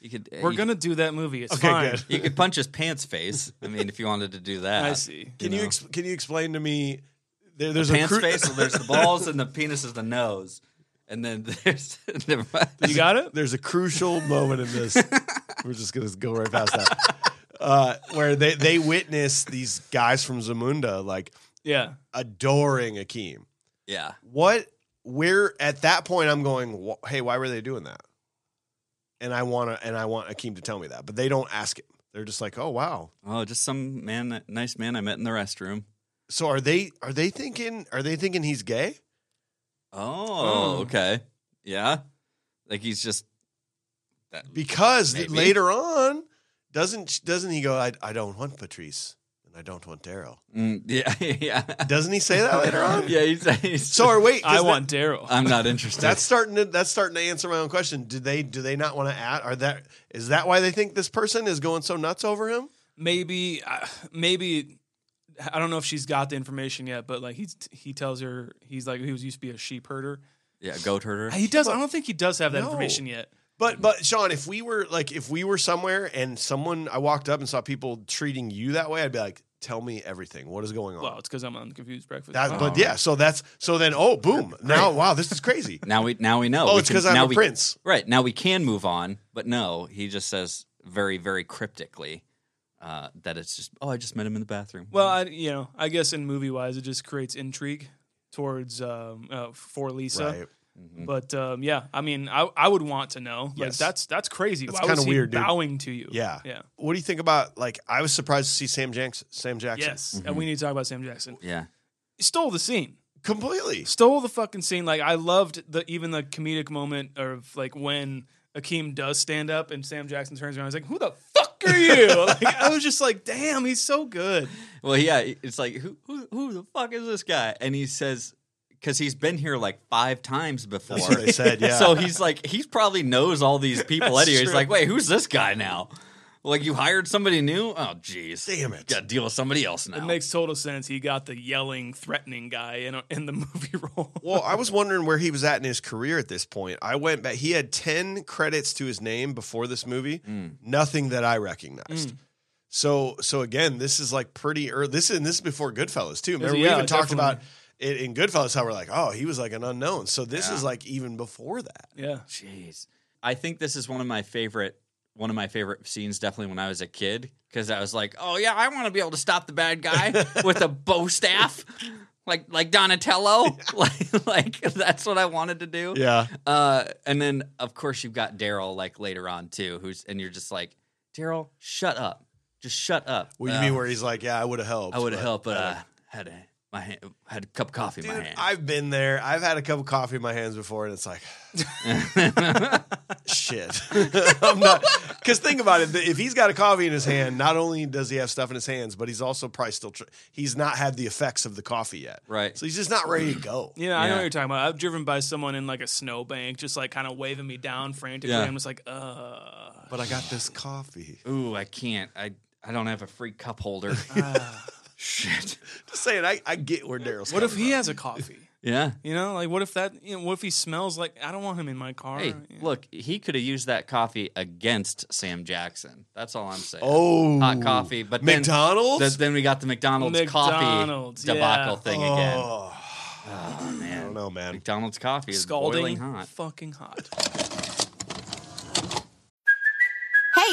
[SPEAKER 1] You could.
[SPEAKER 3] we're
[SPEAKER 1] you,
[SPEAKER 3] gonna do that movie. It's
[SPEAKER 2] Okay,
[SPEAKER 3] fine.
[SPEAKER 2] good.
[SPEAKER 1] You could punch his pants face. I mean, if you wanted to do that.
[SPEAKER 3] I see.
[SPEAKER 2] can you,
[SPEAKER 1] know.
[SPEAKER 2] ex- can you explain to me? There, there's a
[SPEAKER 1] Pants
[SPEAKER 2] cru-
[SPEAKER 1] face. So there's the balls, and the penis is the nose, and then there's. never mind.
[SPEAKER 3] You got it?
[SPEAKER 2] there's a crucial moment in this. We're just gonna go right past that, uh, where they they witness these guys from Zamunda like
[SPEAKER 3] Yeah.
[SPEAKER 2] adoring Akeem.
[SPEAKER 1] Yeah.
[SPEAKER 2] What? Where at that point I'm going? "Wh- Hey, why were they doing that? And I want to, and I want Akeem to tell me that, but they don't ask him. They're just like, oh wow.
[SPEAKER 1] Oh, just some man, nice man I met in the restroom.
[SPEAKER 2] So are they? Are they thinking? Are they thinking he's gay?
[SPEAKER 1] Oh,
[SPEAKER 3] Oh.
[SPEAKER 1] okay. Yeah. Like he's just that
[SPEAKER 2] Because th-
[SPEAKER 1] Maybe.
[SPEAKER 2] later on, doesn't doesn't he go? I, I don't want Patrice, and I don't want Daryl.
[SPEAKER 1] Mm, yeah, yeah.
[SPEAKER 2] Doesn't he say that later on?
[SPEAKER 1] Yeah, he's, he's
[SPEAKER 2] So are wait.
[SPEAKER 3] I
[SPEAKER 2] does that- Uh,
[SPEAKER 3] want Daryl.
[SPEAKER 1] I'm not interested.
[SPEAKER 2] that's starting to that's starting to answer my own question. Do they do they not want to add? Are that is that why they think this person is going so nuts over him?
[SPEAKER 3] maybe I- maybe I don't know if she's got the information yet, but like he's he tells her he's like he was used to be a sheep herder.
[SPEAKER 1] yeah, goat herder.
[SPEAKER 3] He does. I don't think he does have that
[SPEAKER 2] No.
[SPEAKER 3] information yet.
[SPEAKER 2] But but Sean, if we were like if we were somewhere and someone I walked up and saw people treating you that way, I'd be like, tell me everything. What is going on?
[SPEAKER 3] Well, it's because I'm on Confused Breakfast.
[SPEAKER 2] that,
[SPEAKER 3] Oh.
[SPEAKER 2] But yeah, so that's so then oh boom now wow this is crazy.
[SPEAKER 1] now we now we know.
[SPEAKER 2] Oh,
[SPEAKER 1] We
[SPEAKER 2] it's
[SPEAKER 1] can-
[SPEAKER 2] 'cause I'm
[SPEAKER 1] now
[SPEAKER 2] a
[SPEAKER 1] we-
[SPEAKER 2] prince.
[SPEAKER 1] Right now we can move on, but no, he just says very very cryptically uh, that it's just oh I just met him in the bathroom.
[SPEAKER 3] Well, I, you know, I guess in movie wise, it just creates intrigue towards um, uh, for Lisa.
[SPEAKER 2] Right. Mm-hmm.
[SPEAKER 3] But um, yeah, I mean, I, I would want to know.
[SPEAKER 2] Yes.
[SPEAKER 3] Like that's that's crazy.
[SPEAKER 2] That's
[SPEAKER 3] Why was
[SPEAKER 2] kinda
[SPEAKER 3] he
[SPEAKER 2] weird, dude.
[SPEAKER 3] bowing to you?
[SPEAKER 2] Yeah.
[SPEAKER 3] yeah,
[SPEAKER 2] What do you think about like I was surprised to see Sam Jackson. Sam Jackson.
[SPEAKER 3] yes. And we need to talk about Sam Jackson.
[SPEAKER 1] yeah,
[SPEAKER 3] He stole the scene.
[SPEAKER 2] Completely.
[SPEAKER 3] Stole the fucking scene. Like I loved the even the comedic moment of like when. Akeem does stand up and Sam Jackson turns around. He's like, "Who the fuck are you?" like, I was just like, "Damn, he's so good."
[SPEAKER 1] well yeah, it's like who who who the fuck is this guy? And he says because he's been here like five times before.
[SPEAKER 2] That's what they said, yeah.
[SPEAKER 1] So he's like, he probably knows all these people.
[SPEAKER 3] That's
[SPEAKER 1] Anyway, he's
[SPEAKER 3] true.
[SPEAKER 1] like, wait, who's this guy now? Like, you hired somebody new? Oh, jeez,
[SPEAKER 2] Damn it.
[SPEAKER 1] Got to deal with somebody else now.
[SPEAKER 3] It makes total sense. He got the yelling, threatening guy in in the movie role.
[SPEAKER 2] Well, I was wondering where he was at in his career at this point. I went back. He had 10 credits to his name before this movie,
[SPEAKER 1] Mm.
[SPEAKER 2] nothing that I recognized. So, so again, this is like pretty early. This is, and this is before Goodfellas, too. Remember, we
[SPEAKER 3] yeah,
[SPEAKER 2] even talked
[SPEAKER 3] definitely.
[SPEAKER 2] about it in Goodfellas how we're like, oh, he was like an unknown. So, this is like even before that.
[SPEAKER 3] yeah.
[SPEAKER 1] Jeez. I think this is one of my favorite one of my favorite scenes definitely when I was a kid cuz I was like, "Oh yeah, I want to be able to stop the bad guy with a bow staff." Like like Donatello. like like that's what I wanted to do.
[SPEAKER 2] Yeah.
[SPEAKER 1] Uh and then of course you've got Daryl like later on too who's and you're just like, "Daryl, shut up. Just shut up."
[SPEAKER 2] Well, you
[SPEAKER 1] Uh,
[SPEAKER 2] mean where he's like, yeah, I would have helped.
[SPEAKER 1] I would have
[SPEAKER 2] but-
[SPEAKER 1] helped, but uh, had a my hand, had a cup of coffee in my
[SPEAKER 2] Dude,
[SPEAKER 1] hand.
[SPEAKER 2] I've been there. I've had a cup of coffee in my hands before, and it's like, shit. I'm not. Because think about it. If he's got a coffee in his hand, not only does he have stuff in his hands, but he's also probably still, tr- he's not had the effects of the coffee yet.
[SPEAKER 1] Right.
[SPEAKER 2] So he's just not ready to go.
[SPEAKER 3] Yeah, I know
[SPEAKER 1] Yeah.
[SPEAKER 3] what you're talking about. I've driven by someone in like a snowbank, just like kind of waving me down frantically.
[SPEAKER 1] Yeah.
[SPEAKER 3] I'm just like, uh,
[SPEAKER 2] But I got this coffee.
[SPEAKER 1] Ooh, I can't. I I don't have a free cup holder. Shit.
[SPEAKER 2] Just saying, I, I get where Daryl's
[SPEAKER 3] what if
[SPEAKER 2] coming
[SPEAKER 3] he has a coffee?
[SPEAKER 1] Yeah.
[SPEAKER 3] You know, like what if that? You know, what if he smells like? I don't want him in my car.
[SPEAKER 1] Hey,
[SPEAKER 3] Yeah.
[SPEAKER 1] look, he could have used that coffee against Sam Jackson. That's all I'm saying.
[SPEAKER 2] Oh.
[SPEAKER 1] hot coffee, but then-
[SPEAKER 2] McDonald's?
[SPEAKER 1] th- Then, we got the McDonald's,
[SPEAKER 3] McDonald's,
[SPEAKER 1] coffee debacle
[SPEAKER 3] yeah.
[SPEAKER 1] thing again. Oh man, I don't
[SPEAKER 2] know, man.
[SPEAKER 1] McDonald's coffee is boiling
[SPEAKER 3] scalding,
[SPEAKER 1] hot.
[SPEAKER 3] fucking hot.
[SPEAKER 9] Hey,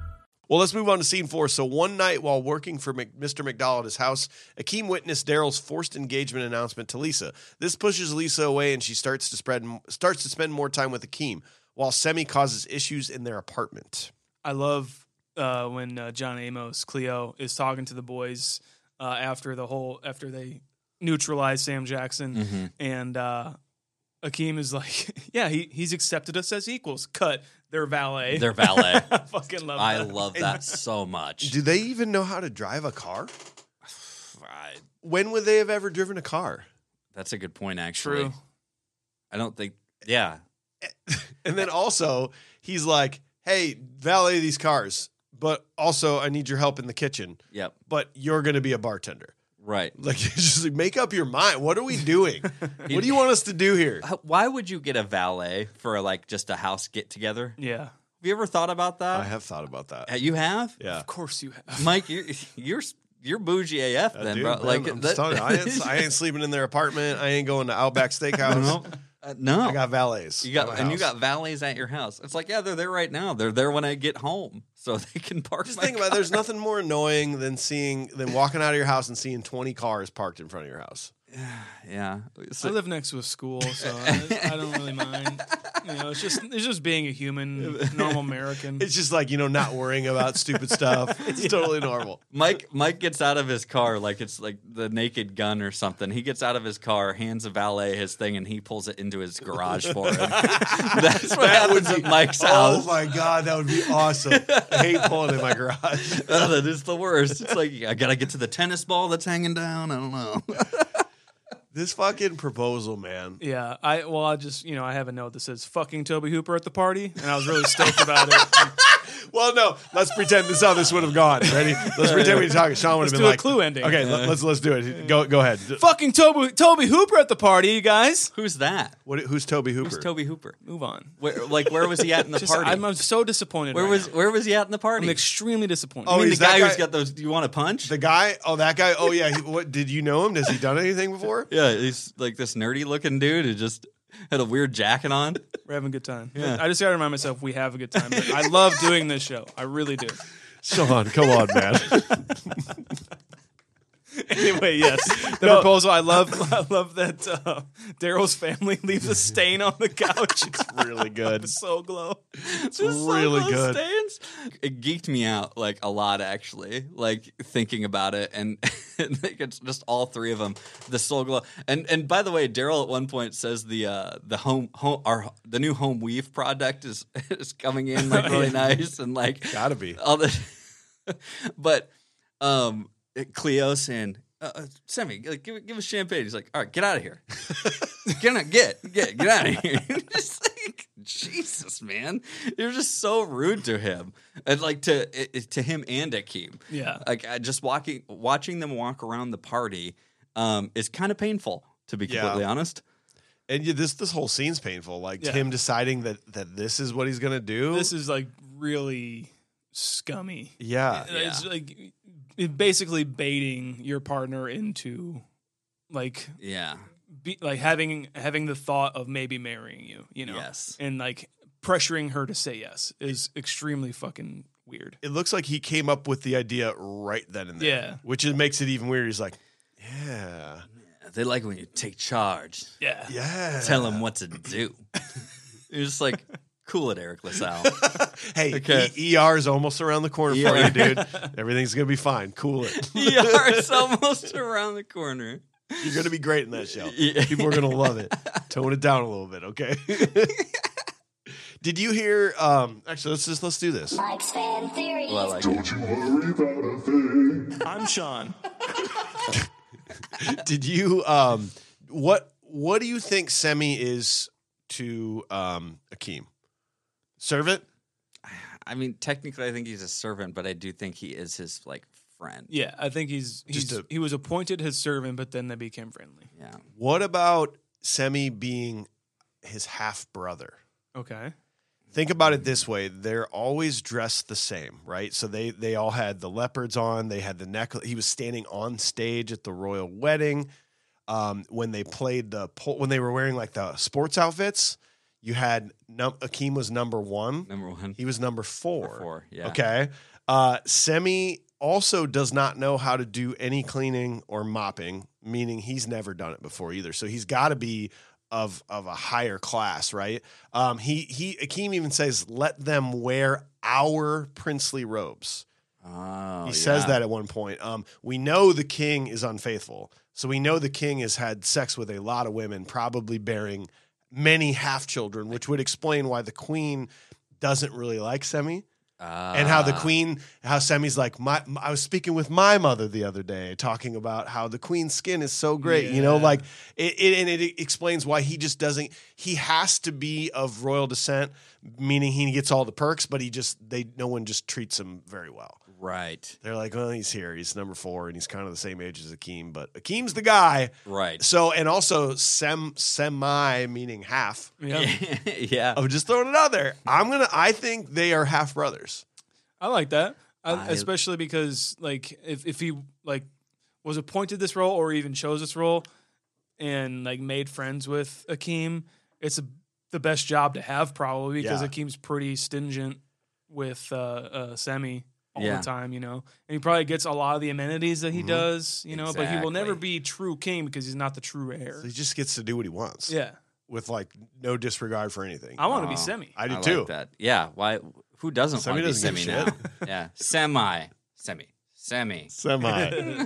[SPEAKER 2] Well, let's move on to scene four. So, one night while working for Mc- Mr. McDowell at his house, Akeem witnessed Daryl's forced engagement announcement to Lisa. This pushes Lisa away, and she starts to spread starts to spend more time with Akeem, while Semi causes issues in their apartment.
[SPEAKER 3] I love uh, when uh, John Amos Cleo is talking to the boys uh, after the whole after they neutralize Sam Jackson
[SPEAKER 1] Mm-hmm.
[SPEAKER 3] and uh, Akeem is like, yeah, he he's accepted us as equals. Cut their valet.
[SPEAKER 1] Their valet.
[SPEAKER 3] I fucking love.
[SPEAKER 1] I
[SPEAKER 3] that.
[SPEAKER 1] love that so much.
[SPEAKER 2] Do they even know how to drive a car?
[SPEAKER 1] I-
[SPEAKER 2] When would they have ever driven a car?
[SPEAKER 1] that's a good point, actually.
[SPEAKER 3] True.
[SPEAKER 1] I don't think. Yeah,
[SPEAKER 2] And then also, he's like, "Hey, valet these cars, but also I need your help in the kitchen.
[SPEAKER 1] yep,
[SPEAKER 2] But you're going to be a bartender."
[SPEAKER 1] right.
[SPEAKER 2] Like, just like, make up your mind. What are we doing? what do you want us to do here?
[SPEAKER 1] H- Why would you get a valet for like just a house get together? Have
[SPEAKER 3] Yeah,
[SPEAKER 1] you ever thought about that?
[SPEAKER 2] I have thought about that.
[SPEAKER 1] Uh, You have?
[SPEAKER 2] Yeah.
[SPEAKER 3] of course you have.
[SPEAKER 1] Mike, you're you're you're bougie AF then,
[SPEAKER 2] Uh, Dude,
[SPEAKER 1] bro.
[SPEAKER 2] man,
[SPEAKER 1] like
[SPEAKER 2] I'm
[SPEAKER 1] that-
[SPEAKER 2] just telling you, I ain't, I ain't sleeping in their apartment. I ain't going to Outback Steakhouse.
[SPEAKER 1] Uh, no,
[SPEAKER 2] I got valets.
[SPEAKER 1] you
[SPEAKER 2] at my
[SPEAKER 1] got and you
[SPEAKER 2] house.
[SPEAKER 1] got valets at your house. It's like yeah, they're there right now. They're there when I get home, so they can park.
[SPEAKER 2] Just
[SPEAKER 1] my
[SPEAKER 2] think about it. There's nothing more annoying than seeing than walking out of your house and seeing 20 cars parked in front of your house.
[SPEAKER 1] car. yeah. So-
[SPEAKER 3] I live next to a school, so I, I don't really mind. You know, it's just it's just being a human, normal American.
[SPEAKER 2] It's just like you know, not worrying about stupid stuff. It's totally normal.
[SPEAKER 1] Mike Mike gets out of his car like it's like the naked gun or something. He gets out of his car, hands a valet his thing, and he pulls it into his garage for him. That's what happens at Mike's
[SPEAKER 2] Oh
[SPEAKER 1] house.
[SPEAKER 2] my god, that would be awesome. I hate pulling in my garage.
[SPEAKER 1] Oh, that is the worst. It's like I gotta get to the tennis ball that's hanging down. I don't know.
[SPEAKER 2] This fucking proposal, man.
[SPEAKER 3] Yeah, I well, I just you know I have a note that says "fucking Toby Hooper at the party," and I was really stoked about it.
[SPEAKER 2] Well, no. Let's pretend this is how this would have gone. Ready? Let's pretend we talk. Sean would have
[SPEAKER 3] Let's
[SPEAKER 2] been
[SPEAKER 3] do a
[SPEAKER 2] like
[SPEAKER 3] clue ending.
[SPEAKER 2] Okay, let- let's let's do it. Go go ahead.
[SPEAKER 3] fucking Toby Toby Hooper at the party, you guys.
[SPEAKER 1] Who's that?
[SPEAKER 2] What, who's Toby Hooper?
[SPEAKER 1] Who's Toby Hooper?
[SPEAKER 3] Move on.
[SPEAKER 1] Where, like where was he at in the
[SPEAKER 3] Just,
[SPEAKER 1] party?
[SPEAKER 3] I'm, I'm so disappointed.
[SPEAKER 1] where
[SPEAKER 3] right
[SPEAKER 1] was
[SPEAKER 3] now.
[SPEAKER 1] where was he at in the party?
[SPEAKER 3] I'm extremely disappointed.
[SPEAKER 2] Oh,
[SPEAKER 1] I mean, the
[SPEAKER 2] he's that
[SPEAKER 1] guy, who's
[SPEAKER 2] guy-
[SPEAKER 1] got those. Do you want a punch?
[SPEAKER 2] The guy? Oh, that guy. Oh yeah. He, what did you know him? Has he done anything before?
[SPEAKER 1] yeah, he's like this nerdy looking dude who just had a weird jacket on.
[SPEAKER 3] we're having a good time. I just gotta remind myself we have a good time. But I love doing this show. I really do.
[SPEAKER 2] Sean, come on, man.
[SPEAKER 3] Anyway, yes, the proposal. I love I love that uh, Daryl's family leaves a stain on the couch. It's
[SPEAKER 2] really good.
[SPEAKER 3] so glow.
[SPEAKER 1] It's
[SPEAKER 2] really good.
[SPEAKER 1] Stains. It geeked me out like a lot actually, like thinking about it, and, and like, it's just all three of them. The soul glow, and and by the way, Daryl at one point says the uh, the home home our the new home weave product is is coming in like
[SPEAKER 2] Oh,
[SPEAKER 1] really nice and like
[SPEAKER 2] Gotta be.
[SPEAKER 1] all the but um cleo saying uh, uh, Sammy, like, give, give us champagne. He's like, all right, get out of here. get, out, get, get, get out of here. just like, Jesus, man. You're just so rude to him. And like to, it- it- to him and Akeem.
[SPEAKER 3] Yeah.
[SPEAKER 1] Like I just walking, watching them walk around the party um, is kind of painful to be
[SPEAKER 2] Yeah.
[SPEAKER 1] completely honest.
[SPEAKER 2] And you, this this whole scene's painful. Like
[SPEAKER 3] Yeah.
[SPEAKER 2] him deciding that that this is what he's gonna do.
[SPEAKER 3] This is like really scummy.
[SPEAKER 2] yeah.
[SPEAKER 3] It's like it basically baiting your partner into like
[SPEAKER 1] Yeah.
[SPEAKER 3] be, like having having the thought of maybe marrying you, you know,
[SPEAKER 1] Yes.
[SPEAKER 3] and like pressuring her to say yes is extremely fucking weird.
[SPEAKER 2] It looks like he came up with the idea right then and there.
[SPEAKER 3] Yeah.
[SPEAKER 2] Which it makes it even weirder. He's like, yeah,
[SPEAKER 1] They like when you take charge.
[SPEAKER 3] Yeah,
[SPEAKER 2] yeah.
[SPEAKER 1] tell him what to do. You're just like, cool it, Eric LaSalle.
[SPEAKER 2] Hey,
[SPEAKER 1] Okay.
[SPEAKER 2] E- ER is almost around the corner for
[SPEAKER 1] Yeah.
[SPEAKER 2] you, dude. Everything's gonna be fine. Cool it.
[SPEAKER 1] ER is almost around the corner.
[SPEAKER 2] You're going to be great in that show. People are going to love it. Tone it down a little bit, okay? Did you hear? Um, actually, let's just let's do this.
[SPEAKER 10] Mike's fan theory.
[SPEAKER 2] Well, I like
[SPEAKER 10] Don't
[SPEAKER 2] it.
[SPEAKER 10] you worry about a thing.
[SPEAKER 7] I'm Sean.
[SPEAKER 2] Did you? Um, what What do you think Semi is to um, Akeem? Servant.
[SPEAKER 1] I mean, technically, I think he's a servant, but I do think he is his like friend.
[SPEAKER 3] Yeah, I think he's,
[SPEAKER 2] Just
[SPEAKER 3] he's
[SPEAKER 2] a-
[SPEAKER 3] he was appointed his servant, but then they became friendly.
[SPEAKER 1] Yeah.
[SPEAKER 2] What about Semi being his half brother?
[SPEAKER 3] Okay.
[SPEAKER 2] think about it this way they're always dressed the same right so they they all had the leopards on they had the necklace he was standing on stage at the royal wedding um, when they played the pol- when they were wearing like the sports outfits you had num- akeem was number one
[SPEAKER 1] Number one.
[SPEAKER 2] he was number four,
[SPEAKER 1] Number four, yeah.
[SPEAKER 2] okay uh, semi also does not know how to do any cleaning or mopping meaning he's never done it before either so he's got to be of of a higher class, right? Um, he he Akeem even says, "Let them wear our princely robes."
[SPEAKER 1] Oh,
[SPEAKER 2] he says
[SPEAKER 1] yeah.
[SPEAKER 2] that at one point. Um, we know the king is unfaithful, so we know the king has had sex with a lot of women, probably bearing many half children, which would explain why the queen doesn't really like Semi and how the
[SPEAKER 1] Ah.
[SPEAKER 2] queen how semi's like my, i was speaking with my mother the other day talking about how the queen's skin is so great you know
[SPEAKER 3] Yeah.
[SPEAKER 2] like it, it and it explains why he just doesn't he has to be of royal descent meaning he gets all the perks but he just they no one just treats him very well
[SPEAKER 1] Right.
[SPEAKER 2] they're like well he's here he's number four and he's kind of the same age as akeem but akeem's the guy
[SPEAKER 1] Right.
[SPEAKER 2] so and also sem semi meaning half
[SPEAKER 3] Yeah.
[SPEAKER 1] yeah.
[SPEAKER 2] i'm just throwing it out there i'm gonna i think they are half brothers
[SPEAKER 3] I like that, I,
[SPEAKER 1] I-
[SPEAKER 3] especially because like if if he like was appointed this role or even chose this role and like made friends with Akeem, it's a, the best job to have probably because
[SPEAKER 2] Yeah.
[SPEAKER 3] Akeem's pretty stingent with uh, uh, Semi all
[SPEAKER 1] Yeah.
[SPEAKER 3] the time, you know, and he probably gets a lot of the amenities that he does, you know, but he will never
[SPEAKER 1] Exactly.
[SPEAKER 3] be true king because he's not the true heir.
[SPEAKER 2] So he just gets to do what he wants.
[SPEAKER 3] yeah,
[SPEAKER 2] With like no disregard for anything.
[SPEAKER 3] I want to
[SPEAKER 1] Wow.
[SPEAKER 3] be Semi.
[SPEAKER 2] I do
[SPEAKER 1] Oh, like
[SPEAKER 2] too.
[SPEAKER 1] that. Yeah. Why? Who doesn't
[SPEAKER 2] Semi
[SPEAKER 1] want to be
[SPEAKER 2] doesn't
[SPEAKER 1] semi
[SPEAKER 2] give
[SPEAKER 1] now?
[SPEAKER 2] a
[SPEAKER 1] yeah. Semi. Semi. Semi.
[SPEAKER 2] Semi. I don't know.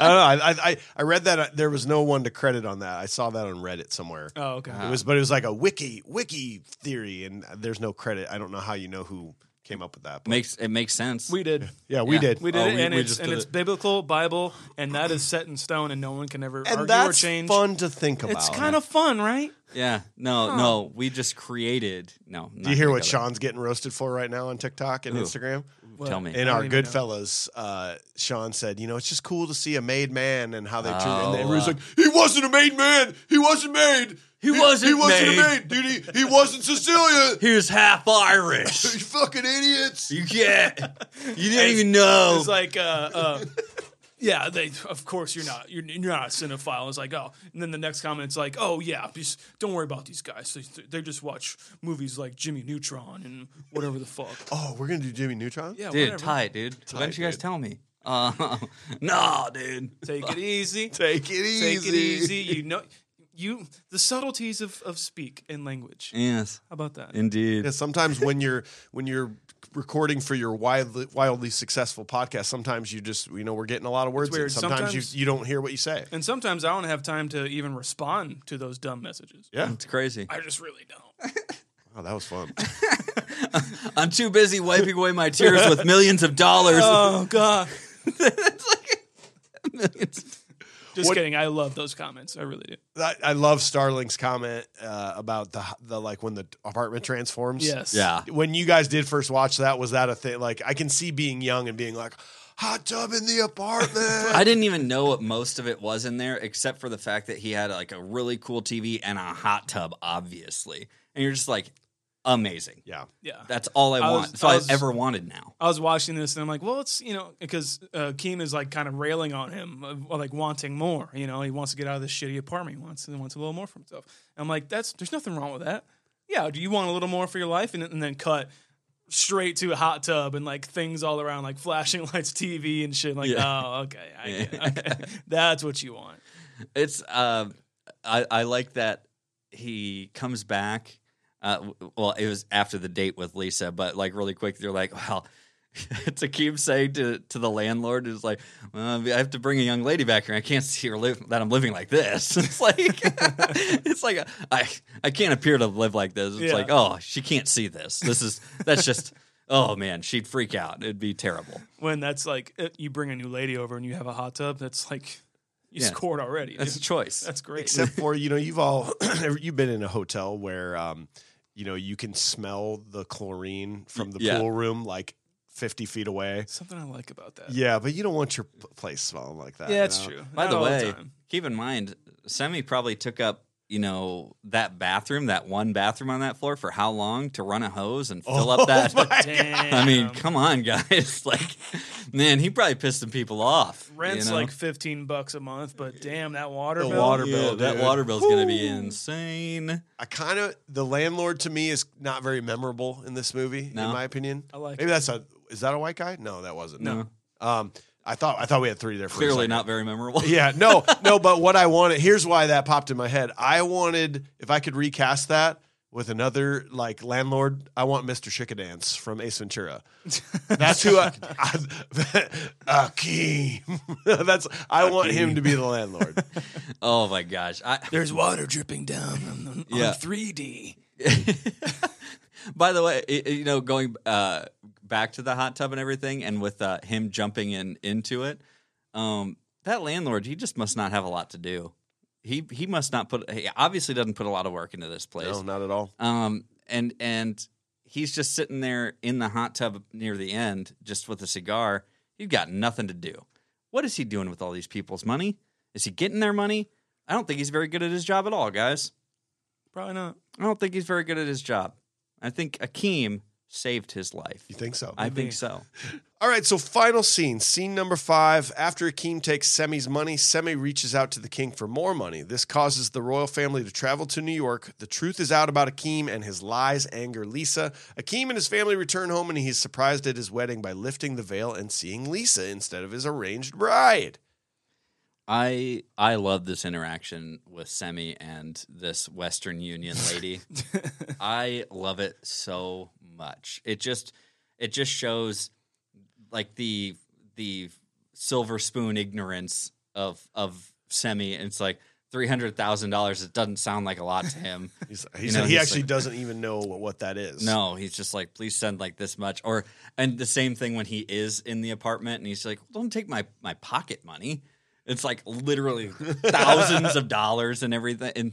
[SPEAKER 2] I, I I read that uh, there was no one to credit on that. I saw that on Reddit somewhere.
[SPEAKER 3] Oh, okay.
[SPEAKER 2] It was, but it was like a wiki wiki theory, and there's no credit. I don't know how you know who came up with that. But
[SPEAKER 1] Makes it makes sense.
[SPEAKER 3] we did.
[SPEAKER 2] yeah, we
[SPEAKER 1] yeah,
[SPEAKER 2] did.
[SPEAKER 3] We did
[SPEAKER 2] Oh,
[SPEAKER 3] it, and it's
[SPEAKER 2] just
[SPEAKER 3] and
[SPEAKER 2] did
[SPEAKER 3] it's
[SPEAKER 2] it.
[SPEAKER 3] biblical, Bible, and that is set in stone, and no one can ever
[SPEAKER 2] and
[SPEAKER 3] argue or
[SPEAKER 2] that's
[SPEAKER 3] change.
[SPEAKER 2] fun to think about.
[SPEAKER 3] It's kind of fun, right?
[SPEAKER 1] Yeah. No. No. We just created. No.
[SPEAKER 2] Do you hear what Sean's getting roasted for right now on TikTok and Instagram?
[SPEAKER 1] Tell me.
[SPEAKER 2] In
[SPEAKER 3] I
[SPEAKER 2] our
[SPEAKER 3] don't even know.
[SPEAKER 2] Goodfellas, uh, Sean said, "You know, it's just cool to see a made man and how they treat."
[SPEAKER 1] Oh,
[SPEAKER 2] and everybody's
[SPEAKER 1] uh,
[SPEAKER 2] like, "He wasn't a made man. He wasn't made.
[SPEAKER 1] He wasn't
[SPEAKER 2] He wasn't a made,
[SPEAKER 1] made."
[SPEAKER 2] dude. He, he wasn't Cecilia.
[SPEAKER 1] He was half
[SPEAKER 2] you
[SPEAKER 1] Irish.
[SPEAKER 2] fucking idiots."
[SPEAKER 1] you get. You didn't even know.
[SPEAKER 3] It's like, uh, uh, yeah, they. Of course, you're not. You're, you're not a cinephile. It's like, oh, and then the next comment, it's like, oh yeah, just don't worry about these guys. They, they just watch movies like Jimmy Neutron and whatever the fuck.
[SPEAKER 2] oh, we're gonna do Jimmy Neutron.
[SPEAKER 3] Yeah,
[SPEAKER 1] dude,
[SPEAKER 3] whatever.
[SPEAKER 1] tight, dude. Why didn't you guys tell me? Uh, nah, dude.
[SPEAKER 3] Take it easy.
[SPEAKER 2] Take it easy.
[SPEAKER 3] Take it easy. You know, you the subtleties of of speak and language.
[SPEAKER 2] Mm.
[SPEAKER 3] How
[SPEAKER 1] Yes,
[SPEAKER 3] about that?
[SPEAKER 1] indeed.
[SPEAKER 2] Yeah, sometimes when you're when you're recording for your wildly wildly successful podcast, sometimes you just you know we're getting a lot of words. in.
[SPEAKER 3] weird.
[SPEAKER 2] Sometimes,
[SPEAKER 3] Sometimes-
[SPEAKER 2] you you don't hear what you say.
[SPEAKER 3] And sometimes I don't have time to even respond to those dumb messages.
[SPEAKER 2] Yeah.
[SPEAKER 1] It's crazy.
[SPEAKER 3] I just really don't.
[SPEAKER 2] Oh, that was fun.
[SPEAKER 1] I'm too busy wiping away my tears with millions of dollars.
[SPEAKER 3] oh god.
[SPEAKER 1] Millions.
[SPEAKER 3] Just kidding. I love those comments. I really do.
[SPEAKER 2] I, I love Starling's comment uh, about the the like when the apartment transforms.
[SPEAKER 3] Yes.
[SPEAKER 1] yeah.
[SPEAKER 2] when you guys did first watch that, was that a thing? Like, I can see being young and being like, hot tub in the apartment.
[SPEAKER 1] I didn't even know what most of it was in there, except for the fact that he had like a really cool TV and a hot tub, obviously. And you're just like, amazing.
[SPEAKER 2] yeah.
[SPEAKER 3] Yeah.
[SPEAKER 1] That's all I,
[SPEAKER 3] I was-
[SPEAKER 1] want. That's all
[SPEAKER 3] I
[SPEAKER 1] I
[SPEAKER 3] was-
[SPEAKER 1] have ever wanted now.
[SPEAKER 3] I was watching this and I'm like, well, it's, you know, because uh, Keem is like kind of railing on him, uh, like wanting more. You know, he wants to get out of this shitty apartment. He wants, he wants a little more for himself. And I'm like, that's, there's nothing wrong with that. Yeah. Do you want a little more for your life? And, and then cut straight to a hot tub and like things all around, like flashing lights, TV and shit. Like,
[SPEAKER 1] Yeah.
[SPEAKER 3] oh, okay. I get it. okay. That's what you want.
[SPEAKER 1] It's uh, I I like that he comes back. Uh, w- well, it was after the date with Lisa, but like really quick, they're like, well, to keep saying to, to the landlord is like, well, I have to bring a young lady back here. I can't see her live that I'm living like this. It's like it's like a, I I can't appear to live like this. It's
[SPEAKER 3] Yeah.
[SPEAKER 1] like oh she can't see this. This is that's just oh man she'd freak out. It'd be terrible.
[SPEAKER 3] When that's like uh, you bring a new lady over and you have a hot tub, that's like you
[SPEAKER 2] Yeah.
[SPEAKER 3] scored already.
[SPEAKER 2] That's
[SPEAKER 3] dude.
[SPEAKER 2] a choice.
[SPEAKER 3] That's great.
[SPEAKER 2] Except for you know you've all you've been in a hotel where um, you know you can smell the chlorine from the
[SPEAKER 3] Yeah.
[SPEAKER 2] pool room like fifty feet away.
[SPEAKER 3] something I like about that.
[SPEAKER 2] Yeah, but you don't want your p- place smelling like that.
[SPEAKER 3] Yeah,
[SPEAKER 2] you
[SPEAKER 3] it's
[SPEAKER 2] know?
[SPEAKER 3] true.
[SPEAKER 1] By the
[SPEAKER 3] Not all the
[SPEAKER 1] way, keep in mind, Semi probably took up you know that bathroom, that one bathroom on that floor for how long to run a hose and fill
[SPEAKER 3] Oh
[SPEAKER 1] up that.
[SPEAKER 3] my God.
[SPEAKER 1] I mean, come on, guys! Like, man, he probably pissed some people off. you
[SPEAKER 3] Rent's
[SPEAKER 1] know?
[SPEAKER 3] like fifteen bucks a month, but damn that water
[SPEAKER 1] the
[SPEAKER 3] bill.
[SPEAKER 1] water bill. that
[SPEAKER 2] dude.
[SPEAKER 1] water bill's gonna be
[SPEAKER 2] Woo.
[SPEAKER 1] insane.
[SPEAKER 2] I kind of the landlord to me is not very memorable in this movie,
[SPEAKER 1] No.
[SPEAKER 2] in my opinion.
[SPEAKER 3] I like
[SPEAKER 2] Maybe that's a is that a white guy? No, that wasn't.
[SPEAKER 1] No.
[SPEAKER 2] Um, I thought I thought we had three there. For a
[SPEAKER 1] Clearly
[SPEAKER 2] second.
[SPEAKER 1] not very memorable.
[SPEAKER 2] yeah, no, no. But what I wanted here's why that popped in my head. I wanted if I could recast that with another like landlord. I want Mister Chickadance from Ace Ventura. That's who I. I Akeem. That's I want him to be the landlord.
[SPEAKER 1] Oh my gosh! I,
[SPEAKER 3] There's water dripping down on, on
[SPEAKER 1] Yeah.
[SPEAKER 3] 3D.
[SPEAKER 1] By the way, i- i- you know, going uh, back to the hot tub and everything, and with uh, him jumping in into it, um, that landlord he just must not have a lot to do. He he must not put. He obviously doesn't put a lot of work into this place.
[SPEAKER 2] No, not at all.
[SPEAKER 1] Um, and and he's just sitting there in the hot tub near the end, just with a cigar. He's got nothing to do. What is he doing with all these people's money? Is he getting their money? I don't think he's very good at his job at all, guys.
[SPEAKER 3] Probably not.
[SPEAKER 1] I don't think he's very good at his job. I think Akeem saved his life. You
[SPEAKER 2] think so?
[SPEAKER 1] I think so.
[SPEAKER 2] All right, so final scene, scene number five. After Akeem takes Semi's money, Semi reaches out to the king for more money. This causes the royal family to travel to New York. The truth is out about Akeem, and his lies anger Lisa. Akeem and his family return home, and he's surprised at his wedding by lifting the veil and seeing Lisa instead of his arranged bride.
[SPEAKER 1] I I love this interaction with Semi and this Western Union lady. I love it so much. It just it just shows like the the silver spoon ignorance of of Semi. And it's like three hundred thousand dollars. It doesn't sound like a lot to him.
[SPEAKER 2] He's,
[SPEAKER 1] You
[SPEAKER 2] he
[SPEAKER 1] know,
[SPEAKER 2] said he
[SPEAKER 1] he's
[SPEAKER 2] actually
[SPEAKER 1] like-
[SPEAKER 2] doesn't even know what that is.
[SPEAKER 1] No, he's just like, please send like this much. Or and the same thing when he is in the apartment and he's like, don't take my my pocket money. It's like literally thousands of dollars and everything. And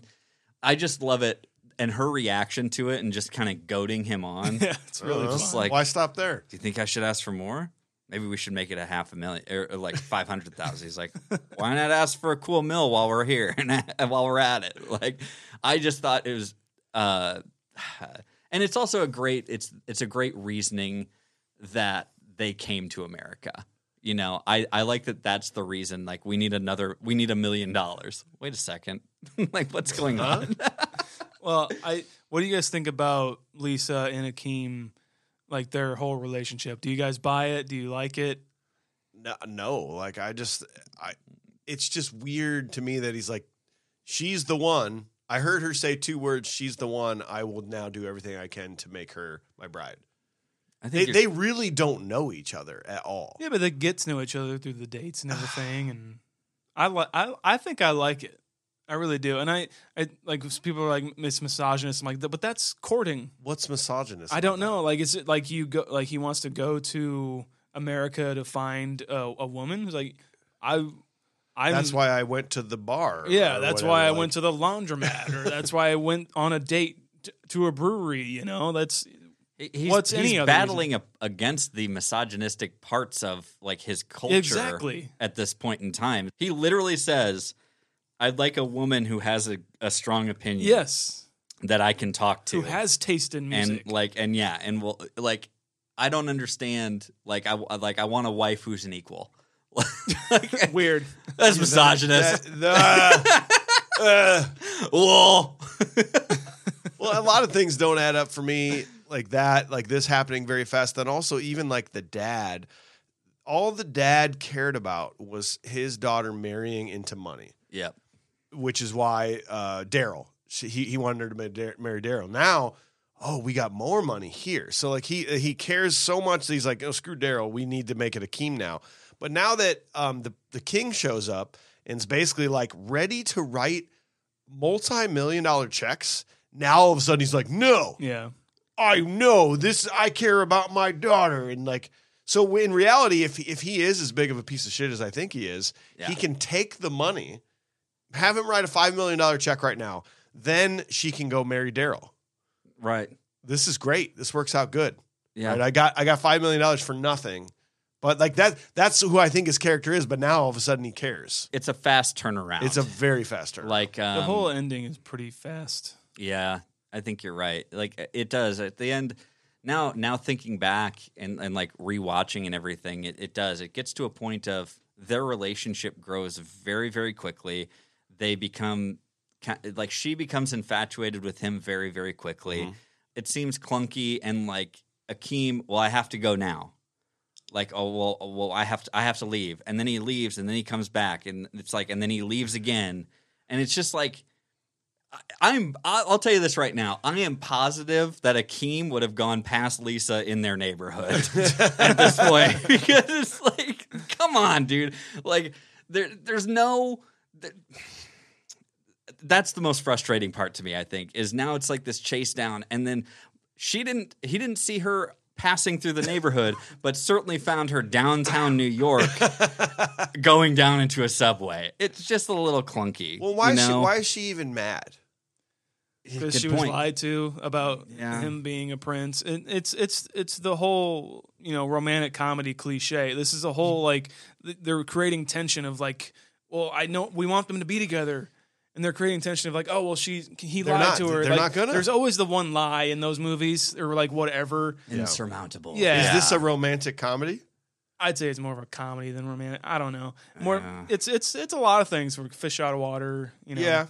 [SPEAKER 1] I just love it. And her reaction to it and just kind of goading him on.
[SPEAKER 3] Yeah, it's really
[SPEAKER 1] just
[SPEAKER 3] fun.
[SPEAKER 1] like
[SPEAKER 2] Why stop there?
[SPEAKER 1] Do you think I should ask for more? Maybe we should make it a half a million or, or like five hundred thousand. He's like, why not ask for a cool mill while we're here and while we're at it? Like, I just thought it was, uh, and it's also a great it's it's a great reasoning that they came to America. You know, I I like that. That's the reason. Like, we need another. We need a million dollars. Wait a second. like, what's going on?
[SPEAKER 3] Well, I what do you guys think about Lisa and Akeem, like their whole relationship? Do you guys buy it? Do you like it?
[SPEAKER 2] no, no like i just i it's just weird to me that he's like she's the one i heard her say two words she's the one i will now do everything i can to make her my bride
[SPEAKER 1] I
[SPEAKER 2] they,
[SPEAKER 3] think
[SPEAKER 2] they really don't know each other at all
[SPEAKER 3] Yeah, but they get to know each other through the dates and everything, and I like I I think I like it. I really do, and I, I like people are like it's misogynist. I'm like, but that's courting.
[SPEAKER 2] what's misogynist
[SPEAKER 3] I don't know. Like, is it like you go? Like he wants to go to America to find a, a woman? It's like, I, I.
[SPEAKER 2] that's why i went to the bar
[SPEAKER 3] Yeah,
[SPEAKER 2] or
[SPEAKER 3] that's
[SPEAKER 2] whatever,
[SPEAKER 3] why I
[SPEAKER 2] like-
[SPEAKER 3] went to the laundromat, or that's why I went on a date t- to a brewery. You know, that's
[SPEAKER 1] He's,
[SPEAKER 3] what's
[SPEAKER 1] he's
[SPEAKER 3] any other reason?
[SPEAKER 1] battling a, against the misogynistic parts of like his culture
[SPEAKER 3] Exactly.
[SPEAKER 1] at this point in time. He literally says, "I'd like a woman who has a, a strong opinion,
[SPEAKER 3] Yes,
[SPEAKER 1] that I can talk to,
[SPEAKER 3] who has taste in music?
[SPEAKER 1] and like and yeah, and will like I don't understand like I like I want a wife who's an equal.
[SPEAKER 3] Weird.
[SPEAKER 1] That's misogynist.
[SPEAKER 2] That- uh,
[SPEAKER 1] Whoa.
[SPEAKER 2] well, a lot of things don't add up for me like that, like this happening very fast. Then also, even like the dad, all the dad cared about was his daughter marrying into money,
[SPEAKER 1] yep.
[SPEAKER 2] which is why uh, Daryl, she- he, he wanted her to ma- Dar- marry Daryl. Now, oh, we got more money here. So like he he cares so much that he's like, oh, screw Daryl, we need to make it Akeem now. But now that um, the the king shows up and is basically like ready to write multi million dollar checks, now all of a sudden he's like, no,
[SPEAKER 3] yeah,
[SPEAKER 2] I know this. I care about my daughter, and like so. In reality, if if he is as big of a piece of shit as I think he is,
[SPEAKER 1] Yeah.
[SPEAKER 2] he can take the money, have him write a five million dollar check right now. Then she can go marry Daryl.
[SPEAKER 1] Right.
[SPEAKER 2] This is great. This works out good.
[SPEAKER 1] Yeah.
[SPEAKER 2] Right? I got I got five million dollars for nothing, but like that. That's who I think his character is. But now all of a sudden he cares.
[SPEAKER 1] It's a fast turnaround.
[SPEAKER 2] It's a very fast turn.
[SPEAKER 1] like um,
[SPEAKER 3] the whole ending is pretty fast.
[SPEAKER 1] Yeah, I think you're right. Like uh, it does at the end. Now, now thinking back and, and like rewatching and everything, it, it does. It gets to a point of their relationship grows very, very quickly. They become ki- like she becomes infatuated with him very, very quickly. It seems clunky and like Akeem. Well, I have to go now. Like oh well, oh, well I have to I have to leave, and then he leaves, and then he comes back, and it's like, and then he leaves again, and it's just like I'm. I- I'll tell you this right now. I am positive that Akeem would have gone past Lisa in their neighborhood at this point because it's like, come on, dude. Like there, there's no. there- that's the most frustrating part to me. I think is now it's like this chase down, and then she didn't. He didn't see her passing through the neighborhood, but certainly found her downtown New York, going down into a subway. It's just a little clunky.
[SPEAKER 2] well, why
[SPEAKER 1] you
[SPEAKER 2] is she
[SPEAKER 1] know?
[SPEAKER 2] why is she even mad?
[SPEAKER 3] because
[SPEAKER 1] Good
[SPEAKER 3] she was
[SPEAKER 1] point.
[SPEAKER 3] lied to about
[SPEAKER 1] Yeah.
[SPEAKER 3] him being a prince. And it's it's it's the whole you know romantic comedy cliche. This is a whole like th- they're creating tension of like, well, I know we want them to be together. And they're creating tension of like, oh well, she he
[SPEAKER 2] They're
[SPEAKER 3] lied
[SPEAKER 2] not.
[SPEAKER 3] to her.
[SPEAKER 2] They're
[SPEAKER 3] Like,
[SPEAKER 2] not gonna.
[SPEAKER 3] There's always the one lie in those movies, or like whatever.
[SPEAKER 1] Insurmountable.
[SPEAKER 3] Yeah.
[SPEAKER 2] Is this a romantic comedy?
[SPEAKER 3] I'd say it's more of a comedy than romantic. I don't know. More, it's it's it's a lot of things. We're fish out of water. You know.
[SPEAKER 2] Yeah.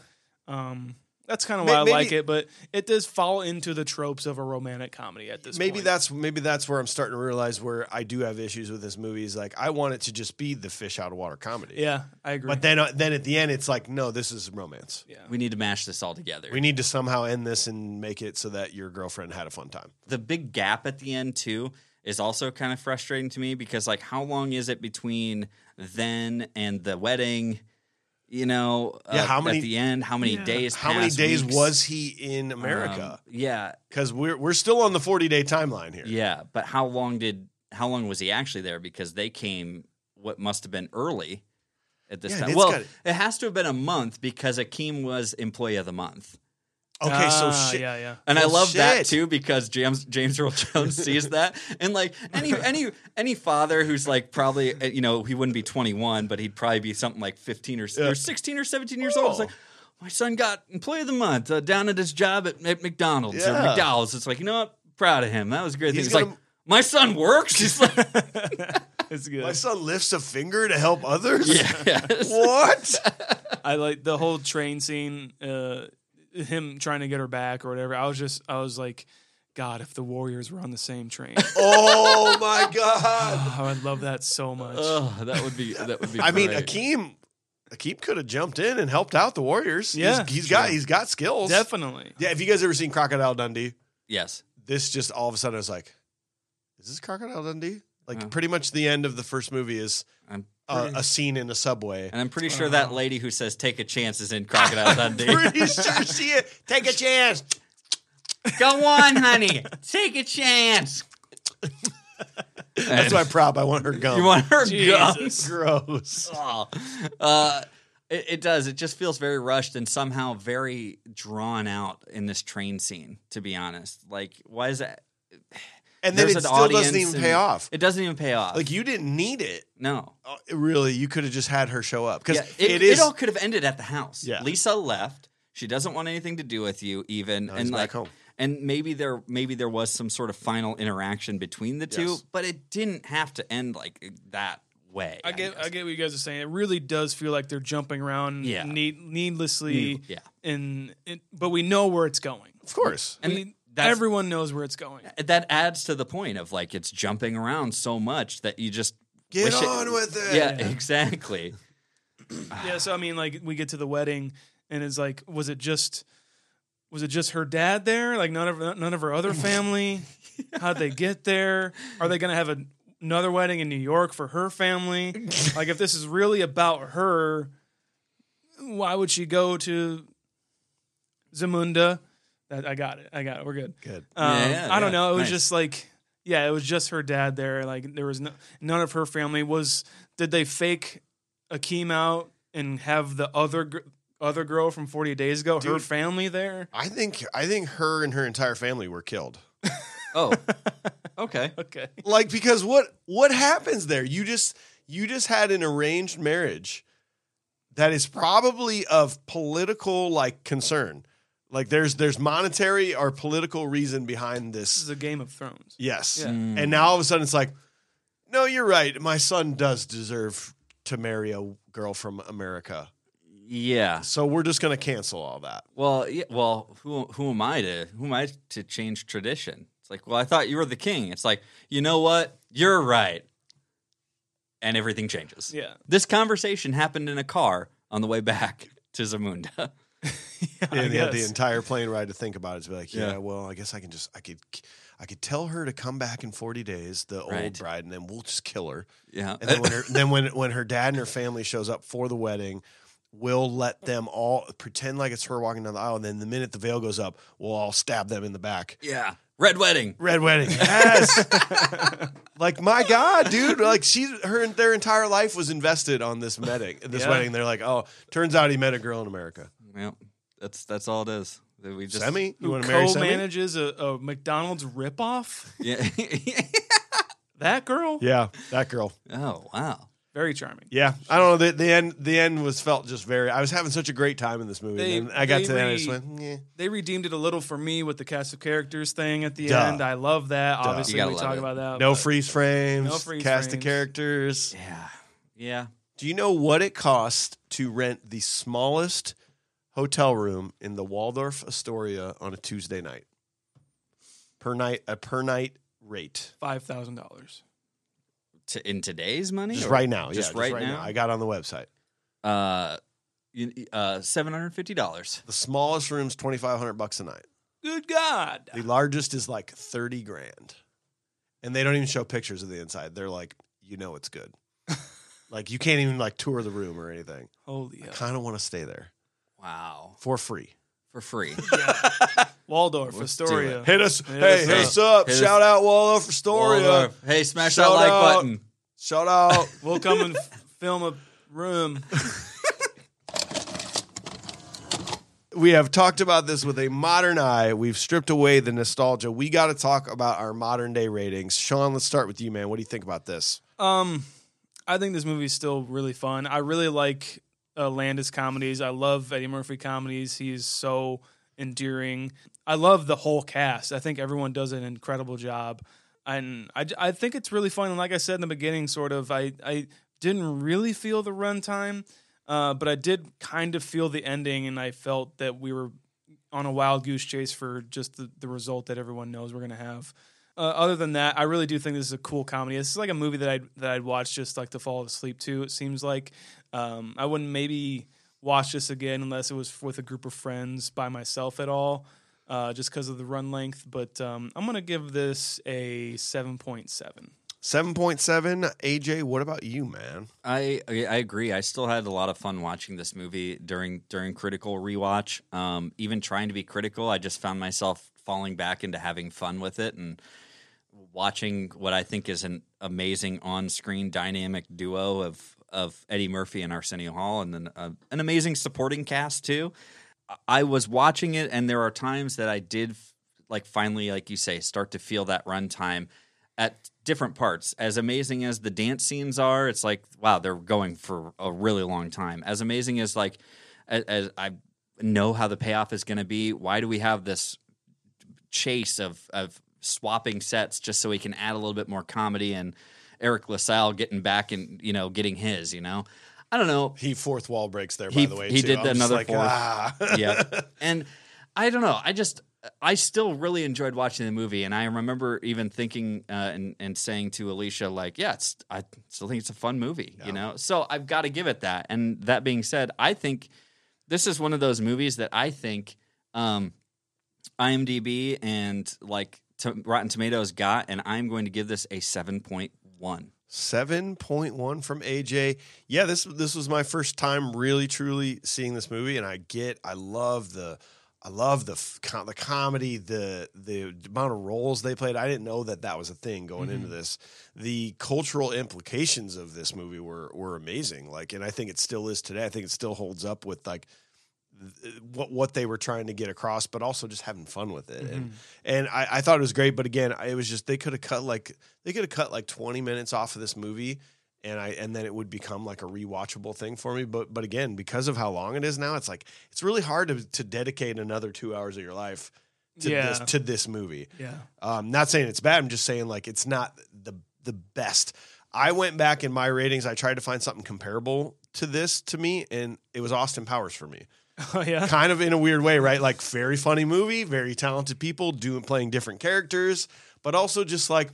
[SPEAKER 3] Um, that's kind of
[SPEAKER 2] May-
[SPEAKER 3] why I
[SPEAKER 2] maybe-
[SPEAKER 3] like it, but it does fall into the tropes of a romantic comedy at this.
[SPEAKER 2] maybe
[SPEAKER 3] point.
[SPEAKER 2] that's maybe that's where I'm starting to realize where I do have issues with this movie is like I want it to just be the fish out of water comedy.
[SPEAKER 3] Yeah, I agree.
[SPEAKER 2] But then uh, then at the end it's like no, this is romance.
[SPEAKER 1] We need to mash this all together.
[SPEAKER 2] We need to somehow end this and make it so that your girlfriend had a fun time.
[SPEAKER 1] the big gap at the end too is also kind of frustrating to me because like how long is it between then and the wedding? You know, uh,
[SPEAKER 2] Yeah, how many-
[SPEAKER 1] at the end? How many days?
[SPEAKER 2] How many
[SPEAKER 1] pass,
[SPEAKER 2] days
[SPEAKER 1] weeks?
[SPEAKER 2] was he in America?
[SPEAKER 1] Um, yeah,
[SPEAKER 2] Because we're we're still on the 40 day timeline here.
[SPEAKER 1] yeah, but how long did how long was he actually there? Because they came what must have been early at this
[SPEAKER 2] Yeah, and
[SPEAKER 1] time.
[SPEAKER 2] it's
[SPEAKER 1] Well,
[SPEAKER 2] got-
[SPEAKER 1] it has to have been a month because Akeem was employee of the month.
[SPEAKER 2] Okay, so
[SPEAKER 3] Ah,
[SPEAKER 2] shit.
[SPEAKER 3] Yeah, yeah.
[SPEAKER 1] And I
[SPEAKER 2] Well,
[SPEAKER 1] love that
[SPEAKER 2] shit.
[SPEAKER 1] too because James James Earl Jones sees that, and like any any any father who's like probably uh, you know he wouldn't be 21, but he'd probably be something like 15 or, or 16 or 17 years old. It's like my son got employee of the month uh, down at his job at, at McDonald's or
[SPEAKER 2] Yeah.
[SPEAKER 1] McDowell's. It's like you know what, proud of him. That was a great
[SPEAKER 2] He's
[SPEAKER 1] thing. It's
[SPEAKER 2] gonna-
[SPEAKER 1] like my son works. He's like
[SPEAKER 3] It's
[SPEAKER 2] My
[SPEAKER 3] good.
[SPEAKER 2] son lifts a finger to help others.
[SPEAKER 1] yes.
[SPEAKER 2] What?
[SPEAKER 3] I like the whole train scene. Uh, him trying to get her back or whatever. I was just, I was like, God, if the Warriors were on the same train,
[SPEAKER 2] oh my god!
[SPEAKER 3] oh, I love that so much.
[SPEAKER 1] Oh, that would be that would be.
[SPEAKER 2] I mean,
[SPEAKER 1] great.
[SPEAKER 2] Akeem, Akeem could have jumped in and helped out the Warriors.
[SPEAKER 3] Yeah,
[SPEAKER 2] He's- he's got he's got skills.
[SPEAKER 3] Definitely.
[SPEAKER 2] Yeah, have you guys ever seen Crocodile Dundee?
[SPEAKER 1] Yes.
[SPEAKER 2] This just all of a sudden I was like, is this Crocodile Dundee? Like
[SPEAKER 1] Oh.
[SPEAKER 2] pretty much the end of the first movie is
[SPEAKER 1] I'm
[SPEAKER 2] uh, a scene in a subway.
[SPEAKER 1] And I'm pretty sure that lady who says "Take a chance" is in Crocodile Dundee.
[SPEAKER 2] Uh. pretty sure she is. Take a chance.
[SPEAKER 1] Go on, honey. Take a chance.
[SPEAKER 2] That's my prop. I want her gum.
[SPEAKER 1] You want her
[SPEAKER 3] Jesus.
[SPEAKER 2] gross?
[SPEAKER 1] gum? Uh, it, it does. It just feels very rushed and somehow very drawn out in this train scene. To be honest, like why is that?
[SPEAKER 2] And then
[SPEAKER 1] There's
[SPEAKER 2] it
[SPEAKER 1] an
[SPEAKER 2] still doesn't
[SPEAKER 1] audience
[SPEAKER 2] even
[SPEAKER 1] and-
[SPEAKER 2] pay off.
[SPEAKER 1] It doesn't even pay off.
[SPEAKER 2] Like you didn't need it.
[SPEAKER 1] no,
[SPEAKER 2] Uh, Really, you could have just had her show up because
[SPEAKER 1] yeah, it,
[SPEAKER 2] it is.
[SPEAKER 1] it all could have ended at the house.
[SPEAKER 2] Yeah.
[SPEAKER 1] Lisa left. She doesn't want anything to do with you, even
[SPEAKER 2] Now
[SPEAKER 1] and
[SPEAKER 2] he's back
[SPEAKER 1] like
[SPEAKER 2] home.
[SPEAKER 1] and maybe there maybe there was some sort of final interaction between the two,
[SPEAKER 2] Yes.
[SPEAKER 1] but it didn't have to end like that way.
[SPEAKER 3] I get,
[SPEAKER 1] guess.
[SPEAKER 3] I get what you guys are saying. It really does feel like they're jumping around,
[SPEAKER 1] Yeah.
[SPEAKER 3] need, needlessly,
[SPEAKER 1] Yeah.
[SPEAKER 3] and it, but we know where it's going.
[SPEAKER 2] of course.
[SPEAKER 1] And
[SPEAKER 3] we,
[SPEAKER 1] that's-
[SPEAKER 3] everyone knows where it's going.
[SPEAKER 1] that adds to the point of like it's jumping around so much that you just
[SPEAKER 2] Get
[SPEAKER 1] wish it-
[SPEAKER 2] on with it.
[SPEAKER 1] Yeah, exactly.
[SPEAKER 3] yeah, so I mean, like we get to the wedding, and it's like, was it just was it just her dad there? Like none of none of her other family? How'd they get there? Are they gonna have a, another wedding in New York for her family? like if this is really about her, why would she go to Zamunda? That I got it. I got it. We're good.
[SPEAKER 2] Good.
[SPEAKER 3] Um,
[SPEAKER 2] Yeah, yeah,
[SPEAKER 3] I don't
[SPEAKER 2] yeah.
[SPEAKER 3] know. It was
[SPEAKER 2] Nice.
[SPEAKER 3] just like yeah, it was just her dad there. Like there was no, none of her family was. Did they fake Akeem out and have the other gr- other girl from Forty Eight Days ago? her
[SPEAKER 2] Dude.
[SPEAKER 3] family there.
[SPEAKER 2] I think I think her and her entire family were killed.
[SPEAKER 1] Oh. okay.
[SPEAKER 3] Okay.
[SPEAKER 2] Like because what what happens there? You just you just had an arranged marriage that is probably of political like concern. Like there's there's monetary or political reason behind this. This
[SPEAKER 3] is a Game of Thrones.
[SPEAKER 2] Yes.
[SPEAKER 3] Yeah. Mm.
[SPEAKER 2] And now all of a sudden it's like, no, you're right. My son does deserve to marry a girl from America.
[SPEAKER 1] Yeah.
[SPEAKER 2] So we're just gonna cancel all that.
[SPEAKER 1] Well, yeah, well, who who am I to who am I to change tradition? It's like, well, I thought you were the king. It's like, you know what? You're right. And everything changes.
[SPEAKER 3] Yeah.
[SPEAKER 1] This conversation happened in a car on the way back to Zamunda.
[SPEAKER 2] and they had the
[SPEAKER 1] guess.
[SPEAKER 2] entire plane ride to think about it to be like, yeah,
[SPEAKER 1] Yeah.
[SPEAKER 2] well, I guess I can just I could I could tell her to come back in 40 days, the
[SPEAKER 1] Right.
[SPEAKER 2] old bride, and then we'll just kill her.
[SPEAKER 1] Yeah. Uh,
[SPEAKER 2] And then when her, then when when her dad and her family shows up for the wedding, we'll let them all pretend like it's her walking down the aisle, and then the minute the veil goes up, we'll all stab them in the back.
[SPEAKER 1] Yeah. Red wedding.
[SPEAKER 2] Red wedding. Yes. like my God, dude. Like she, her, their entire life was invested on this wedding. This
[SPEAKER 1] Yeah.
[SPEAKER 2] wedding. They're like, oh, turns out he met a girl in America.
[SPEAKER 1] Yeah. That's that's all it is. That We just
[SPEAKER 2] Semi? You
[SPEAKER 3] Who
[SPEAKER 2] wanna marry Semi?
[SPEAKER 3] co-manages a, a McDonald's ripoff?
[SPEAKER 1] Yeah.
[SPEAKER 3] that girl.
[SPEAKER 2] Yeah, that girl.
[SPEAKER 1] Oh wow.
[SPEAKER 3] Very charming.
[SPEAKER 2] Yeah, I don't know. The, the end. The end was felt just very. I was having such a great time in this movie. and then I got
[SPEAKER 3] they
[SPEAKER 2] to the end. I just
[SPEAKER 3] re-
[SPEAKER 2] went, "Nyeh."
[SPEAKER 3] They redeemed it a little for me with the cast of characters thing at the
[SPEAKER 2] Duh.
[SPEAKER 3] end. I love that.
[SPEAKER 2] Duh.
[SPEAKER 3] Obviously, we talk about that.
[SPEAKER 2] No
[SPEAKER 3] but-
[SPEAKER 2] freeze frames.
[SPEAKER 3] No freeze
[SPEAKER 2] cast
[SPEAKER 3] frames.
[SPEAKER 2] of characters.
[SPEAKER 1] Yeah. Yeah.
[SPEAKER 2] Do you know what it cost to rent the smallest hotel room in the Waldorf Astoria on a Tuesday night? Per night, a per night rate.
[SPEAKER 3] five thousand dollars.
[SPEAKER 1] To, in today's money?
[SPEAKER 2] Just
[SPEAKER 1] or-
[SPEAKER 2] right now.
[SPEAKER 1] Just,
[SPEAKER 2] yeah,
[SPEAKER 1] right, now.
[SPEAKER 2] I got on the website.
[SPEAKER 1] Uh, you- uh, seven hundred fifty dollars.
[SPEAKER 2] The smallest room's twenty five hundred bucks a night.
[SPEAKER 3] Good God.
[SPEAKER 2] The largest is like 30 grand. And they don't even show pictures of the inside. They're like, you know it's good. like you can't even like tour the room or anything.
[SPEAKER 3] Holy
[SPEAKER 2] I
[SPEAKER 3] hell.
[SPEAKER 2] kind of want to stay there
[SPEAKER 1] Wow.
[SPEAKER 2] for free.
[SPEAKER 1] For free.
[SPEAKER 3] Waldorf
[SPEAKER 1] Let's do
[SPEAKER 3] Astoria.
[SPEAKER 1] it.
[SPEAKER 2] Hit us. hey, hit us up.
[SPEAKER 1] Hit us-
[SPEAKER 2] Shout out Waldorf Astoria.
[SPEAKER 1] Waldorf. Hey, smash that
[SPEAKER 2] Shout
[SPEAKER 1] like
[SPEAKER 2] out.
[SPEAKER 1] button.
[SPEAKER 2] Shout out.
[SPEAKER 3] We'll come and f- film a room.
[SPEAKER 2] we have talked about this with a modern eye. We've stripped away the nostalgia. We got to talk about our modern day ratings. Sean, let's start with you, man. What do you think about this?
[SPEAKER 3] Um, I think this movie is still really fun. I really like uh, Landis comedies. I love Eddie Murphy comedies. He's so endearing. I love the whole cast. I think everyone does an incredible job, and I, j- I think it's really fun. And like I said in the beginning, sort of, I I didn't really feel the runtime, uh, but I did kind of feel the ending, and I felt that we were on a wild goose chase for just the, the result that everyone knows we're gonna have. Uh, other than that, I really do think this is a cool comedy. This is like a movie that I'd that I'd watch just like to fall asleep to. It seems like um, I wouldn't maybe watch this again unless it was with a group of friends by myself at all, uh, just because of the run length. But um, I'm gonna give this a seven point seven.
[SPEAKER 2] 7.7. AJ, what about you, man?
[SPEAKER 1] I I agree. I still had a lot of fun watching this movie during during critical rewatch. Um, even trying to be critical, I just found myself falling back into having fun with it and watching what I think is an amazing on screen dynamic duo of of Eddie Murphy and Arsenio Hall, and then uh, an amazing supporting cast too. I- I was watching it, and there are times that I did f- like finally, like you say, start to feel that runtime at different parts. As amazing as the dance scenes are, it's like wow, they're going for a really long time. As amazing as like as, as I know how the payoff is going to be. Why do we have this chase of of swapping sets just so we can add a little bit more comedy and Eric LaSalle getting back and you know getting his, you know. I don't know.
[SPEAKER 2] He fourth wall breaks there, by
[SPEAKER 1] He-
[SPEAKER 2] the way.
[SPEAKER 1] he
[SPEAKER 2] too.
[SPEAKER 1] did
[SPEAKER 2] I'm just
[SPEAKER 1] another
[SPEAKER 2] like,
[SPEAKER 1] fourth.
[SPEAKER 2] ah.
[SPEAKER 1] yeah. And I don't know. I just I still really enjoyed watching the movie, and I remember even thinking uh, and and saying to Alicia like, "Yeah, it's I still think it's a fun movie," you know. So I've got to give it that. And that being said, I think this is one of those movies that I think um, IMDb and like to Rotten Tomatoes got, and I'm going to give this a 7.1.
[SPEAKER 2] 7.1 from AJ. Yeah, this this was my first time really truly seeing this movie and I get I love the I love the f- com- the comedy, the the amount of roles they played. I didn't know that that was a thing going into this. The cultural implications of this movie were were amazing. Like, and I think it still is today. I think it still holds up with like th- uh, what what they were trying to get across, but also just having fun with it. And and I, I thought it was great. But again, I- it was just they could have cut like they could have cut like twenty minutes off of this movie. And I and then it would become like a rewatchable thing for me, but but again, because of how long it is now, it's like it's really hard to, to dedicate another two hours of your life to
[SPEAKER 3] Yeah.
[SPEAKER 2] this to this movie.
[SPEAKER 3] Yeah.
[SPEAKER 2] Um, not saying it's bad. I'm just saying like it's not the the best. I went back in my ratings. I tried to find something comparable to this to me, and it was Austin Powers for me.
[SPEAKER 3] Oh yeah.
[SPEAKER 2] Kind of in a weird way, right? Like very funny movie, very talented people doing playing different characters, but also just like,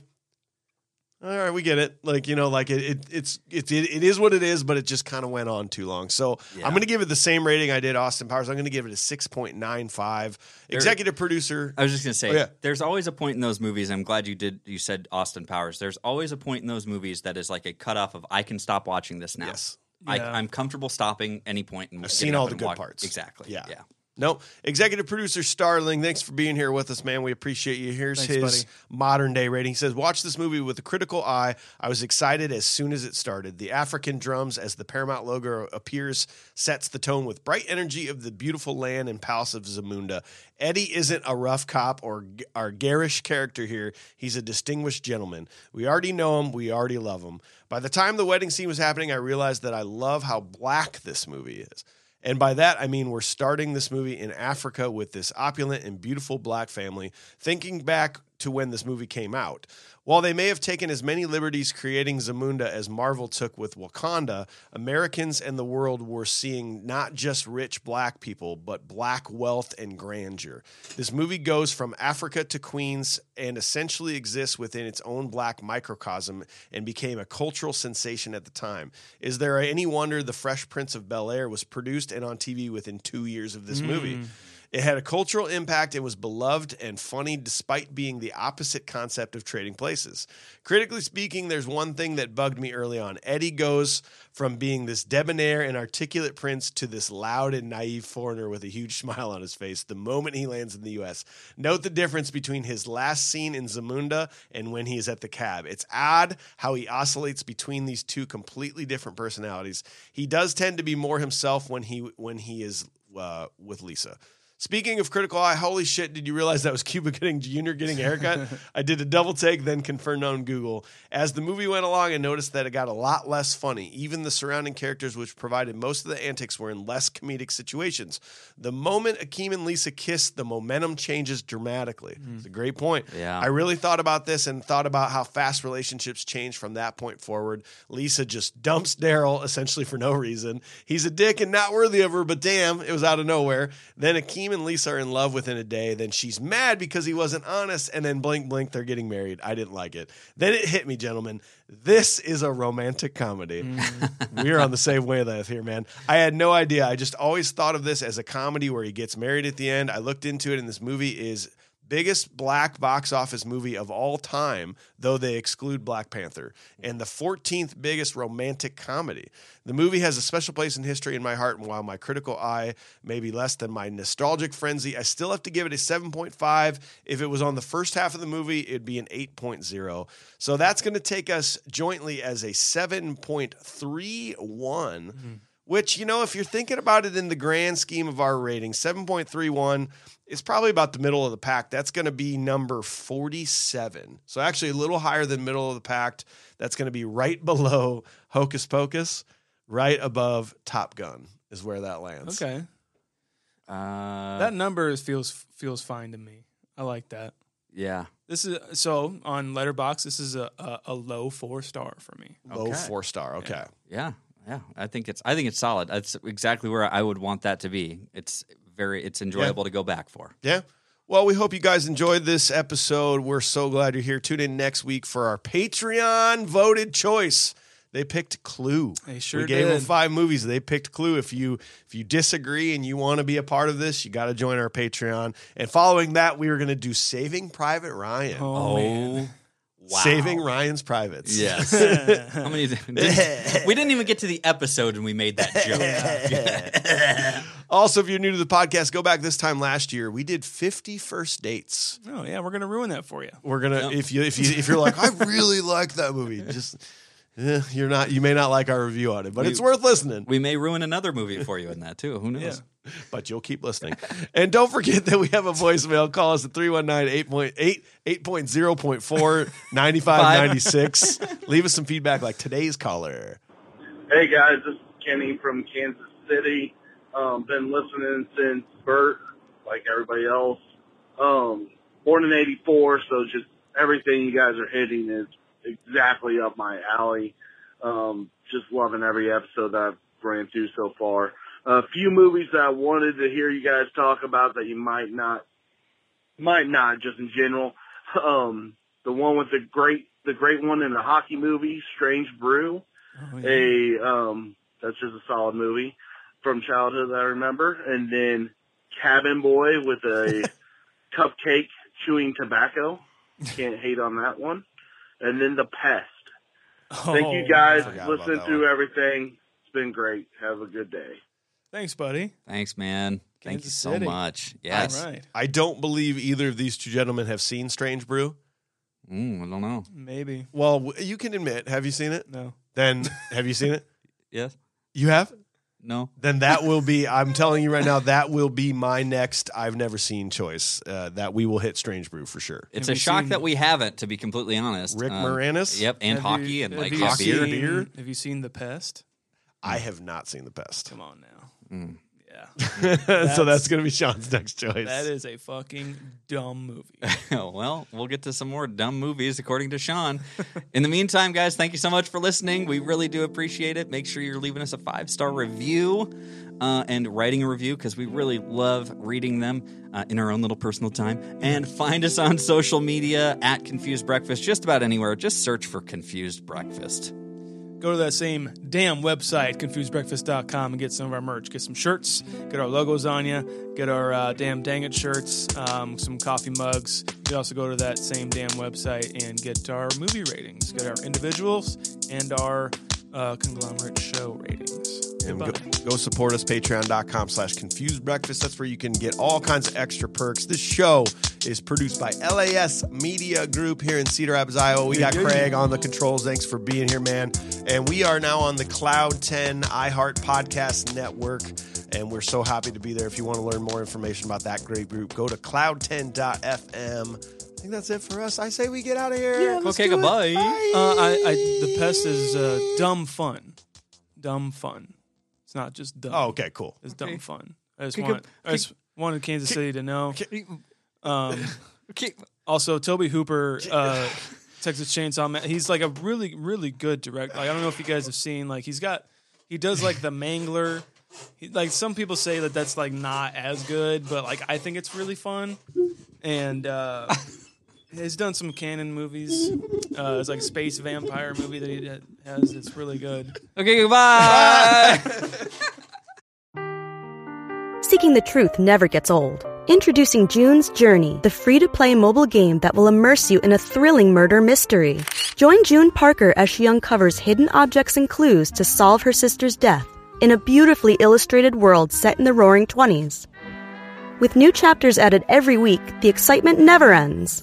[SPEAKER 2] all right, we get it. Like you know, like it, it it's it, it it is what it is, but it just kind of went on too long. So I'm going to give it the same rating I did Austin Powers. I'm going to give it a six point nine five. Executive producer.
[SPEAKER 1] I was just gonna say,
[SPEAKER 2] Oh, yeah.
[SPEAKER 1] there's always a point in those movies. I'm glad you did. You said Austin Powers. There's always a point in those movies that is like a cutoff of I can stop watching this now. Yes,
[SPEAKER 2] Yeah.
[SPEAKER 1] I, I'm comfortable stopping any point. And
[SPEAKER 2] I've
[SPEAKER 1] getting
[SPEAKER 2] seen all
[SPEAKER 1] up
[SPEAKER 2] the
[SPEAKER 1] and
[SPEAKER 2] good
[SPEAKER 1] walk-
[SPEAKER 2] parts.
[SPEAKER 1] Exactly.
[SPEAKER 2] Yeah.
[SPEAKER 1] yeah.
[SPEAKER 2] Nope. Executive producer Starling, thanks for being here with us, man. We appreciate you. Here's
[SPEAKER 3] Thanks,
[SPEAKER 2] his
[SPEAKER 3] buddy.
[SPEAKER 2] modern day rating. He says, Watch this movie with a critical eye. I was excited as soon as it started. The African drums, as the Paramount logo appears, sets the tone with bright energy of the beautiful land and palace of Zamunda. Eddie isn't a rough cop or g- our garish character here. He's a distinguished gentleman. We already know him, we already love him. By the time the wedding scene was happening, I realized that I love how black this movie is. And by that, I mean we're starting this movie in Africa with this opulent and beautiful black family, thinking back to when this movie came out. While they may have taken as many liberties creating Zamunda as Marvel took with Wakanda, Americans and the world were seeing not just rich black people, but black wealth and grandeur. This movie goes from Africa to Queens and essentially exists within its own black microcosm and became a cultural sensation at the time. Is there any wonder The Fresh Prince of Bel Air was produced and on TV within two years of this movie?
[SPEAKER 3] Mm.
[SPEAKER 2] It had a cultural impact and was beloved and funny despite being the opposite concept of trading places. Critically speaking, there's one thing that bugged me early on. Eddie goes from being this debonair and articulate prince to this loud and naive foreigner with a huge smile on his face the moment he lands in the US. Note the difference between his last scene in Zamunda and when he is at the cab. It's odd how he oscillates between these two completely different personalities. He does tend to be more himself when he when he is uh, with Lisa. Speaking of Critical Eye, holy shit, did you realize that was Cuba Gooding Jr. getting a haircut? I did a double take, then confirmed on Google. As the movie went along, I noticed that it got a lot less funny. Even the surrounding characters, which provided most of the antics, were in less comedic situations. The moment Akeem and Lisa kiss, the momentum changes dramatically. It's a great point.
[SPEAKER 1] Yeah.
[SPEAKER 2] I really thought about this and thought about how fast relationships change from that point forward. Lisa just dumps Daryl essentially for no reason. He's a dick and not worthy of her, but damn, it was out of nowhere. Then Akeem and Lisa are in love within a day. Then she's mad because he wasn't honest. And then blink, blink, they're getting married. I didn't like it. Then it hit me, gentlemen. This is a romantic comedy. We're on the same wavelength here, man. I had no idea. I just always thought of this as a comedy where he gets married at the end. I looked into it, and this movie is biggest black box office movie of all time, though they exclude Black Panther, and the 14th biggest romantic comedy. The movie has a special place in history in my heart, and while my critical eye may be less than my nostalgic frenzy, I still have to give it a 7.5. If it was on the first half of the movie, it'd be an 8.0. So that's going to take us jointly as a 7.31 which you know if you're thinking about it in the grand scheme of our rating 7.31 is probably about the middle of the pack that's going to be number 47 so actually a little higher than middle of the pack that's going to be right below hocus pocus right above top gun is where that lands
[SPEAKER 3] Okay.
[SPEAKER 1] Uh,
[SPEAKER 3] that number is, feels feels fine to me. I like that.
[SPEAKER 1] Yeah.
[SPEAKER 3] This is so on Letterbox. This is a a, a low four star for me.
[SPEAKER 2] low four star okay
[SPEAKER 1] Yeah, yeah. I think it's I think it's solid. That's exactly where I would want that to be. It's very it's enjoyable to go back for.
[SPEAKER 2] Yeah. Well, we hope you guys enjoyed this episode. We're so glad you're here. Tune in next week for our Patreon voted choice. They picked Clue.
[SPEAKER 3] They sure
[SPEAKER 2] we gave
[SPEAKER 3] did.
[SPEAKER 2] them five movies. They picked Clue. If you if you disagree and you want to be a part of this, you got to join our Patreon. And following that, we were going to do Saving Private Ryan.
[SPEAKER 3] Oh, man.
[SPEAKER 2] Saving Ryan's Privates.
[SPEAKER 1] Yes. How many? did- we didn't even get to the episode and we made that joke.
[SPEAKER 2] also, if you're new to the podcast, go back this time last year. We did 50 first dates.
[SPEAKER 3] Oh yeah, we're gonna ruin that for you.
[SPEAKER 2] We're gonna if you if you if you're like I really like that movie, just eh, you're not you may not like our review on it, but
[SPEAKER 1] We-
[SPEAKER 2] it's worth listening.
[SPEAKER 1] We may ruin another movie for you in that too. Who knows?
[SPEAKER 2] But you'll keep listening. and don't forget that we have a voicemail. Call us at 319-8.8, 8.0.4, 9596. Leave us some feedback like today's caller.
[SPEAKER 9] Hey guys, this is Kenny from Kansas City. Um, been listening since birth, like everybody else. Um, born in '84, so just everything you guys are hitting is exactly up my alley. Um, just loving every episode that I've ran through so far. A few movies that I wanted to hear you guys talk about that you might not, might not, just in general. Um, the one with the great, the great one in the hockey movie, Strange Brew a um that's just a solid movie from childhood that I remember. And then Cabin Boy with a cupcake chewing tobacco. Can't hate on that one. And then the pest. Thank
[SPEAKER 3] Oh,
[SPEAKER 9] you guys. Listen through everything. It's been great. Have a good day.
[SPEAKER 3] Thanks, buddy.
[SPEAKER 1] Thanks, man. Thank you
[SPEAKER 3] Kansas
[SPEAKER 1] so
[SPEAKER 3] City.
[SPEAKER 1] much.
[SPEAKER 3] All
[SPEAKER 1] Yes.
[SPEAKER 3] right.
[SPEAKER 2] I don't believe either of these two gentlemen have seen Strange Brew.
[SPEAKER 1] Mm, I don't know.
[SPEAKER 3] Maybe.
[SPEAKER 2] Well, w- you can admit, have you seen it?
[SPEAKER 3] No.
[SPEAKER 2] Then have you seen it?
[SPEAKER 1] Yes.
[SPEAKER 2] You have?
[SPEAKER 1] No.
[SPEAKER 2] Then that will be, I'm telling you right now, that will be my next I've never seen choice uh, that we will hit Strange Brew for sure.
[SPEAKER 1] It's a shock that we haven't, to be completely honest. Rick
[SPEAKER 2] Moranis?
[SPEAKER 1] Yep, and
[SPEAKER 3] Have
[SPEAKER 1] hockey
[SPEAKER 3] you-
[SPEAKER 1] and
[SPEAKER 3] have
[SPEAKER 1] like
[SPEAKER 3] you
[SPEAKER 1] hot beer.
[SPEAKER 3] seen- Have you seen The Pest?
[SPEAKER 2] I have not seen The Pest.
[SPEAKER 3] Hmm. Come on now.
[SPEAKER 1] Mm.
[SPEAKER 3] Yeah.
[SPEAKER 2] so that's going to be Sean's next choice.
[SPEAKER 3] That is a fucking dumb movie.
[SPEAKER 1] well, we'll get to some more dumb movies, according to Sean. In the meantime, guys, thank you so much for listening. We really do appreciate it. Make sure you're leaving us a five star review uh, and writing a review because we really love reading them uh, in our own little personal time. And find us on social media at Confused Breakfast, just about anywhere. Just search for Confused Breakfast.
[SPEAKER 3] Go to that same damn website, confusedbreakfast.com, and get some of our merch. Get some shirts, get our logos on you, get our uh, damn dang it shirts, um, some coffee mugs. You can also go to that same damn website and get our movie ratings, get our individuals, and our uh, conglomerate show ratings.
[SPEAKER 2] And
[SPEAKER 3] Goodbye.
[SPEAKER 2] go, go support us, patreon.com slash confused breakfast. That's where you can get all kinds of extra perks. This show is produced by LAS Media Group here in Cedar Rapids, Iowa. We got
[SPEAKER 5] Yeah, yeah,
[SPEAKER 2] Craig
[SPEAKER 5] yeah.
[SPEAKER 2] on the controls. Thanks for being here, man. And we are now on the Cloud 10 iHeart Podcast Network. And we're so happy to be there. If you want to learn more information about that great group, go to cloud10.fm. I think that's it for us. I say we get out of here.
[SPEAKER 3] okay, goodbye. Uh, I, I, the pest is uh, dumb fun. Dumb fun. It's not just dumb.
[SPEAKER 2] Oh, okay, cool.
[SPEAKER 3] It's dumb fun. I just,
[SPEAKER 2] Kick
[SPEAKER 3] want,
[SPEAKER 2] up-
[SPEAKER 3] I just
[SPEAKER 2] kick-
[SPEAKER 3] wanted Kansas City to know. Um, also, Toby Hooper, uh, Texas Chainsaw Man. He's like a really, really good director. Like I don't know if you guys have seen. Like he's got, he does like the Mangler. He, like some people say that that's like not as good, but like I think it's really fun. And uh, he's done some canon movies. Uh, it's like space vampire movie that he has. It's really good.
[SPEAKER 1] Okay, goodbye.
[SPEAKER 11] Seeking the truth never gets old. Introducing June's Journey, the free to play mobile game that will immerse you in a thrilling murder mystery. Join June Parker as she uncovers hidden objects and clues to solve her sister's death in a beautifully illustrated world set in the roaring 20s. With new chapters added every week, the excitement never ends.